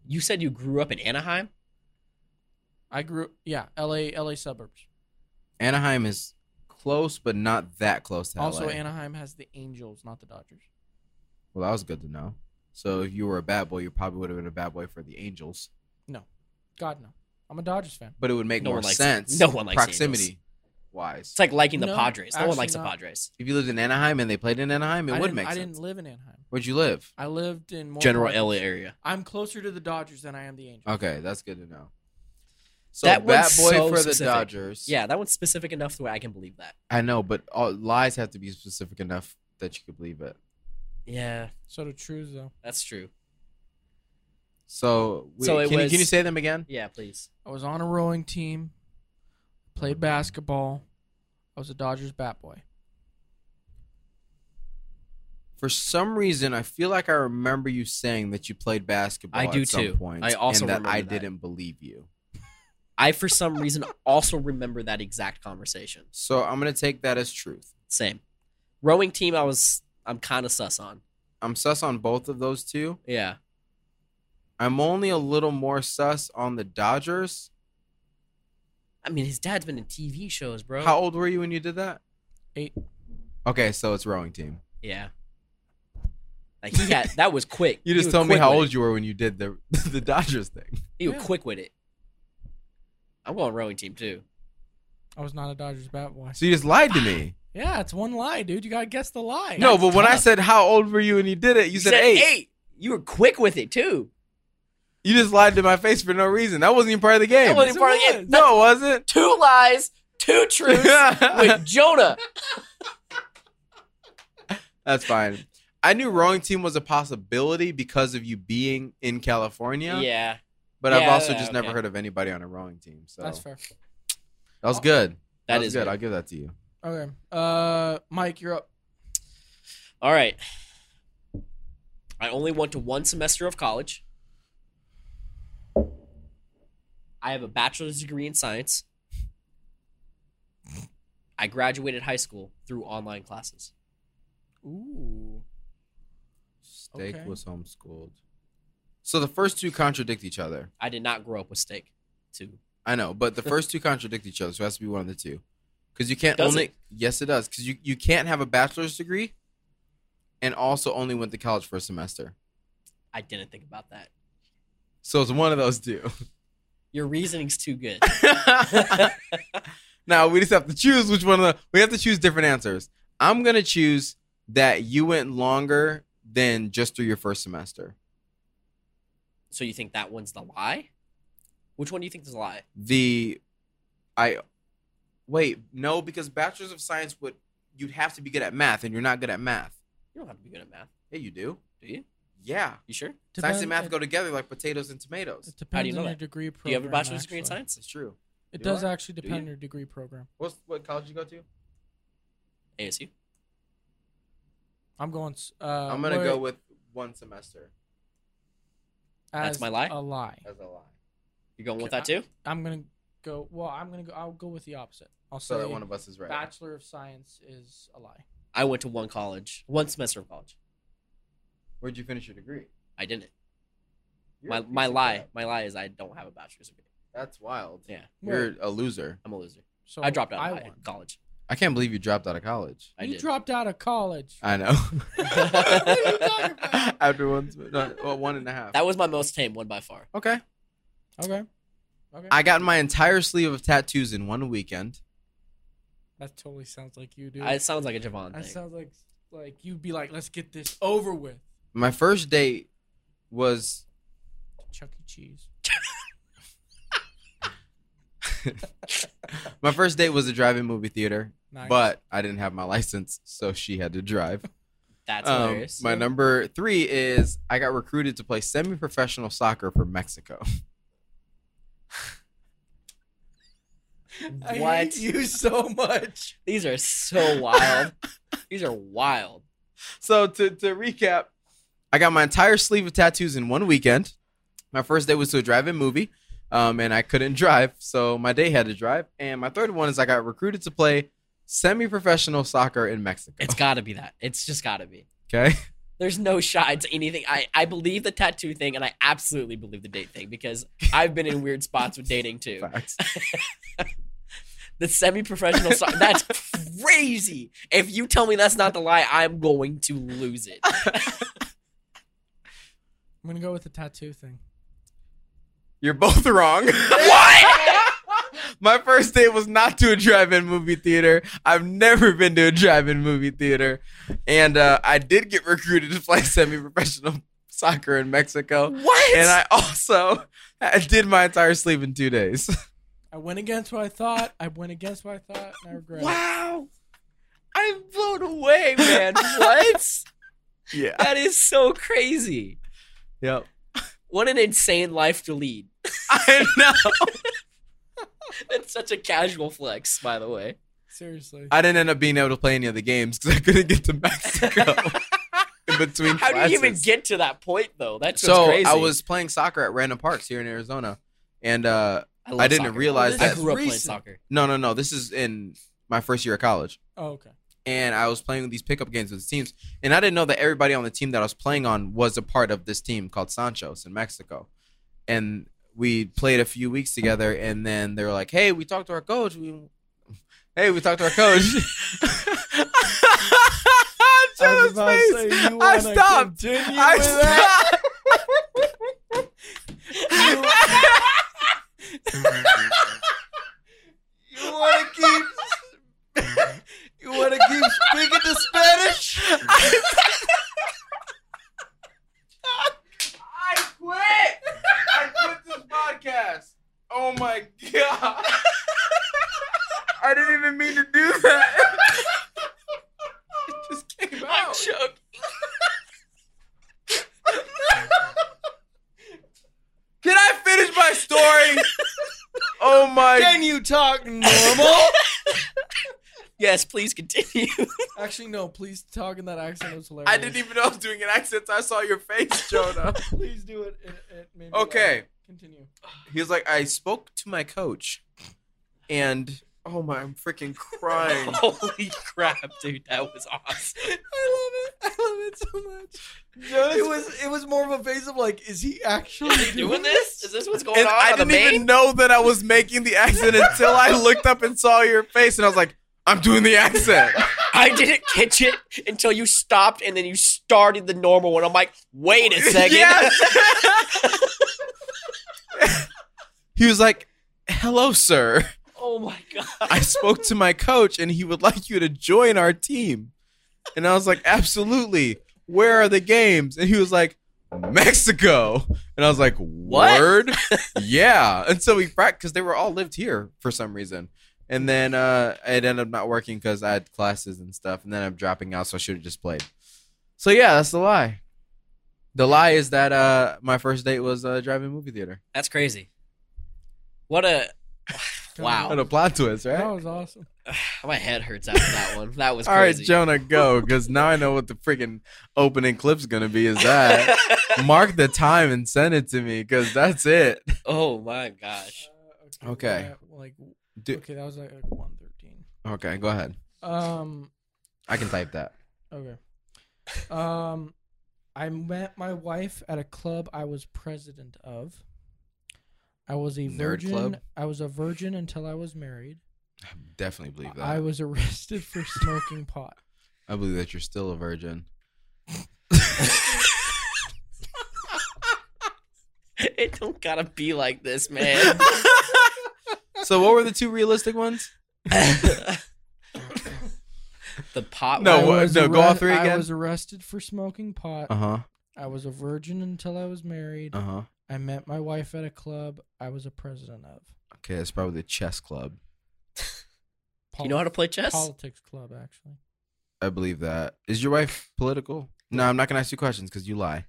Speaker 3: You said you grew up in Anaheim.
Speaker 1: I grew yeah, LA LA suburbs.
Speaker 2: Anaheim is close, but not that close to
Speaker 1: Also
Speaker 2: LA.
Speaker 1: Anaheim has the Angels, not the Dodgers.
Speaker 2: Well, that was good to know. So if you were a bad boy, you probably would have been a bad boy for the Angels.
Speaker 1: God no. I'm a Dodgers fan.
Speaker 2: But it would make
Speaker 3: No
Speaker 2: more
Speaker 3: one likes-
Speaker 2: sense.
Speaker 3: no one likes the
Speaker 2: proximity wise.
Speaker 3: It's like liking the
Speaker 1: No,
Speaker 3: Padres. No one
Speaker 1: actually
Speaker 3: likes the
Speaker 1: not.
Speaker 3: Padres.
Speaker 2: If you lived in Anaheim and they played in Anaheim, it
Speaker 1: I
Speaker 2: would
Speaker 1: didn't-
Speaker 2: make
Speaker 1: I
Speaker 2: sense.
Speaker 1: didn't live in Anaheim.
Speaker 2: Where'd you live?
Speaker 1: I lived in more
Speaker 3: General LA area.
Speaker 1: I'm closer to the Dodgers than I am the Angels.
Speaker 2: Okay, that's good to know. So
Speaker 3: That
Speaker 2: that
Speaker 3: one's
Speaker 2: bat boy
Speaker 3: so
Speaker 2: for the
Speaker 3: specific.
Speaker 2: Dodgers.
Speaker 3: Yeah, that one's specific enough to where I can believe that.
Speaker 2: I know, but all, lies have to be specific enough that you could believe it.
Speaker 3: Yeah,
Speaker 1: So do truths though.
Speaker 3: that's true.
Speaker 2: So, we,
Speaker 3: So it
Speaker 2: can, you,
Speaker 3: was-
Speaker 2: can you say them again?
Speaker 3: Yeah, please.
Speaker 1: I was on a rowing team, played basketball. I was a Dodgers bat boy.
Speaker 2: For some reason, I feel like I remember you saying that you played basketball.
Speaker 3: I do
Speaker 2: at some
Speaker 3: too.
Speaker 2: point,
Speaker 3: I also
Speaker 2: and that
Speaker 3: remember
Speaker 2: I
Speaker 3: that.
Speaker 2: didn't believe you.
Speaker 3: I for some reason also remember that exact conversation.
Speaker 2: So I'm gonna take that as truth.
Speaker 3: Same. Rowing team, I was I'm kind of sus on.
Speaker 2: I'm sus on both of those two.
Speaker 3: Yeah,
Speaker 2: I'm only a little more sus on the Dodgers.
Speaker 3: I mean his dad's been in TV shows, bro.
Speaker 2: How old were you when you did that?
Speaker 1: Eight.
Speaker 2: Okay, so it's rowing team.
Speaker 3: Yeah. Like he had that was quick.
Speaker 2: [LAUGHS] You just told me how old you were when you did the [LAUGHS] the Dodgers thing.
Speaker 3: He was
Speaker 1: Yeah.
Speaker 3: quick with it. I'm going rowing team too.
Speaker 1: I was not a Dodgers bat boy.
Speaker 2: So you just lied to
Speaker 3: [SIGHS]
Speaker 2: me.
Speaker 1: Yeah, it's one lie, dude. You gotta guess the lie.
Speaker 2: no, but when I
Speaker 3: tough.
Speaker 2: said how old were you when you did it, you, said, eight.
Speaker 3: You were quick with it too.
Speaker 2: You just lied to my face for no reason. That wasn't even part of the game.
Speaker 3: That wasn't
Speaker 1: it
Speaker 3: part of the [LAUGHS] game.
Speaker 1: was.
Speaker 2: no, it wasn't.
Speaker 3: Two lies, two
Speaker 2: [LAUGHS]
Speaker 3: truths with Jonah.
Speaker 2: That's fine. I knew rowing team was a possibility because of you being in California.
Speaker 3: Yeah.
Speaker 2: But I've
Speaker 3: Yeah,
Speaker 2: also
Speaker 3: yeah,
Speaker 2: just
Speaker 3: okay.
Speaker 2: never heard of anybody on a rowing team. So
Speaker 3: Oh.
Speaker 1: That's fair.
Speaker 2: that was good.
Speaker 3: that
Speaker 2: was
Speaker 3: is
Speaker 2: good.
Speaker 3: good.
Speaker 2: I'll give that to you.
Speaker 1: Okay. Uh Mike, you're up.
Speaker 3: All right. I only went to one semester of college. I have a bachelor's degree in science. I graduated high school through online classes.
Speaker 1: Ooh.
Speaker 2: Steak
Speaker 1: Okay.
Speaker 2: was homeschooled. So the first two contradict each other.
Speaker 3: I did not grow up with steak, too.
Speaker 2: I know,
Speaker 3: [LAUGHS]
Speaker 2: but the first two contradict each other, so it has to be one of the two. Because you can't
Speaker 3: Does
Speaker 2: only
Speaker 3: it?
Speaker 2: yes, it does. Because you you can't have a bachelor's degree, and also only went to college for a semester.
Speaker 3: I didn't think about that.
Speaker 2: So it's one of those
Speaker 3: [LAUGHS]
Speaker 2: two.
Speaker 3: Your reasoning's too good.
Speaker 2: now we just have to choose which one of the we have to choose different answers. I'm gonna choose that you went longer than just through your first semester.
Speaker 3: so you think that one's the lie? Which one do you think is a lie?
Speaker 2: The I wait no because bachelor's of science would you'd have to be good at math and you're not good at math.
Speaker 3: You don't have to be good at math,
Speaker 2: Yeah, you do.
Speaker 3: do you?
Speaker 2: Yeah.
Speaker 3: You sure?
Speaker 2: science and math go together like potatoes and tomatoes.
Speaker 1: It depends
Speaker 3: you know
Speaker 1: on your
Speaker 3: that?
Speaker 1: degree program.
Speaker 3: Do you have a bachelor's degree in
Speaker 1: actually.
Speaker 3: science?
Speaker 2: It's true.
Speaker 1: It
Speaker 2: Do
Speaker 1: does
Speaker 2: I?
Speaker 1: actually
Speaker 2: Do
Speaker 1: depend on
Speaker 2: you?
Speaker 1: your degree program.
Speaker 2: What's what college you go to?
Speaker 3: ASU.
Speaker 1: I'm going. s- Uh,
Speaker 2: I'm gonna
Speaker 1: wait,
Speaker 2: go with one semester
Speaker 3: that's
Speaker 1: as
Speaker 3: my lie?
Speaker 1: A lie.
Speaker 2: as a lie.
Speaker 3: You're going with
Speaker 1: Okay,
Speaker 3: that too?
Speaker 1: I'm gonna go. Well, I'm gonna go. I'll go with the opposite. I'll
Speaker 2: So
Speaker 1: say
Speaker 2: that one of us is right.
Speaker 1: Bachelor of Science is a lie.
Speaker 3: I went to one college, one semester of college.
Speaker 2: Where'd you finish your degree?
Speaker 3: I didn't.
Speaker 2: You're a
Speaker 3: my
Speaker 2: piece
Speaker 3: my
Speaker 2: of
Speaker 3: lie,
Speaker 2: crap.
Speaker 3: my lie is I don't have a bachelor's degree.
Speaker 2: That's wild.
Speaker 3: Yeah,
Speaker 2: You're a loser.
Speaker 3: I'm a loser.
Speaker 1: So
Speaker 3: I dropped out of
Speaker 1: I
Speaker 3: high-
Speaker 1: won.
Speaker 3: college.
Speaker 2: I can't believe you dropped out of college.
Speaker 3: I
Speaker 1: you
Speaker 3: did.
Speaker 1: dropped out of college.
Speaker 2: I know.
Speaker 1: [LAUGHS] What are you talking about?
Speaker 2: [LAUGHS] After one, sm- no, well, one and a half.
Speaker 3: that was my most tame one by far.
Speaker 2: okay.
Speaker 1: okay. Okay.
Speaker 2: I got my entire sleeve of tattoos in one weekend.
Speaker 1: that totally sounds like you, dude.
Speaker 3: I, it sounds like a Javon
Speaker 1: that
Speaker 3: thing.
Speaker 1: sounds like like you'd be like, let's get this over with.
Speaker 2: My first date was
Speaker 1: Chuck E. Cheese.
Speaker 2: my first date was a drive-in movie theater,
Speaker 1: Nice.
Speaker 2: but I didn't have my license, so she had to drive.
Speaker 3: That's
Speaker 2: Um,
Speaker 3: hilarious.
Speaker 2: my number three is I got recruited to play semi-professional soccer for Mexico.
Speaker 1: [LAUGHS] I
Speaker 3: What?
Speaker 1: hate you so much.
Speaker 3: These are so
Speaker 2: [LAUGHS]
Speaker 3: wild. These are wild.
Speaker 2: [LAUGHS] So to, to recap, I got my entire sleeve of tattoos in one weekend. My first day was to a drive-in movie, um, and I couldn't drive, so my day had to drive. And my third one is I got recruited to play semi-professional soccer in Mexico.
Speaker 3: It's got to be that. It's just got to be.
Speaker 2: Oh. okay,
Speaker 3: There's no shot to anything. I, I believe the tattoo thing and I absolutely believe the date thing because I've been in weird spots with dating too.
Speaker 2: facts.
Speaker 3: The semi professional side, that's crazy. If you tell me that's not the lie, I'm going to
Speaker 2: [LAUGHS]
Speaker 3: lose it.
Speaker 1: I'm gonna go with the tattoo thing.
Speaker 2: You're both
Speaker 3: [LAUGHS]
Speaker 2: wrong.
Speaker 3: what?
Speaker 2: my first day was not to a drive-in movie theater. I've never been to a drive-in movie theater, and uh, I did get recruited to play [LAUGHS] semi-professional soccer in Mexico.
Speaker 3: What?
Speaker 2: and I also I did my entire sleep in two days. [LAUGHS]
Speaker 1: I went against what I thought. I went against what I thought, and I regret it.
Speaker 3: wow. I'm blown away, man. [LAUGHS] what?
Speaker 2: Yeah.
Speaker 3: That is so crazy.
Speaker 2: Yep.
Speaker 3: What an insane life to lead.
Speaker 2: I know.
Speaker 3: That's such a casual flex, by the [LAUGHS] way.
Speaker 1: Seriously.
Speaker 2: I didn't end up being able to play any of the games because I couldn't get to Mexico
Speaker 3: [LAUGHS]
Speaker 2: in between.
Speaker 3: How do you even
Speaker 2: classes.
Speaker 3: get to that point though? That's what's
Speaker 2: So
Speaker 3: crazy.
Speaker 2: I was playing soccer at random parks here in Arizona, and uh,
Speaker 3: love
Speaker 2: I didn't
Speaker 3: soccer.
Speaker 2: realize
Speaker 3: I
Speaker 1: that-
Speaker 3: grew up playing
Speaker 1: Recent.
Speaker 3: soccer.
Speaker 2: no, no, no. This is in my first year of college.
Speaker 1: oh, okay.
Speaker 2: and I was playing these pickup games with teams, and I didn't know that everybody on the team that I was playing on was a part of this team called Sancho's in Mexico, and we played a few weeks together, and then they were like, "Hey, we talked to our coach. We, hey, we talked to our
Speaker 1: [LAUGHS]
Speaker 2: coach."
Speaker 1: was
Speaker 2: Joe's
Speaker 1: about to say,
Speaker 2: face.
Speaker 1: you
Speaker 2: [LAUGHS] I
Speaker 1: wanna
Speaker 2: stopped.
Speaker 1: continue
Speaker 2: I
Speaker 1: with [LAUGHS] that?
Speaker 2: stopped.
Speaker 1: You wanna keep You wanna keep speaking the Spanish?
Speaker 2: I quit. I quit this podcast. Oh my god. I didn't even mean to do that. it just came
Speaker 3: I'm
Speaker 2: out.
Speaker 3: joking.
Speaker 2: Can I finish my
Speaker 3: [LAUGHS]
Speaker 2: story? oh my.
Speaker 1: Can you talk normal?
Speaker 3: [LAUGHS] Yes, please continue.
Speaker 1: Actually no, please talk in that accent it was hilarious.
Speaker 2: I didn't even know I was doing an accent. till I saw your face, Jonah.
Speaker 1: [LAUGHS] please do it. it, it made me
Speaker 2: Okay.
Speaker 1: laugh. Continue.
Speaker 2: He was like, I spoke to my coach, and oh my, I'm freaking
Speaker 3: [LAUGHS]
Speaker 2: crying.
Speaker 3: [LAUGHS] Holy crap, dude, that was awesome.
Speaker 1: I love it. I love it so much.
Speaker 2: Jonah's-
Speaker 1: It was it was more of a face of like, is
Speaker 2: [LAUGHS]
Speaker 1: he actually
Speaker 3: Is he doing this? Is this what's going
Speaker 2: And
Speaker 3: on?
Speaker 2: I
Speaker 3: on the
Speaker 2: didn't even
Speaker 3: main?
Speaker 2: know that I was making the accent until I looked up and saw your face, and I was like, I'm doing the accent.
Speaker 3: I didn't catch it until you stopped and then you started the normal one. I'm like, [LAUGHS] wait
Speaker 2: [LAUGHS]
Speaker 3: a second.
Speaker 2: Yes. he was like, Hello, sir.
Speaker 3: Oh my god.
Speaker 2: I spoke to my coach, and he would like you to join our team. And I was like, Absolutely. Where are the games? And he was like, Mexico. And I was like,
Speaker 3: What?
Speaker 2: Word? yeah. And so we practiced because they were all lived here for some reason. And then uh, it ended up not working because I had classes and stuff. And then I'm dropping out, so I should have just played. So yeah, that's the lie. The lie is that uh, my first date was uh, driving movie theater.
Speaker 3: That's crazy. What a
Speaker 1: Oh.
Speaker 3: Wow.
Speaker 2: What a plot twist, right?
Speaker 1: That was awesome.
Speaker 3: my head hurts after that one. That was
Speaker 2: All right,
Speaker 3: crazy.
Speaker 2: Jonah, go because now I know what the freaking opening clip's gonna be. Is
Speaker 3: [LAUGHS]
Speaker 2: that mark the time and send it to me because that's it.
Speaker 3: oh my gosh.
Speaker 1: Uh,
Speaker 2: Okay.
Speaker 1: yeah, like
Speaker 2: Do-
Speaker 1: okay, that was like, like one thirteen.
Speaker 2: okay, go ahead.
Speaker 1: Um
Speaker 2: I can type that.
Speaker 1: Okay. [LAUGHS] Um, I met my wife at a club I was president of. I was a
Speaker 2: Nerd
Speaker 1: virgin.
Speaker 2: club?
Speaker 1: I was a virgin until I was married.
Speaker 2: I definitely believe that. I
Speaker 1: I was
Speaker 2: [LAUGHS]
Speaker 1: arrested for smoking pot.
Speaker 2: believe that you're still a virgin.
Speaker 3: It don't gotta be like this, [LAUGHS] man.
Speaker 2: So, what were the two realistic ones?
Speaker 3: the pot.
Speaker 2: No,
Speaker 1: I
Speaker 2: what-
Speaker 1: was
Speaker 2: no, go all
Speaker 1: arre-
Speaker 2: three
Speaker 1: I
Speaker 2: again.
Speaker 1: was arrested for smoking pot.
Speaker 2: Uh huh.
Speaker 1: I was a virgin until I was married.
Speaker 2: Uh huh.
Speaker 1: I met my wife at a club I was a president of.
Speaker 2: Okay, that's probably the chess club.
Speaker 3: you know how to play chess?
Speaker 1: Politics club, actually.
Speaker 2: I believe that. Is your wife political? No, I'm not gonna ask you questions because you lie.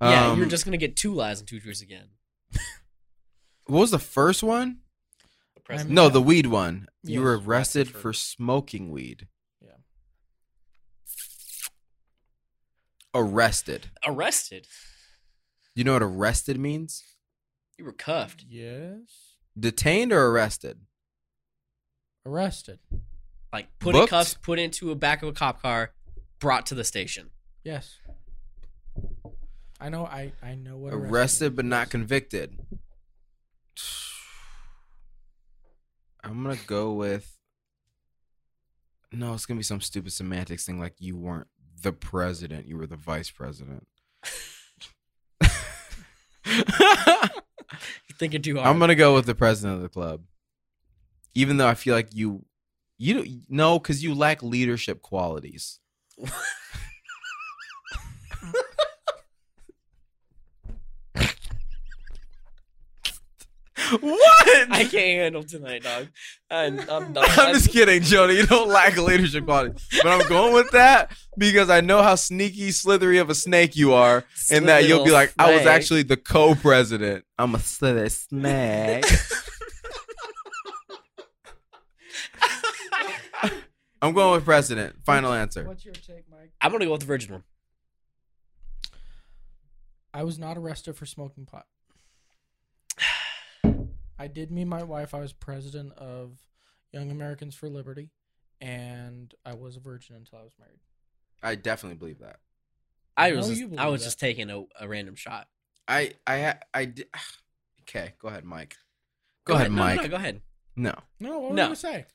Speaker 3: yeah,
Speaker 2: Um,
Speaker 3: you're just gonna get two lies and two truths again.
Speaker 2: What was the first one?
Speaker 3: president.
Speaker 2: No, the weed one. You
Speaker 1: Yes.
Speaker 2: were arrested
Speaker 3: for-
Speaker 2: for smoking weed.
Speaker 1: Yeah.
Speaker 2: Arrested.
Speaker 3: arrested.
Speaker 2: You know what arrested means?
Speaker 3: You were cuffed.
Speaker 1: Yes.
Speaker 2: Detained or arrested?
Speaker 1: Arrested.
Speaker 3: Like put in
Speaker 2: Booked?
Speaker 3: cuffs, put into a back of a cop car, brought to the station.
Speaker 1: Yes. I know. I I know what
Speaker 2: arrested, but not convicted. I'm gonna go with. No, it's gonna be some stupid semantics thing like you weren't the president, you were the vice president.
Speaker 3: You're thinking too hard.
Speaker 2: I'm gonna go with the president of the club, even though I feel like you, you don't- no, because you lack leadership qualities. what?
Speaker 3: I can't handle tonight, dog. I'm, I'm
Speaker 2: [LAUGHS]
Speaker 3: done.
Speaker 2: I'm just kidding, Jody. You don't lack leadership qualities, but I'm going with that because I know how sneaky, slithery of a snake you are, and that you'll be like, I was actually the co-president. I'm a slither snake. I'm going with president. Final answer.
Speaker 1: What's your take, Mike?
Speaker 3: [LAUGHS] I'm gonna go with the virgin one.
Speaker 1: I was not arrested for smoking pot. [SIGHS] I did meet my wife. I was president of Young Americans for Liberty, and I was a virgin until I was married.
Speaker 2: I definitely believe that.
Speaker 3: I
Speaker 1: No,
Speaker 3: was just,
Speaker 1: you
Speaker 3: I
Speaker 1: believe
Speaker 3: was
Speaker 1: that.
Speaker 3: just taking a, a random shot.
Speaker 2: I I ha- I di- [SIGHS] Okay, go ahead, Mike. Go, ahead,
Speaker 3: No, no,
Speaker 2: Mike.
Speaker 3: No, go ahead.
Speaker 2: no.
Speaker 1: No, what were
Speaker 3: No.
Speaker 1: you gonna say?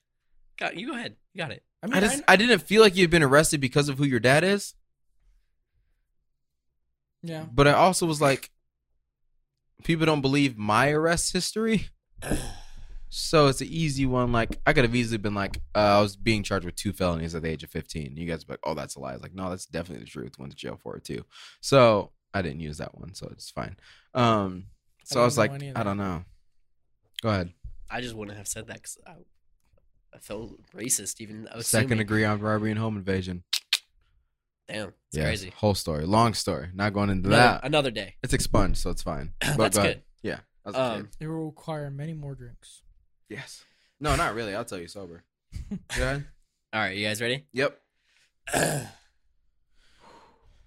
Speaker 3: Got you. Go ahead. You got it.
Speaker 1: I mean,
Speaker 2: I
Speaker 1: I
Speaker 2: just I didn't feel like you'd been arrested because of who your dad is, [LAUGHS]
Speaker 1: yeah.
Speaker 2: but I also was like people don't believe my arrest history. So it's an easy one. Like I could have easily been like, uh, I was being charged with two felonies at the age of fifteen. You guys be like, oh, that's a lie. I was like, no, that's definitely the truth. Went to jail for it too. So I didn't use that one, so it's fine. Um, so I,
Speaker 1: don't
Speaker 2: was
Speaker 1: know
Speaker 2: like,
Speaker 1: any of
Speaker 2: I
Speaker 1: that.
Speaker 2: don't know. Go ahead.
Speaker 3: I just wouldn't have said that because I, I felt racist. Even I was
Speaker 2: Second
Speaker 3: assuming.
Speaker 2: degree armed robbery and home invasion.
Speaker 3: Damn, it's
Speaker 2: Yeah,
Speaker 3: crazy.
Speaker 2: Whole story, long story. Not going into
Speaker 3: Another,
Speaker 2: that.
Speaker 3: another day.
Speaker 2: It's expunged, so it's
Speaker 3: [COUGHS]
Speaker 2: fine. But
Speaker 3: That's
Speaker 2: go ahead.
Speaker 3: good.
Speaker 2: Yeah. I was a
Speaker 3: Um,
Speaker 2: kid.
Speaker 1: It will require many more drinks.
Speaker 2: yes. No, not really. I'll tell you
Speaker 1: [LAUGHS]
Speaker 2: sober. go ahead.
Speaker 3: all right, you guys
Speaker 2: [CLEARS THROAT]
Speaker 3: ready?
Speaker 2: Yep.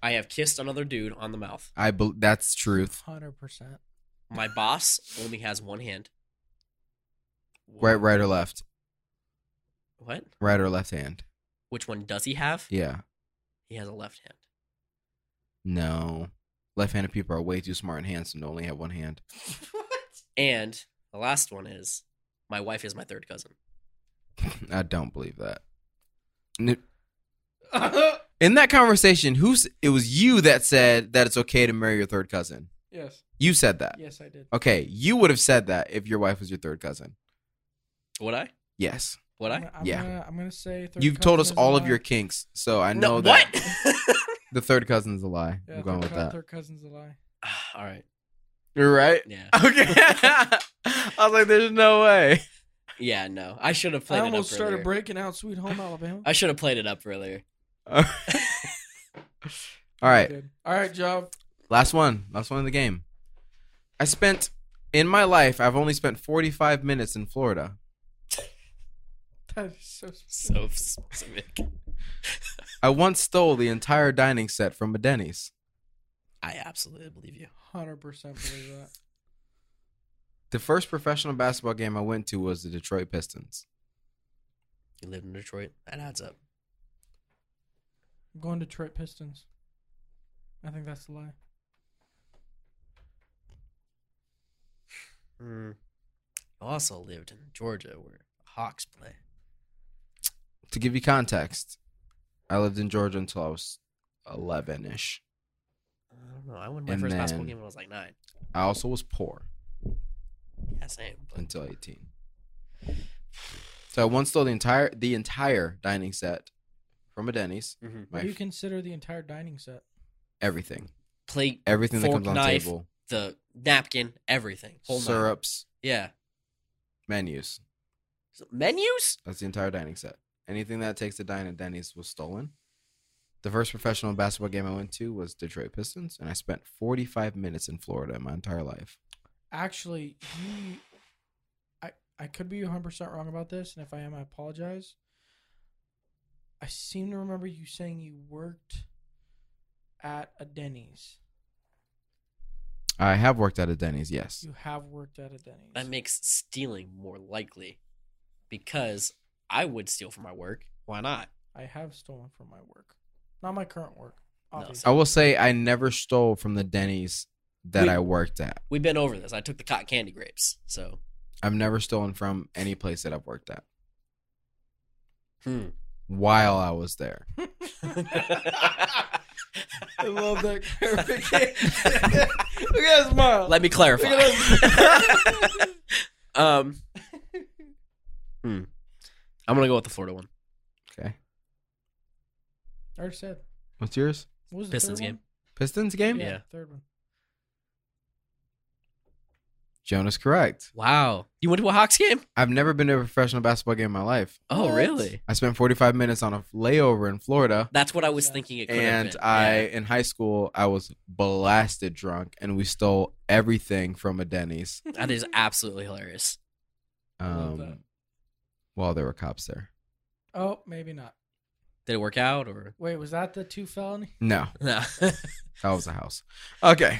Speaker 3: I have kissed another dude on the mouth.
Speaker 2: I bel that's truth.
Speaker 1: Hundred percent.
Speaker 3: My boss only has one hand.
Speaker 2: Right, right or left.
Speaker 3: What?
Speaker 2: Right or left hand.
Speaker 3: Which one does he have?
Speaker 2: Yeah.
Speaker 3: He has a left hand.
Speaker 2: No. Left-handed people are way too smart and handsome to only have one hand. [LAUGHS]
Speaker 3: And the last one is my wife is my third cousin.
Speaker 2: I don't believe that. N- [LAUGHS] In that conversation, who's it was you that said that it's okay to marry your third cousin.
Speaker 1: Yes.
Speaker 2: You said that.
Speaker 1: Yes, I did.
Speaker 2: Okay, you would have said that if your wife was your third cousin.
Speaker 3: Would I?
Speaker 2: Yes.
Speaker 3: Would
Speaker 1: I'm,
Speaker 3: I?
Speaker 1: I'm
Speaker 2: Yeah.
Speaker 1: Gonna, I'm gonna say. third
Speaker 2: You've told us
Speaker 1: cousin is a
Speaker 2: all of
Speaker 1: lie.
Speaker 2: your kinks, so I know
Speaker 3: No.
Speaker 2: that
Speaker 3: What? [LAUGHS]
Speaker 2: the third cousin's a lie. I'm
Speaker 1: Yeah, third
Speaker 2: going with
Speaker 1: cou-
Speaker 2: that.
Speaker 1: Third cousin's a lie.
Speaker 3: Ah, all right.
Speaker 2: You're right.
Speaker 3: Yeah.
Speaker 2: Okay. [LAUGHS] I was like, there's no way.
Speaker 3: Yeah. No. I should have played it
Speaker 1: I almost
Speaker 3: up
Speaker 1: started
Speaker 3: earlier.
Speaker 1: breaking out "Sweet
Speaker 3: [LAUGHS]
Speaker 1: Home Alabama."
Speaker 3: I should have played it up earlier.
Speaker 2: all right.
Speaker 1: Good. All right, job.
Speaker 2: Last one. Last one in the game. I spent in my life, I've only spent 45 minutes in Florida.
Speaker 1: That is so specific.
Speaker 3: So specific.
Speaker 2: I once stole the entire dining set from a Denny's.
Speaker 3: I absolutely believe you.
Speaker 1: Hundred percent believe that.
Speaker 2: The first professional basketball game I went to was the Detroit Pistons.
Speaker 3: You lived in Detroit. That adds up.
Speaker 1: I'm going Detroit Pistons. I think that's a lie. Hmm.
Speaker 3: Mm. You also lived in Georgia where Hawks play.
Speaker 2: To give you context, I lived in Georgia until I was 11 ish.
Speaker 3: I don't know. I went to my
Speaker 2: And
Speaker 3: first basketball
Speaker 2: then-
Speaker 3: game when I was like nine.
Speaker 2: I also was poor
Speaker 3: Yeah, same. But
Speaker 2: until 18. So I once stole the entire the entire dining set from a Denny's.
Speaker 3: Mhm.
Speaker 2: My
Speaker 1: What do you
Speaker 2: f-
Speaker 1: consider the entire dining set?
Speaker 2: everything,
Speaker 3: plate,
Speaker 2: everything that
Speaker 3: Fork,
Speaker 2: comes on
Speaker 3: knife,
Speaker 2: table,
Speaker 3: the napkin, everything. Whole nine.
Speaker 2: syrups,
Speaker 3: Yeah.
Speaker 2: menus.
Speaker 3: So, menus?
Speaker 2: That's the entire dining set. Anything that takes to dine at Denny's was stolen. The first professional basketball game I went to was Detroit Pistons, and I spent 45 minutes in Florida in my entire life.
Speaker 1: Actually, you, I I I could be 100% wrong about this, and if I am, I apologize. I seem to remember you saying you worked at a Denny's.
Speaker 2: I have worked at a Denny's, yes.
Speaker 1: You have worked at a Denny's.
Speaker 3: That makes stealing more likely because I would steal from my work. Why not?
Speaker 1: I have stolen from my work. Not my current work,
Speaker 3: No,
Speaker 1: obviously.
Speaker 2: I will say I never stole from the Denny's that
Speaker 3: We-
Speaker 2: I worked at.
Speaker 3: We've been over this. I took the cotton candy grapes.
Speaker 1: [LAUGHS]
Speaker 3: So,
Speaker 2: I've never stolen from any place that I've worked at
Speaker 3: hmm.
Speaker 2: while I was there.
Speaker 1: I love that
Speaker 3: [LAUGHS]
Speaker 1: clarification. Look at that smile.
Speaker 3: Let me clarify.
Speaker 1: Look at [LAUGHS]
Speaker 3: [LAUGHS] um, hmm. I'm going to go with the Florida one.
Speaker 2: Okay.
Speaker 1: I already said.
Speaker 2: What's yours?
Speaker 1: What was the
Speaker 3: Pistons
Speaker 1: third
Speaker 3: game.
Speaker 2: Pistons
Speaker 1: One?
Speaker 2: game?
Speaker 3: Yeah.
Speaker 1: Third one.
Speaker 2: Jonas correct.
Speaker 3: Wow. You went to a Hawks game?
Speaker 2: I've never been to a professional basketball game in my life.
Speaker 3: Oh,
Speaker 1: What?
Speaker 3: really?
Speaker 2: I spent 45 minutes on a layover in Florida.
Speaker 3: That's what I was
Speaker 1: Yeah.
Speaker 3: thinking it could have
Speaker 2: And
Speaker 3: been.
Speaker 2: I,
Speaker 3: Yeah.
Speaker 2: in high school, I was blasted drunk and we stole everything from a
Speaker 3: [LAUGHS]
Speaker 2: Denny's
Speaker 3: That is absolutely hilarious.
Speaker 1: I love
Speaker 2: um,
Speaker 1: that.
Speaker 2: while there were cops there.
Speaker 1: Oh, maybe not.
Speaker 3: Did it work out or?
Speaker 1: Wait, was that the two felony?
Speaker 2: No,
Speaker 3: [LAUGHS]
Speaker 2: [LAUGHS]
Speaker 3: No.
Speaker 2: that was a house.
Speaker 3: [LAUGHS]
Speaker 2: Okay.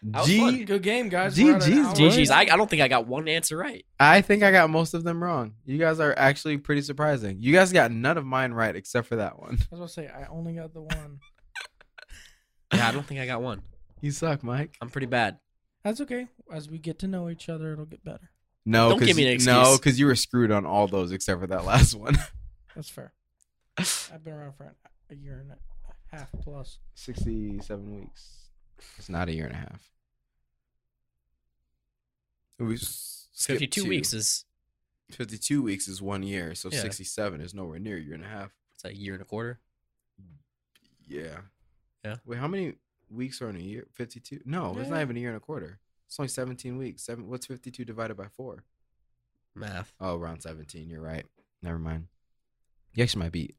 Speaker 3: That was
Speaker 2: G,
Speaker 3: fun.
Speaker 1: Good game, guys. We're at an
Speaker 2: GG's,
Speaker 1: hour.
Speaker 3: GG's. I, I don't think I got one answer right.
Speaker 2: I think I got most of them wrong. You guys are actually pretty surprising. You guys got none of mine right except for that one.
Speaker 1: I was about to say I only got the one.
Speaker 3: Yeah, I don't think I got one.
Speaker 2: You suck, Mike.
Speaker 3: I'm pretty bad.
Speaker 1: That's okay. As we get to know each other, it'll get better.
Speaker 2: No,
Speaker 3: Don't
Speaker 2: 'cause
Speaker 3: give me an
Speaker 2: you-
Speaker 3: excuse.
Speaker 2: No, because you were screwed on all those except for that last one.
Speaker 3: [LAUGHS]
Speaker 1: That's fair. I've been around for an, a year and a half plus.
Speaker 2: 67 weeks. It's not a year and a half. We s-
Speaker 3: So
Speaker 2: skipped
Speaker 3: 52 weeks is
Speaker 2: 52 weeks is one year, so
Speaker 3: Yeah.
Speaker 2: 67 is nowhere near a year and a half.
Speaker 3: it's a year and a quarter.
Speaker 2: Yeah.
Speaker 3: Yeah.
Speaker 2: Wait, how many weeks are in a year? 52? No, it's not
Speaker 1: Yeah.
Speaker 2: even a year and a quarter. It's only 17 weeks. Seven. What's 52 divided by 4?
Speaker 3: Math.
Speaker 2: Oh, around 17. You're right. Never mind. You actually might be.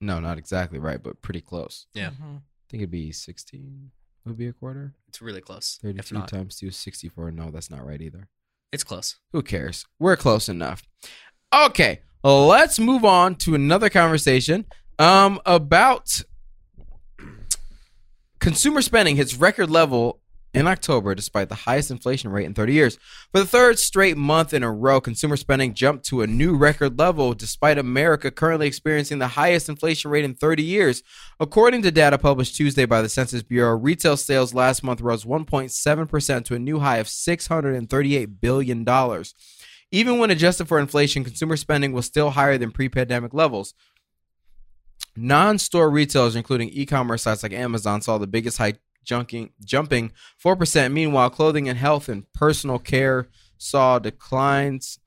Speaker 2: No, not exactly right, but pretty close.
Speaker 3: Yeah.
Speaker 1: Mhm.
Speaker 2: I think it'd be 16 would be a quarter.
Speaker 3: It's really close. If
Speaker 2: 32
Speaker 3: not,
Speaker 2: times 2 is 64. No, that's not right either.
Speaker 3: it's close.
Speaker 2: Who cares? We're close enough. Okay, let's move on to another conversation um, about consumer spending hits record level in October despite the highest inflation rate in 30 years. For the third straight month in a row, consumer spending jumped to a new record level despite America currently experiencing the highest inflation rate in 30 years. According to data published Tuesday by the Census Bureau, retail sales last month rose 1.7% to a new high of $638 billion. Even when adjusted for inflation, consumer spending was still higher than pre pandemic levels. Non store retailers, including e commerce sites like Amazon, saw the biggest hike, junking, jumping 4%. Meanwhile, clothing and health and personal care saw declines,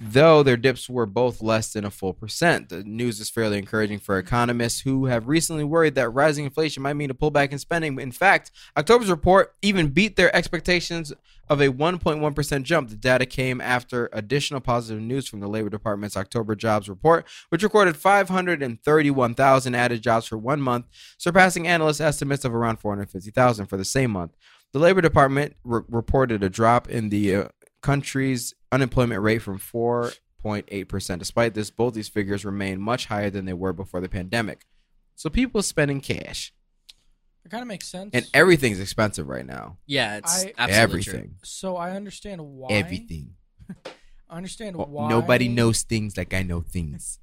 Speaker 2: though their dips were both less than a full percent. The news is fairly encouraging for economists who have recently worried that rising inflation might mean a pullback in spending. In fact, October's report even beat their expectations of a 1.1% jump. The data came after additional positive news from the Labor Department's October jobs report, which recorded 531,000 added jobs for one month, surpassing analyst estimates of around 450,000 for the same month. The Labor Department re- reported a drop in the uh, country's unemployment rate from 4.8%. Despite this, both these figures remain much higher than they were before the pandemic. So people spending cash,
Speaker 1: It kind of makes sense.
Speaker 2: and everything's expensive right now.
Speaker 3: Yeah, it's
Speaker 1: I-
Speaker 3: absolutely True.
Speaker 2: Everything,
Speaker 1: so I understand why.
Speaker 2: everything.
Speaker 1: I understand
Speaker 2: Well,
Speaker 1: why.
Speaker 2: Nobody knows things like I know things.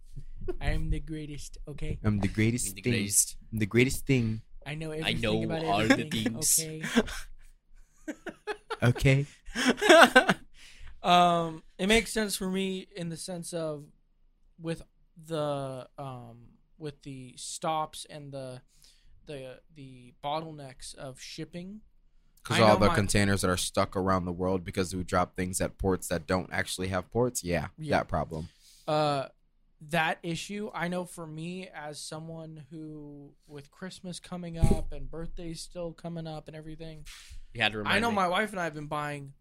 Speaker 1: I am the greatest. Okay.
Speaker 2: I'm the greatest
Speaker 3: The
Speaker 2: thing.
Speaker 3: greatest.
Speaker 2: I'm the greatest thing.
Speaker 1: I know everything
Speaker 3: know
Speaker 1: about
Speaker 3: all the
Speaker 1: everything,
Speaker 3: things.
Speaker 1: Okay. [LAUGHS]
Speaker 2: Okay. [LAUGHS]
Speaker 1: um, it makes sense for me in the sense of with the um with the stops and the the the bottlenecks of shipping.
Speaker 2: Because
Speaker 1: I
Speaker 2: all
Speaker 1: know
Speaker 2: the
Speaker 1: my-
Speaker 2: containers that are stuck around the world because we drop things at ports that don't actually have ports. Yeah,
Speaker 1: Yeah.
Speaker 2: that problem.
Speaker 1: Uh, that issue, I know for me as someone who, with Christmas coming up and birthdays still coming up and everything,
Speaker 3: You had to remind
Speaker 1: I know
Speaker 3: me.
Speaker 1: my wife and I have been buying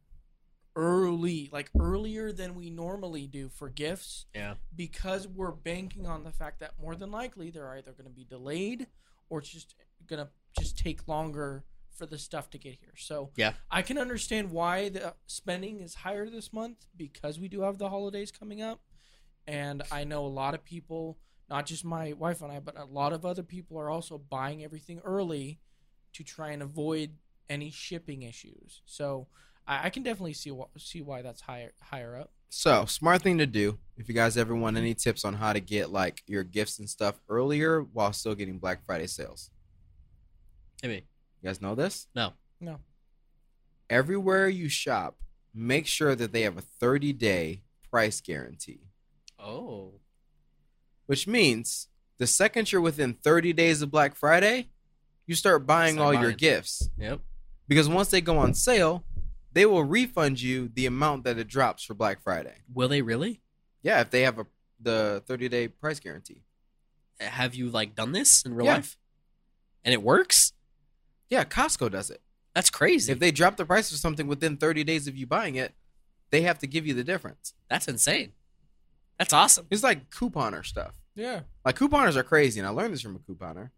Speaker 1: early, like earlier than we normally do for gifts.
Speaker 3: Yeah.
Speaker 1: Because we're banking on the fact that more than likely they're either going to be delayed or it's just going to just take longer for for the stuff to get here. So
Speaker 3: Yeah.
Speaker 1: I can understand why the spending is higher this month because we do have the holidays coming up, and I know a lot of people, not just my wife and I, but a lot of other people are also buying everything early to try and avoid any shipping issues. So I, I can definitely see wh- see why that's higher higher up.
Speaker 2: So smart thing to do. If you guys ever want any tips on how to get like your gifts and stuff earlier while still getting Black Friday sales,
Speaker 3: Maybe.
Speaker 2: you guys know this.
Speaker 3: No.
Speaker 1: No.
Speaker 2: Everywhere you shop, make sure that they have a 30 day price guarantee,
Speaker 3: Oh.
Speaker 2: which means the second you're within 30 days of Black Friday, you start buying
Speaker 3: Start
Speaker 2: all your
Speaker 3: buying.
Speaker 2: gifts
Speaker 3: Yep.
Speaker 2: because once they go on sale, they will refund you the amount that it drops for Black Friday.
Speaker 3: Will they really?
Speaker 2: Yeah, if they have a the 30 day price guarantee.
Speaker 3: Have you like done this in real
Speaker 2: Yeah.
Speaker 3: life? And it works?
Speaker 2: Yeah, Costco does it.
Speaker 3: That's crazy.
Speaker 2: If they drop the price of something within 30 days of you buying it, they have to give you the difference.
Speaker 3: That's insane. That's awesome.
Speaker 2: It's like couponer stuff.
Speaker 1: Yeah.
Speaker 2: Like couponers are crazy, and I learned this from a couponer.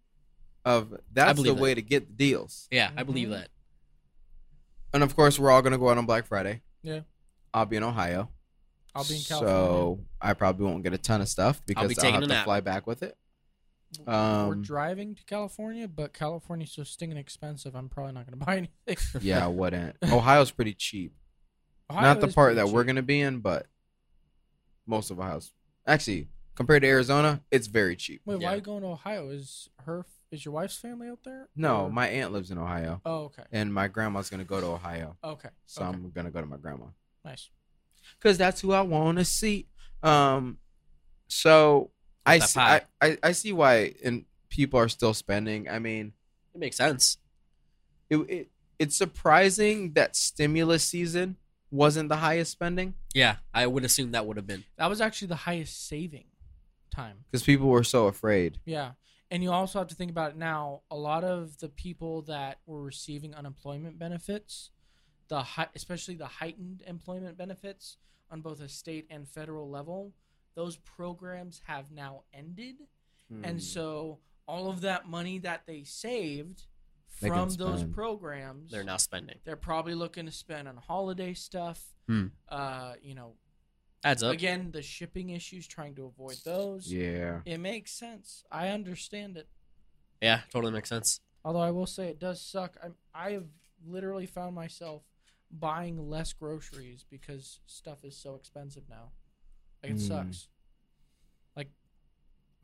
Speaker 2: Of that's the
Speaker 3: believe that.
Speaker 2: way to get the deals.
Speaker 3: Yeah, I believe
Speaker 1: Mhm.
Speaker 2: Mm-hmm.
Speaker 3: that.
Speaker 2: And of course, we're all gonna go out on Black Friday.
Speaker 1: Yeah.
Speaker 2: I'll be in Ohio.
Speaker 1: I'll be in California.
Speaker 2: So I probably won't get a ton of stuff because
Speaker 3: be
Speaker 2: I'll,
Speaker 3: taking
Speaker 2: have
Speaker 3: a
Speaker 2: to
Speaker 3: nap.
Speaker 2: fly back with it.
Speaker 1: We're
Speaker 2: Um,
Speaker 1: [LAUGHS] driving to California, but California's so stinking expensive. I'm probably not going to [LAUGHS] buy anything.
Speaker 2: yeah, I wouldn't. Ohio's pretty cheap.
Speaker 1: Ohio
Speaker 2: Not the
Speaker 1: is
Speaker 2: part
Speaker 1: pretty
Speaker 2: that
Speaker 1: cheap.
Speaker 2: we're gonna be in, but most of Ohio's actually compared to Arizona, it's very cheap.
Speaker 1: Wait, why
Speaker 3: Yeah.
Speaker 1: are you going to Ohio? Is her is your wife's family out there?
Speaker 2: No,
Speaker 1: Or-
Speaker 2: my aunt lives in Ohio,
Speaker 1: Oh, okay.
Speaker 2: and my grandma's gonna go to Ohio,
Speaker 1: Okay.
Speaker 2: so
Speaker 1: okay.
Speaker 2: I'm gonna go to my grandma
Speaker 1: nice.
Speaker 2: because that's who I want to see. Um, so I
Speaker 3: that
Speaker 2: see, I,
Speaker 3: pie.
Speaker 2: I I see why and people are still spending. I mean,
Speaker 3: It makes sense.
Speaker 2: it, it it's surprising that stimulus season wasn't the highest spending
Speaker 3: Yeah, I would assume that would have been.
Speaker 1: That was actually the highest saving time.
Speaker 2: because people were so afraid.
Speaker 1: Yeah. And you also have to think about it now. A lot of the people that were receiving unemployment benefits, the hei- especially the heightened employment benefits on both a state and federal level, those programs have now ended.
Speaker 2: Hmm.
Speaker 1: And so all of that money that they saved
Speaker 2: They can
Speaker 1: from those
Speaker 2: spend.
Speaker 1: programs,
Speaker 3: They're now spending.
Speaker 1: They're probably looking to spend on holiday stuff.
Speaker 3: Hmm.
Speaker 1: Uh, you know,
Speaker 3: Adds up.
Speaker 1: again, the shipping issues, trying to avoid those.
Speaker 2: yeah,
Speaker 1: It makes sense. I understand it.
Speaker 3: Yeah, totally makes sense.
Speaker 1: Although I will say it does suck. I'm, I have literally found myself buying less groceries because stuff is so expensive now. Like it
Speaker 2: Hmm.
Speaker 1: sucks.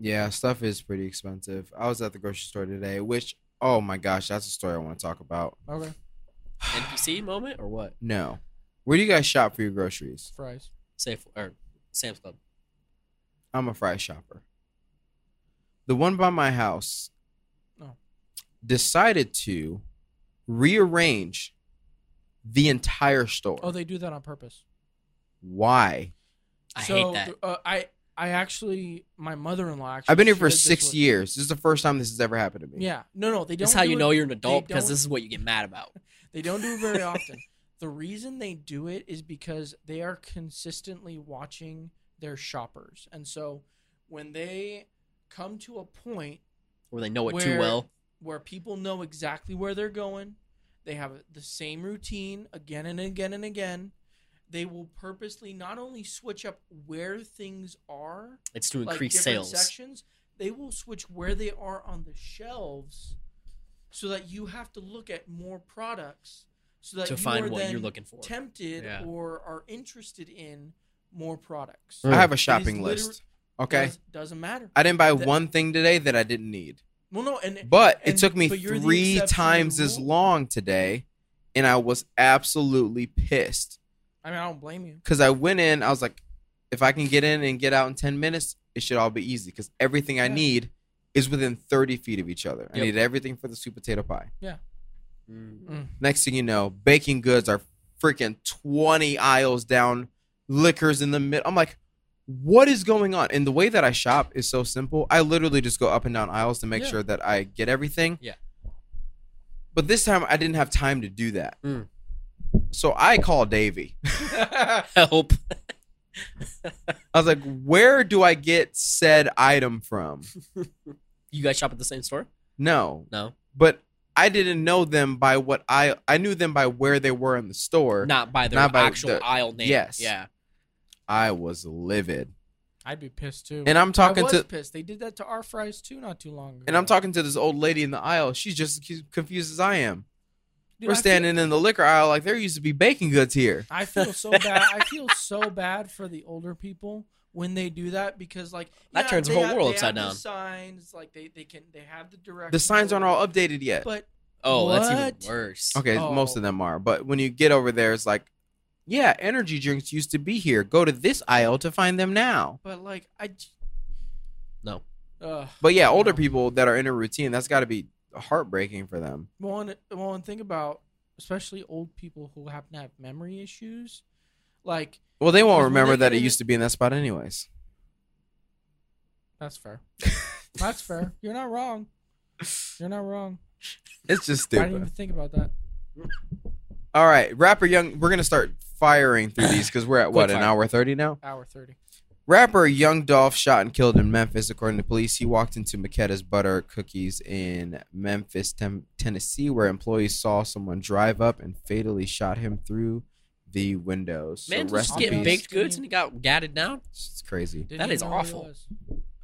Speaker 2: yeah, stuff is pretty expensive. I was at the grocery store today, which oh my gosh, that's a story I want to talk about.
Speaker 1: Okay, [SIGHS]
Speaker 3: NPC moment or what?
Speaker 2: No. Where do you guys shop for your groceries?
Speaker 1: fries.
Speaker 3: Safe or Sam's Club.
Speaker 2: I'm a fry shopper. The one by my house
Speaker 1: Oh.
Speaker 2: decided to rearrange the entire store.
Speaker 1: Oh, they do that on purpose.
Speaker 2: Why?
Speaker 3: I
Speaker 1: so,
Speaker 3: hate that.
Speaker 1: th- Uh, I I actually my mother-in-law. Actually
Speaker 2: I've been here for
Speaker 1: shared this
Speaker 2: six
Speaker 1: with-
Speaker 2: years. This is the first time this has ever happened to me.
Speaker 1: Yeah, no, no, they don't.
Speaker 3: This is how
Speaker 1: do
Speaker 3: you
Speaker 1: it-
Speaker 3: know you're an adult
Speaker 1: don't-
Speaker 3: because this is what you get mad about.
Speaker 1: They don't do it very often. [LAUGHS] the reason they do it is because they are consistently watching their shoppers. And so when they come to a point
Speaker 3: Where they know it too
Speaker 1: Where-
Speaker 3: well.
Speaker 1: where people know exactly where they're going, they have the same routine again and again and again, they will purposely not only switch up where things are,
Speaker 3: It's to
Speaker 1: like
Speaker 3: increase
Speaker 1: different
Speaker 3: sales.
Speaker 1: sections, they will switch where they are on the shelves, so that you have to look at more products, so that
Speaker 3: to
Speaker 1: you
Speaker 3: find
Speaker 1: are
Speaker 3: what
Speaker 1: then
Speaker 3: you're looking for.
Speaker 1: tempted
Speaker 3: Yeah.
Speaker 1: or are interested in more products.
Speaker 2: I have a
Speaker 1: is
Speaker 2: shopping
Speaker 1: liter-
Speaker 2: list. Okay.
Speaker 1: Does, doesn't matter.
Speaker 2: I didn't buy
Speaker 1: That-
Speaker 2: one thing today that I didn't need.
Speaker 1: Well, no, and
Speaker 2: But it
Speaker 1: and-
Speaker 2: took me
Speaker 1: but you're the
Speaker 2: three
Speaker 1: exception to the
Speaker 2: times as
Speaker 1: rule.
Speaker 2: long today, and I was absolutely pissed.
Speaker 1: I mean, I don't blame you.
Speaker 2: because I went in, I was like, if I can get in and get out in 10 minutes, it should all be easy because everything I
Speaker 1: Yeah.
Speaker 2: need is within 30 feet of each other. I
Speaker 3: Yep.
Speaker 2: need everything for the sweet potato pie.
Speaker 3: Mm. [LAUGHS]
Speaker 2: Next thing you know, baking goods are freaking 20 aisles down, liquors in the middle. I'm like, what is going on? And the way that I shop is so simple. I literally just go up and down aisles to make
Speaker 1: Yeah.
Speaker 2: sure that I get everything.
Speaker 3: Yeah.
Speaker 2: But this time I didn't have time to do that.
Speaker 3: Mm.
Speaker 2: So I call Davey.
Speaker 3: Help.
Speaker 2: I was like, where do I get said item from?
Speaker 3: You guys shop at the same store?
Speaker 2: No.
Speaker 3: No.
Speaker 2: But I didn't know them by what I I knew them by where they were in the store.
Speaker 3: not by their
Speaker 2: Not by
Speaker 3: actual
Speaker 2: the-
Speaker 3: aisle name.
Speaker 2: yes.
Speaker 3: Yeah.
Speaker 2: I was livid,
Speaker 1: I'd be pissed too.
Speaker 2: and I'm
Speaker 1: I
Speaker 2: talking
Speaker 1: was
Speaker 2: to
Speaker 1: pissed. They did that to our fries too not too long ago.
Speaker 2: and I'm talking to this old lady in the aisle. She's just as cu- confused as I am.
Speaker 1: Dude,
Speaker 2: we're
Speaker 1: I feel-
Speaker 2: standing in the liquor aisle like there used to be baking goods here. [LAUGHS]
Speaker 1: I feel so bad. I feel so bad for the older people when they do that because like
Speaker 3: That turns the
Speaker 1: they
Speaker 3: whole
Speaker 1: have-
Speaker 3: world
Speaker 1: they
Speaker 3: upside
Speaker 1: have the
Speaker 3: down.
Speaker 1: signs like they they can they have the directions.
Speaker 2: The signs aren't all updated yet.
Speaker 1: But
Speaker 3: Oh,
Speaker 1: What?
Speaker 3: that's even worse.
Speaker 2: Okay, most
Speaker 1: Oh.
Speaker 2: of them are. But when you get over there, it's like, yeah, energy drinks used to be here. Go to this aisle to find them now.
Speaker 1: but like I j-
Speaker 3: No.
Speaker 1: Ugh.
Speaker 2: But yeah, older
Speaker 1: No.
Speaker 2: people that are in a routine, that's got to be heartbreaking for them.
Speaker 1: Well, and, well, and think about especially old people who happen to have memory issues. Like
Speaker 2: Well, they
Speaker 1: Because
Speaker 2: won't
Speaker 1: when
Speaker 2: remember
Speaker 1: they
Speaker 2: that
Speaker 1: get
Speaker 2: it
Speaker 1: in
Speaker 2: used to be in that spot, anyways.
Speaker 1: that's fair. [LAUGHS] that's fair. You're not wrong. You're not wrong.
Speaker 2: It's just
Speaker 1: I didn't even
Speaker 2: stupid.
Speaker 1: think about that.
Speaker 2: All right, rapper Young, we're gonna start firing through [SIGHS] these because we're at what
Speaker 3: Quick
Speaker 2: an
Speaker 3: fire.
Speaker 2: hour thirty now.
Speaker 1: Hour thirty.
Speaker 2: Rapper Young Dolph shot and killed in Memphis, according to police. He walked into Maquetta's Butter Cookies in Memphis, Tem- Tennessee, where employees saw someone drive up and fatally shot him through the windows. So
Speaker 3: Man,
Speaker 2: rest
Speaker 3: just
Speaker 2: in
Speaker 3: getting
Speaker 1: peace.
Speaker 3: baked goods and he got gatted down.
Speaker 2: It's crazy,
Speaker 1: Didn't
Speaker 3: That
Speaker 1: even
Speaker 3: is
Speaker 1: know who he
Speaker 3: awful.
Speaker 1: was.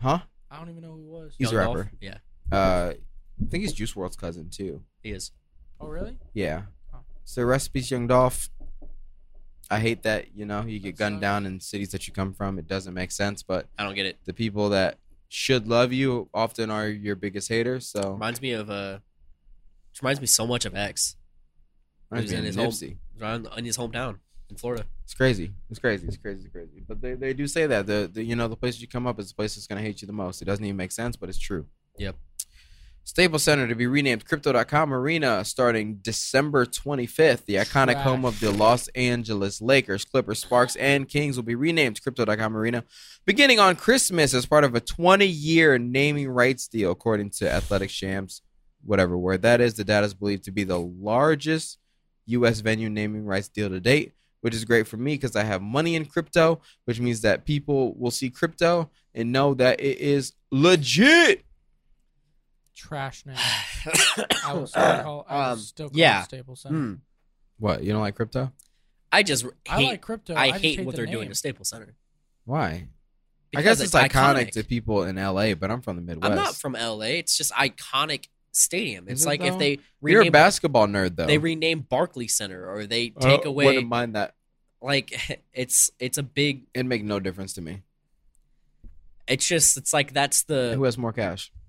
Speaker 2: huh?
Speaker 1: I don't even know who he was.
Speaker 2: He's a
Speaker 3: Young Dolph.
Speaker 2: rapper.
Speaker 3: Yeah,
Speaker 2: Uh, I think he's Juice World's cousin too.
Speaker 3: he is.
Speaker 1: Oh really?
Speaker 2: Yeah.
Speaker 1: Oh.
Speaker 2: So rest in peace, Young Dolph. I hate that you know you get
Speaker 1: That
Speaker 2: gunned
Speaker 1: sucks.
Speaker 2: down in cities that you come from. It doesn't make sense, but
Speaker 3: I don't get it.
Speaker 2: the people that should love you often are your biggest haters. So
Speaker 3: Reminds me of uh, it reminds me so much of X.
Speaker 2: Reminds me
Speaker 3: Who's in
Speaker 2: of
Speaker 3: his home-
Speaker 2: Nipsey.
Speaker 3: Around in his hometown in
Speaker 1: [SIGHS]
Speaker 3: Florida. [SIGHS]
Speaker 2: It's crazy. It's crazy. It's crazy. It's crazy. But they, they do say that the, the you know the place you come up is the place that's gonna hate you the most. It doesn't even make sense, but it's true.
Speaker 3: Yep.
Speaker 2: Staples Center to be renamed Crypto.com Arena starting December 25th. The iconic
Speaker 1: Trash.
Speaker 2: home of the Los Angeles Lakers, Clippers, Sparks, and Kings will be renamed Crypto.com Arena beginning on Christmas as part of a 20 year naming rights deal, according to Athletic Shams, whatever word that is. The data is believed to be the largest U.S. venue naming rights deal to date, which is great for me because I have money in crypto, which means that people will see crypto and know that it is legit.
Speaker 1: Trash name. I was still call, I was
Speaker 3: Um,
Speaker 1: still call
Speaker 3: yeah.
Speaker 1: Staples Center.
Speaker 3: Hmm.
Speaker 2: What? You don't like crypto?
Speaker 3: I just hate.
Speaker 1: I like crypto.
Speaker 3: I
Speaker 1: just
Speaker 3: hate what
Speaker 1: the
Speaker 3: they're doing
Speaker 1: name.
Speaker 3: to Staples Center.
Speaker 2: Why? I
Speaker 3: Because
Speaker 2: guess it's iconic, to people in LA, but I'm from the Midwest.
Speaker 3: I'm not from LA. It's just iconic stadium. It's
Speaker 2: Is it
Speaker 3: like
Speaker 2: though?
Speaker 3: if they
Speaker 2: You're a
Speaker 3: rename,
Speaker 2: basketball nerd, though. Oh,
Speaker 3: they rename Barclay Center or they
Speaker 2: I don't-
Speaker 3: take away
Speaker 2: Wouldn't mind that.
Speaker 3: like [LAUGHS] it's it's a big.
Speaker 2: It'd make no difference to me.
Speaker 3: It's just it's like that's the
Speaker 2: Who has more cash?
Speaker 3: yeah. [LAUGHS]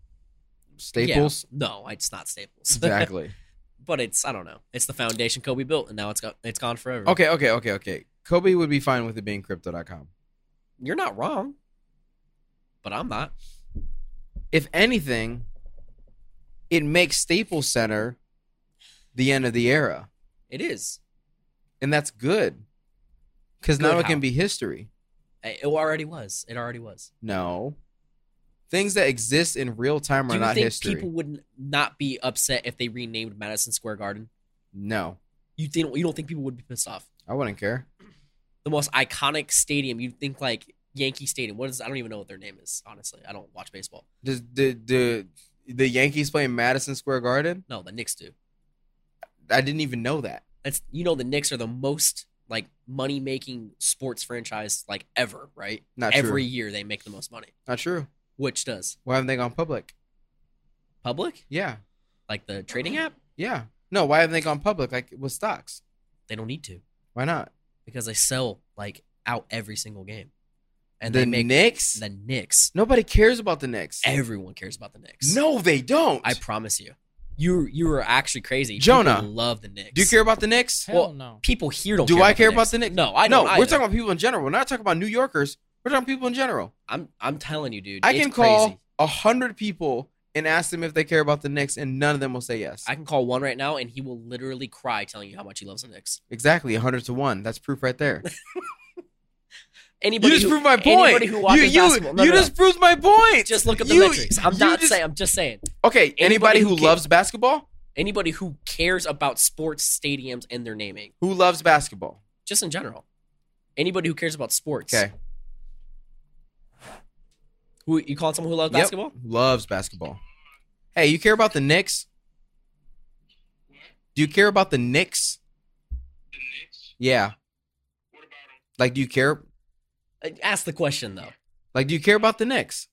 Speaker 2: Staples.
Speaker 3: no, it's not Staples.
Speaker 2: Exactly.
Speaker 3: [LAUGHS] but it's I don't know. It's the foundation Kobe built, and now it's got it's gone forever.
Speaker 2: okay. Okay. Okay. Okay. Kobe would be fine with it being crypto.com.
Speaker 3: you're not wrong, but I'm not.
Speaker 2: If anything, it makes Staples Center the end of the era,
Speaker 3: It is.
Speaker 2: and that's good because
Speaker 3: Good
Speaker 2: now it
Speaker 3: how?
Speaker 2: can be history.
Speaker 3: It it already was. It already was.
Speaker 2: No, things that exist in real time
Speaker 3: Do
Speaker 2: are
Speaker 3: you
Speaker 2: not
Speaker 3: think
Speaker 2: history.
Speaker 3: people would n- not be upset if they renamed Madison Square Garden?
Speaker 2: No,
Speaker 3: You think you don't think people would be pissed off?
Speaker 2: I wouldn't care.
Speaker 3: The most iconic stadium. You think like Yankee Stadium. What is? I don't even know what their name is. Honestly, I don't watch baseball.
Speaker 2: Does the the the Yankees play in Madison Square Garden?
Speaker 3: No, the Knicks do.
Speaker 2: I didn't even know that.
Speaker 3: That's you know the Knicks are the most like money making sports franchise like ever. Right?
Speaker 2: Not
Speaker 3: Every
Speaker 2: true.
Speaker 3: year they make the most money.
Speaker 2: Not true.
Speaker 3: Which does
Speaker 2: Why haven't they gone public?
Speaker 3: public
Speaker 2: Yeah.
Speaker 3: like the trading app?
Speaker 2: Yeah. No, why haven't they gone public like with stocks?
Speaker 3: They don't need to
Speaker 2: Why not?
Speaker 3: because they sell like out every single game,
Speaker 2: And
Speaker 3: and
Speaker 2: the
Speaker 3: they make
Speaker 2: Knicks?
Speaker 3: the Knicks.
Speaker 2: Nobody cares about the Knicks.
Speaker 3: Everyone cares about the Knicks.
Speaker 2: No, they don't.
Speaker 3: I promise you. You you are actually crazy. People
Speaker 2: Jonah,
Speaker 3: love the Knicks.
Speaker 2: Do you care about the Knicks?
Speaker 1: Hell
Speaker 3: Well,
Speaker 1: no.
Speaker 3: People here don't.
Speaker 2: Do
Speaker 3: care
Speaker 2: I
Speaker 3: about
Speaker 2: care
Speaker 3: the
Speaker 2: about
Speaker 3: Knicks.
Speaker 2: the Knicks?
Speaker 3: No, I
Speaker 2: no,
Speaker 3: don't.
Speaker 2: we're
Speaker 3: either.
Speaker 2: talking about people in general. We're not talking about New Yorkers. We're talking about people in general.
Speaker 3: I'm I'm telling you, dude.
Speaker 2: I
Speaker 3: it's
Speaker 2: can call
Speaker 3: crazy.
Speaker 2: a hundred people and ask them if they care about the Knicks, and none of them will say yes.
Speaker 3: I can call one right now, and he will literally cry telling you how much he loves the Knicks.
Speaker 2: exactly, hundred to one. That's proof right there.
Speaker 3: Anybody
Speaker 2: you just
Speaker 3: who,
Speaker 2: proved my point.
Speaker 3: anybody who watches
Speaker 2: you you,
Speaker 3: basketball- no,
Speaker 2: you
Speaker 3: no, no.
Speaker 2: just proved my point.
Speaker 3: just look at the
Speaker 2: you-
Speaker 3: metrics. I'm
Speaker 2: you
Speaker 3: not
Speaker 2: just-
Speaker 3: saying. I'm just saying.
Speaker 2: Okay, anybody,
Speaker 3: Anybody
Speaker 2: who,
Speaker 3: who
Speaker 2: loves basketball,
Speaker 3: Anybody who cares about sports stadiums and their naming,
Speaker 2: who loves basketball.
Speaker 3: just in general. Anybody who cares about sports.
Speaker 2: Okay,
Speaker 3: Who you calling someone who loves
Speaker 2: Yep,
Speaker 3: basketball?
Speaker 2: loves basketball. Hey, you care about the Knicks? Do you care about the Knicks?
Speaker 4: The Knicks.
Speaker 2: Yeah.
Speaker 4: What about them?
Speaker 2: Like, do you care?
Speaker 3: Uh, Ask the question though.
Speaker 2: Like, do you care about the Knicks?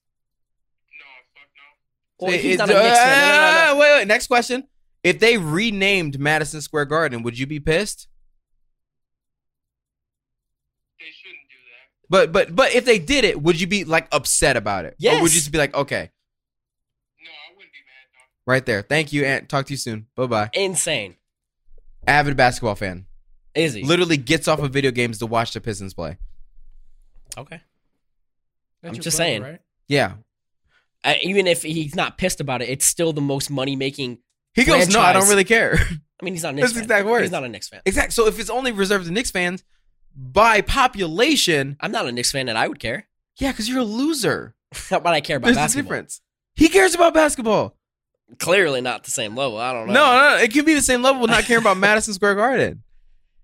Speaker 4: No, fuck no.
Speaker 3: Well,
Speaker 2: It-
Speaker 3: he's
Speaker 2: it-
Speaker 3: not a Knicks fan. No, no, no,
Speaker 2: Ah,
Speaker 3: no.
Speaker 2: Wait, wait. Next question. If they renamed Madison Square Garden, would you be pissed?
Speaker 4: They shouldn't do that.
Speaker 2: But but but if they did it, would you be like upset about it? Or would
Speaker 3: Yes.
Speaker 2: you just be like, okay,
Speaker 4: No, I wouldn't be mad. No.
Speaker 2: right there. Thank you, and talk to you soon. Bye bye.
Speaker 3: Insane.
Speaker 2: Avid basketball fan.
Speaker 3: Is he?
Speaker 2: Literally gets off of video games to watch the Pistons play.
Speaker 3: Okay.
Speaker 1: That's
Speaker 3: I'm
Speaker 1: your
Speaker 3: just
Speaker 1: brother,
Speaker 3: saying.
Speaker 1: Right?
Speaker 2: Yeah.
Speaker 3: Uh, even if he's not pissed about it, it's still the most money making.
Speaker 2: He goes, no, I don't
Speaker 3: Franchise.
Speaker 2: really care. [LAUGHS]
Speaker 3: I mean, he's not a Knicks
Speaker 2: That's
Speaker 3: fan.
Speaker 2: exact words.
Speaker 3: He's not a Knicks fan.
Speaker 2: exactly. So if it's only reserved to Knicks fans by population,
Speaker 3: I'm not a Knicks fan, and I would care. [LAUGHS]
Speaker 2: yeah, because you're a loser.
Speaker 3: but I care about
Speaker 2: There's a
Speaker 3: basketball.
Speaker 2: difference. He cares about basketball.
Speaker 3: Clearly not the same level. I don't
Speaker 2: No, no,
Speaker 3: know.
Speaker 2: it could be the same level with not caring
Speaker 3: [LAUGHS]
Speaker 2: about Madison Square Garden.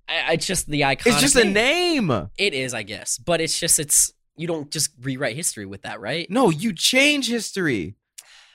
Speaker 3: I, I just the iconic.
Speaker 2: It's just a name.
Speaker 3: It is, I guess, but it's just it's you don't just rewrite history with that, right?
Speaker 2: No, you change history.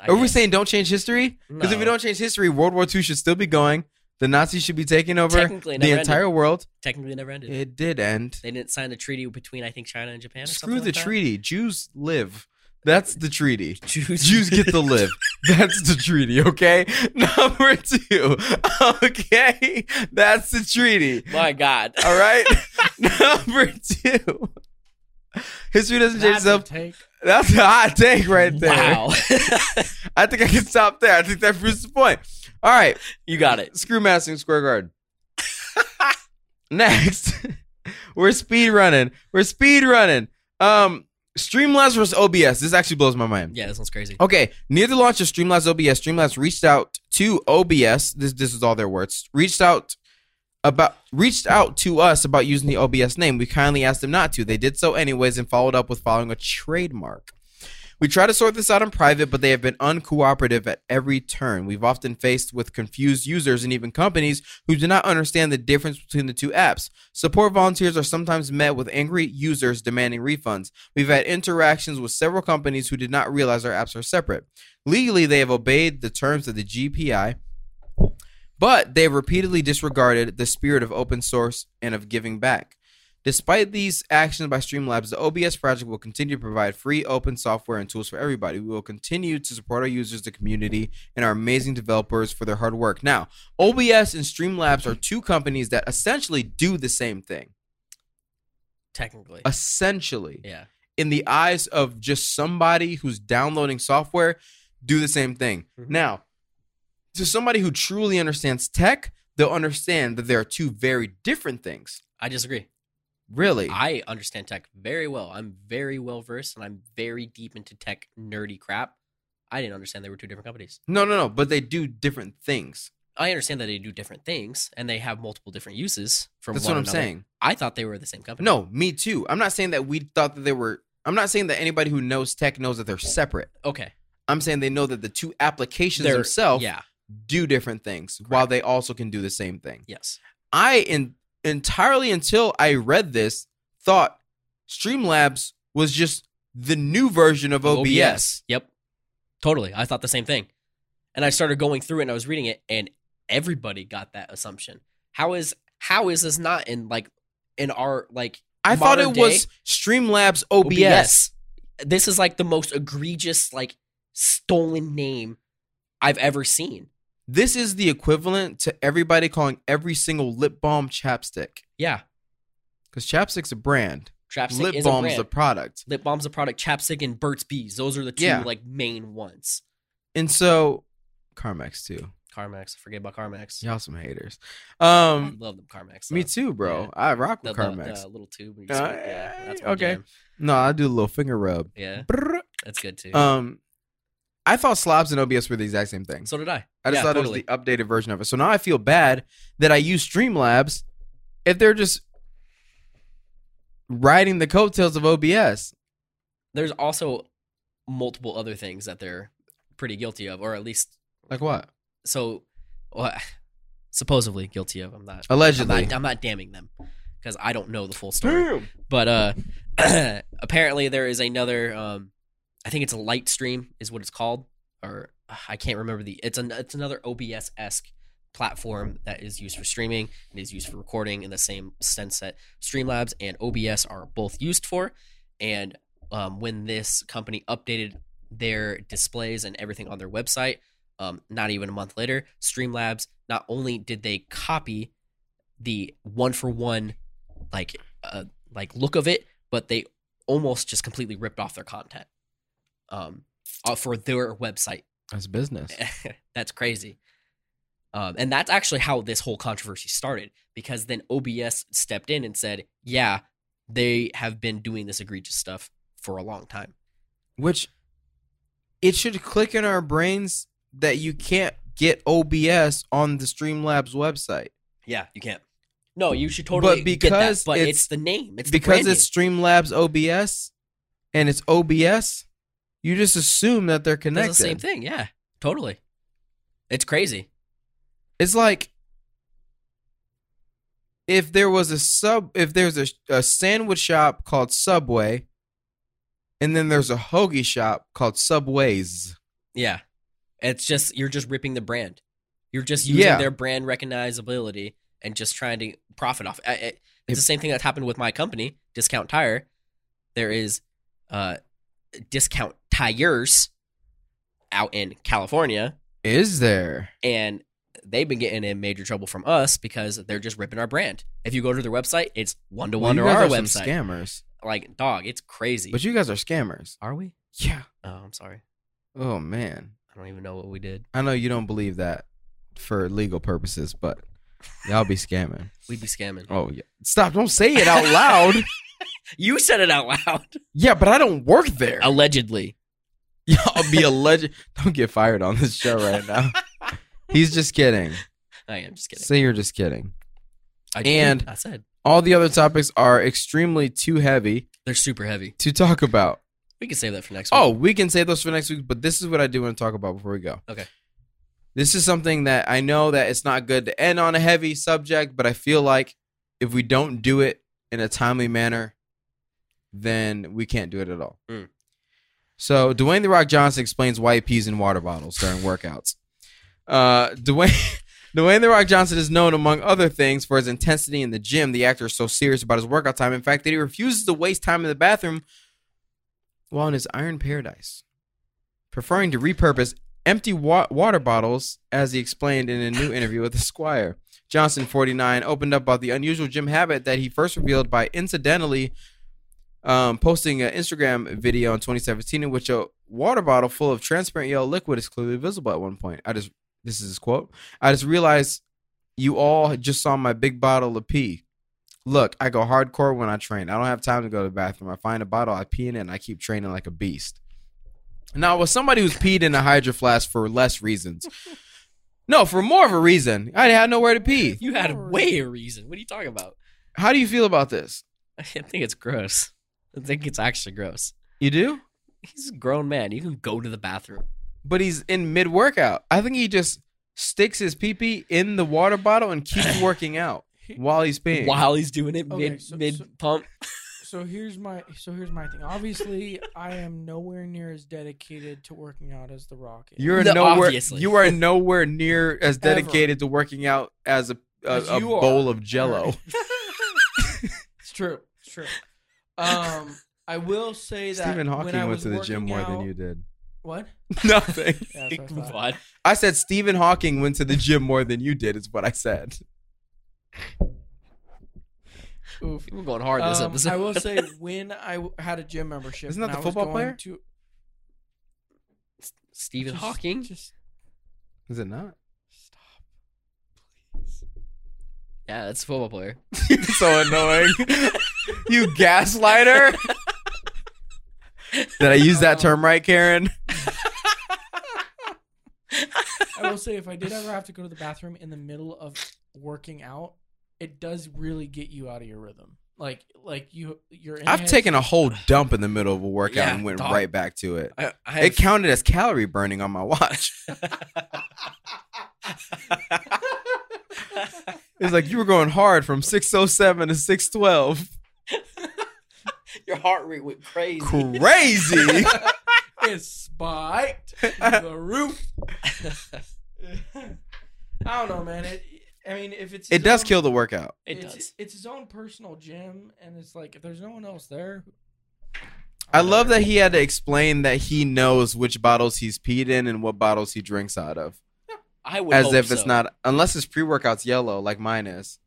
Speaker 3: I
Speaker 2: Are we
Speaker 3: guess.
Speaker 2: saying don't change history? Because if
Speaker 3: No.
Speaker 2: we don't change history, World War II should still be going. The Nazis should be taking over
Speaker 3: Technically, it
Speaker 2: the
Speaker 3: never ended.
Speaker 2: entire world.
Speaker 3: technically never ended.
Speaker 2: It did end.
Speaker 3: They didn't sign the treaty between I think China and Japan. Or
Speaker 2: Screw
Speaker 3: something
Speaker 2: the
Speaker 3: like that. [LAUGHS]
Speaker 2: treaty. Jews live. That's the treaty.
Speaker 3: Jews,
Speaker 2: Jews get to live. That's the treaty, okay? [LAUGHS] Number two, [LAUGHS] okay? That's the treaty,
Speaker 3: [LAUGHS] My God.
Speaker 2: all right? [LAUGHS] Number two, history doesn't change
Speaker 1: That's a
Speaker 2: itself.
Speaker 1: take.
Speaker 2: That's a hot take right there.
Speaker 3: Wow. [LAUGHS]
Speaker 2: I think I can stop there. I think that proves the point. All right,
Speaker 3: you got it.
Speaker 2: screw Madison Square Garden. Next, [LAUGHS] we're speed running. We're speed running. Um, Streamlabs versus OBS. This actually blows my mind.
Speaker 3: Yeah, this one's crazy.
Speaker 2: Okay, near the launch of Streamlabs OBS, Streamlabs reached out to OBS. This this is all their words. Reached out about reached out to us about using the OBS name. We kindly asked them not to. They did so anyways and followed up with filing a trademark. We try to sort this out in private, but they have been uncooperative at every turn. We've often faced with confused users and even companies who do not understand the difference between the two apps. Support volunteers are sometimes met with angry users demanding refunds. We've had interactions with several companies who did not realize our apps are separate. Legally, they have obeyed the terms of the GPI, but they have repeatedly disregarded the spirit of open source and of giving back. Despite these actions by Streamlabs, the OBS project will continue to provide free open software and tools for everybody. We will continue to support our users, the community, and our amazing developers for their hard work. Now, OBS and Streamlabs are two companies that essentially do the same thing.
Speaker 3: Technically.
Speaker 2: Essentially
Speaker 3: Yeah.
Speaker 2: in the eyes of just somebody who's downloading software, do the same thing.
Speaker 3: Mhm.
Speaker 2: Now, to somebody who truly understands tech, they'll understand that there are two very different things.
Speaker 3: I disagree.
Speaker 2: Really?
Speaker 3: I understand tech very well. I'm very well versed and I'm very deep into tech nerdy crap. I didn't understand they were two different companies.
Speaker 2: no, no, no, but they do different things.
Speaker 3: I understand that they do different things and they have multiple different uses from
Speaker 2: That's
Speaker 3: one
Speaker 2: what I'm
Speaker 3: another.
Speaker 2: saying.
Speaker 3: I thought they were the same company.
Speaker 2: No, me too. I'm not saying that we thought that they were I'm not saying that anybody who knows tech knows that they're separate.
Speaker 3: Okay.
Speaker 2: I'm saying they know that the two applications
Speaker 3: They're-
Speaker 2: themselves
Speaker 3: Yeah.
Speaker 2: do different things while they also can do the same thing.
Speaker 3: Yes.
Speaker 2: I in, entirely until I read this thought Streamlabs was just the new version of OBS.
Speaker 3: Yep. Totally. I thought the same thing. And I started going through it and I was reading it and everybody got that assumption. How is how is this not in like in our like
Speaker 2: I thought it
Speaker 3: Modern
Speaker 2: was Streamlabs OBS.
Speaker 3: This is like the most egregious like stolen name I've ever seen.
Speaker 2: This is the equivalent to everybody calling every single lip balm chapstick
Speaker 3: Yeah.
Speaker 2: because chapstick's a brand.
Speaker 3: Chapstick
Speaker 2: lip
Speaker 3: is a
Speaker 2: balm's
Speaker 3: brand.
Speaker 2: a product,
Speaker 3: Lip Balm's a product. Chapstick and Burt's Bees. Those are the two
Speaker 2: Yeah.
Speaker 3: like main ones.
Speaker 2: and so Carmex too.
Speaker 3: Carmax. I forget about Carmax.
Speaker 2: Y'all some haters.
Speaker 3: I
Speaker 2: Um,
Speaker 3: love them Carmax.
Speaker 2: me
Speaker 3: though.
Speaker 2: too, bro.
Speaker 3: Yeah.
Speaker 2: I rock
Speaker 3: The,
Speaker 2: with
Speaker 3: the,
Speaker 2: Carmex.
Speaker 3: the little tube. when you
Speaker 2: Uh,
Speaker 3: squirt- yeah, that's my
Speaker 2: okay.
Speaker 3: jam.
Speaker 2: No, I do a little finger rub.
Speaker 3: Yeah,
Speaker 2: Brrr.
Speaker 3: that's good too.
Speaker 2: Um, I thought slobs and OBS were the exact same thing.
Speaker 3: so did I.
Speaker 2: I just
Speaker 3: Yeah,
Speaker 2: thought
Speaker 3: totally.
Speaker 2: it was the updated version of it. So now I feel bad that I use Streamlabs if they're just riding the coattails of OBS.
Speaker 3: There's also multiple other things that they're pretty guilty of, or at least
Speaker 2: Like what?
Speaker 3: so well, supposedly guilty of. I'm not. I'm
Speaker 2: Allegedly.
Speaker 3: not, I'm not damning them because I don't know the full story. But uh, [CLEARS THROAT] apparently there is another. Um, I think it's a light stream is what it's called, or uh, I can't remember the. It's an it's another OBS esque platform that is used for streaming and is used for recording in the same sense that Streamlabs and OBS are both used for. And um, when this company updated their displays and everything on their website, um, not even a month later, Streamlabs not only did they copy the one for one like uh, like look of it, but they almost just completely ripped off their content um, uh, for their website. [LAUGHS]
Speaker 2: That's business.
Speaker 3: that's crazy. Um, and that's actually how this whole controversy started because then OBS stepped in and said, yeah, they have been doing this egregious stuff for a long time.
Speaker 2: Which it should click in our brains that you can't get OBS on the Streamlabs website.
Speaker 3: Yeah, you can't. No, you should totally get that.
Speaker 2: because
Speaker 3: But it's,
Speaker 2: it's-
Speaker 3: the name. It's the
Speaker 2: because
Speaker 3: brand
Speaker 2: it's Streamlabs OBS and it's OBS, you just assume that they're
Speaker 3: name.
Speaker 2: connected.
Speaker 3: That's the same thing. Yeah, totally. It's crazy.
Speaker 2: It's like if there was a sub, if there's a, a sandwich shop called Subway, and then there's a hoagie shop called Subways.
Speaker 3: Yeah, it's just you're just ripping the brand. You're just using
Speaker 2: Yeah.
Speaker 3: their brand recognizability and just trying to profit off. I, I- it's the
Speaker 2: If-
Speaker 3: same thing that happened with my company, Discount Tire. There is uh, Discount Tires out in California,
Speaker 2: Is there?
Speaker 3: and they've been getting in major trouble from us because they're just ripping our brand. If you go to their website, it's one to
Speaker 2: Well,
Speaker 3: one
Speaker 2: you
Speaker 3: or
Speaker 2: guys
Speaker 3: our
Speaker 2: are some
Speaker 3: website.
Speaker 2: Scammers,
Speaker 3: Like, dog, it's crazy.
Speaker 2: but you guys are scammers.
Speaker 3: are we?
Speaker 2: Yeah.
Speaker 3: Oh, I'm sorry.
Speaker 2: Oh man,
Speaker 3: I don't even know what we did.
Speaker 2: I know you don't believe that for legal purposes, but y'all be scamming.
Speaker 3: We'd be scamming.
Speaker 2: Oh yeah. Stop! Don't say it out [LAUGHS] loud.
Speaker 3: You said it out loud.
Speaker 2: yeah, but I don't work there.
Speaker 3: Allegedly.
Speaker 2: Y'all be a legend. Don't get fired on this show right now. [LAUGHS] He's just kidding.
Speaker 3: I am Oh, just kidding.
Speaker 2: Say you're just kidding.
Speaker 3: I
Speaker 2: and-
Speaker 3: I said
Speaker 2: All the other topics are extremely too heavy
Speaker 3: they're super heavy.
Speaker 2: to talk about.
Speaker 3: We can save that for next.
Speaker 2: Oh,
Speaker 3: week. [LAUGHS]
Speaker 2: we can save those for next week, but this is what I do want to talk about before we go.
Speaker 3: Okay.
Speaker 2: This is something that I know that it's not good to end on a heavy subject, but I feel like if we don't do it in a timely manner, then we can't do it at all.
Speaker 3: Mm.
Speaker 2: So Dwayne the Rock Johnson explains why he pees in water bottles during workouts. Uh, Dwayne. [LAUGHS] Dwayne The Rock Johnson is known, among other things, for his intensity in the gym. The actor is so serious about his workout time, in fact, that he refuses to waste time in the bathroom while in his iron paradise, preferring to repurpose empty wa- water bottles, as he explained in a new interview with Esquire. Johnson, 49, opened up about the unusual gym habit that he first revealed by incidentally um, posting an Instagram video in 2017 in which a water bottle full of transparent yellow liquid is clearly visible at one point. I just, this is his quote. I just realized you all just saw my big bottle of pee. Look, I go hardcore when I train. I don't have time to go to the bathroom. I find a bottle, I pee in it, and I keep training like a beast. Now, with somebody who's peed in a hydro flask for less reasons, no, for more of a reason, I had nowhere to pee.
Speaker 3: you had way a reason. What are you talking about? [LAUGHS]
Speaker 2: How do you feel about this?
Speaker 3: I think it's gross. I think it's actually gross.
Speaker 2: You do?
Speaker 3: He's a grown man. You can go to the bathroom.
Speaker 2: But he's in mid workout. I think he just sticks his pee pee in the water bottle and
Speaker 1: [LAUGHS]
Speaker 2: keeps working out while he's peeing.
Speaker 3: While he's doing it
Speaker 1: Okay,
Speaker 3: mid
Speaker 1: so-
Speaker 3: mid
Speaker 1: so-
Speaker 3: pump,
Speaker 1: [LAUGHS]
Speaker 3: [LAUGHS]
Speaker 1: So here's my so here's my thing. Obviously, I am nowhere near as dedicated to working out as The Rock is.
Speaker 2: You're
Speaker 3: No,
Speaker 2: nowhere.
Speaker 3: obviously.
Speaker 2: You are nowhere near
Speaker 1: [LAUGHS]
Speaker 2: as dedicated to working out as a a,
Speaker 1: As
Speaker 2: a
Speaker 1: you are.
Speaker 2: bowl of Jello. [LAUGHS]
Speaker 1: it's true. It's true. Um, I will say that
Speaker 2: Stephen
Speaker 1: when I
Speaker 2: Hawking went
Speaker 1: was
Speaker 2: to the gym
Speaker 1: working
Speaker 2: more
Speaker 1: out-
Speaker 2: than you did.
Speaker 1: What?
Speaker 2: Nothing.
Speaker 1: [LAUGHS] Yeah, that's what I
Speaker 3: move
Speaker 1: thought.
Speaker 3: on.
Speaker 2: I said Stephen Hawking went to the gym more than you did. Is what I said.
Speaker 1: Oof.
Speaker 3: People going hard this
Speaker 1: Um,
Speaker 3: episode.
Speaker 1: I will say when I w- had a gym membership.
Speaker 2: Isn't that
Speaker 1: and
Speaker 2: the
Speaker 1: I was
Speaker 2: football
Speaker 1: going
Speaker 2: player?
Speaker 1: To,
Speaker 3: Stephen
Speaker 1: just-
Speaker 3: Hawking.
Speaker 1: Just
Speaker 2: Is it not?
Speaker 1: stop.
Speaker 3: yeah, that's a football player.
Speaker 2: [LAUGHS] so annoying. you
Speaker 1: [LAUGHS]
Speaker 2: gaslighter. Did I use that term right, Karen?
Speaker 1: I will say if I did ever have to go to the bathroom in the middle of working out, it does really get you out of your rhythm. Like like you you're. In
Speaker 2: I've
Speaker 1: it.
Speaker 2: taken a whole dump in the middle of a workout
Speaker 3: Yeah,
Speaker 2: and went
Speaker 3: dog.
Speaker 2: right back to it.
Speaker 3: I, [LAUGHS] I
Speaker 2: It counted as calorie burning on my
Speaker 3: [LAUGHS]
Speaker 2: watch. It's like you were going hard from 607 to 612.
Speaker 3: Your heart rate went crazy. [LAUGHS]
Speaker 2: Crazy.
Speaker 1: [LAUGHS] is spiked to the roof. I don't know, man. It, I mean, if it's
Speaker 2: [LAUGHS] It
Speaker 1: his
Speaker 2: does
Speaker 1: own-
Speaker 2: kill the workout.
Speaker 3: It
Speaker 1: it's,
Speaker 3: does.
Speaker 1: It's his own personal gym, and it's like if there's no one else there.
Speaker 2: I love that he had to explain that he knows which bottles he's peed in and what bottles he drinks out of.
Speaker 3: I would
Speaker 2: As
Speaker 3: hope
Speaker 2: if it's
Speaker 3: so.
Speaker 2: not, unless his pre workout's yellow, like mine is.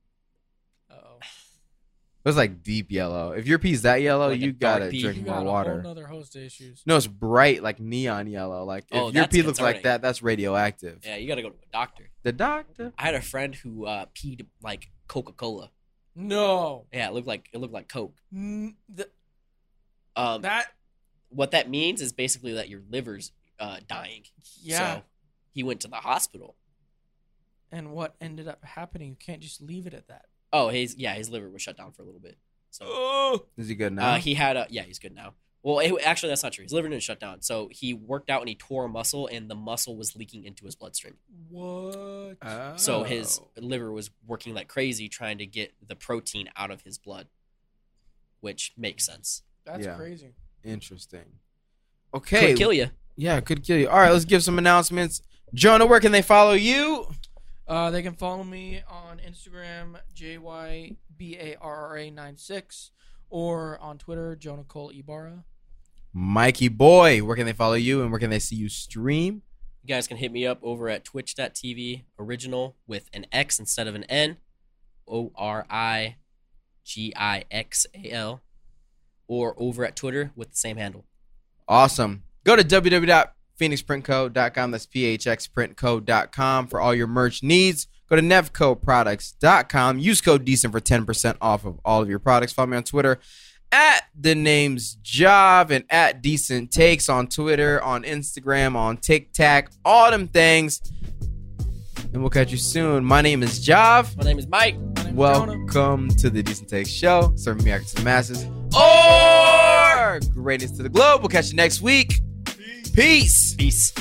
Speaker 1: Uh-oh.
Speaker 2: It was like deep yellow. If your pee's that yellow,
Speaker 3: Like a
Speaker 2: you
Speaker 3: dark
Speaker 2: gotta
Speaker 3: pea.
Speaker 2: drink
Speaker 1: You
Speaker 2: more
Speaker 1: got a
Speaker 2: water.
Speaker 1: whole nother host of issues.
Speaker 2: No, it's bright, like neon yellow. Like if
Speaker 3: Oh,
Speaker 2: your
Speaker 3: that's
Speaker 2: pee looks like
Speaker 3: concerning.
Speaker 2: that, that's radioactive.
Speaker 3: Yeah, you gotta go to a doctor.
Speaker 2: The doctor.
Speaker 3: I had a friend who uh, peed like Coca Cola.
Speaker 1: No,
Speaker 3: Yeah, it looked like it looked like Coke.
Speaker 1: N- th-
Speaker 3: Um,
Speaker 1: that
Speaker 3: what that means is basically that your liver's uh, dying.
Speaker 1: yeah.
Speaker 3: So he went to the hospital.
Speaker 1: And what ended up happening? You can't just leave it at that.
Speaker 3: Oh, his yeah, his liver was shut down for a little bit. So
Speaker 1: Oh,
Speaker 2: Is he good now?
Speaker 3: uh, he had a yeah, he's good now. Well, it, actually, that's not true. His liver didn't shut down. So he worked out and he tore a muscle, and the muscle was leaking into his bloodstream.
Speaker 1: what?
Speaker 2: Uh, Oh,
Speaker 3: So his
Speaker 1: Oh.
Speaker 3: liver was working like crazy trying to get the protein out of his blood, which makes sense.
Speaker 1: That's
Speaker 2: yeah.
Speaker 1: crazy.
Speaker 2: interesting.
Speaker 3: Could
Speaker 2: Okay.
Speaker 3: kill you.
Speaker 2: Yeah, could kill you. All right, let's give some announcements. Jonah, where can they follow you?
Speaker 1: Uh, they can follow me on Instagram, JYBARRA96, or on Twitter, Jonah Cole Ibarra.
Speaker 2: Mikey Boy, where can they follow you and where can they see you stream?
Speaker 3: You guys can hit me up over at twitch.tv original with an X instead of an N. O R I G I X A L. Or over at Twitter with the same handle.
Speaker 2: Awesome. Go to www.phoenixprintco.com. That's phxprintco.com for all your merch needs. Go to nevcoproducts.com. Use code decent for 10% off of all of your products. Follow me on Twitter at the names Job and at decent takes on Twitter, on Instagram, on TikTok, all them things. And we'll catch you soon. My name is Jav.
Speaker 3: My name is Mike.
Speaker 1: My name's Jonah.
Speaker 2: Welcome to the Decent Take Show, serving America to the masses or greatness to the globe. We'll catch you next week. Peace.
Speaker 3: Peace.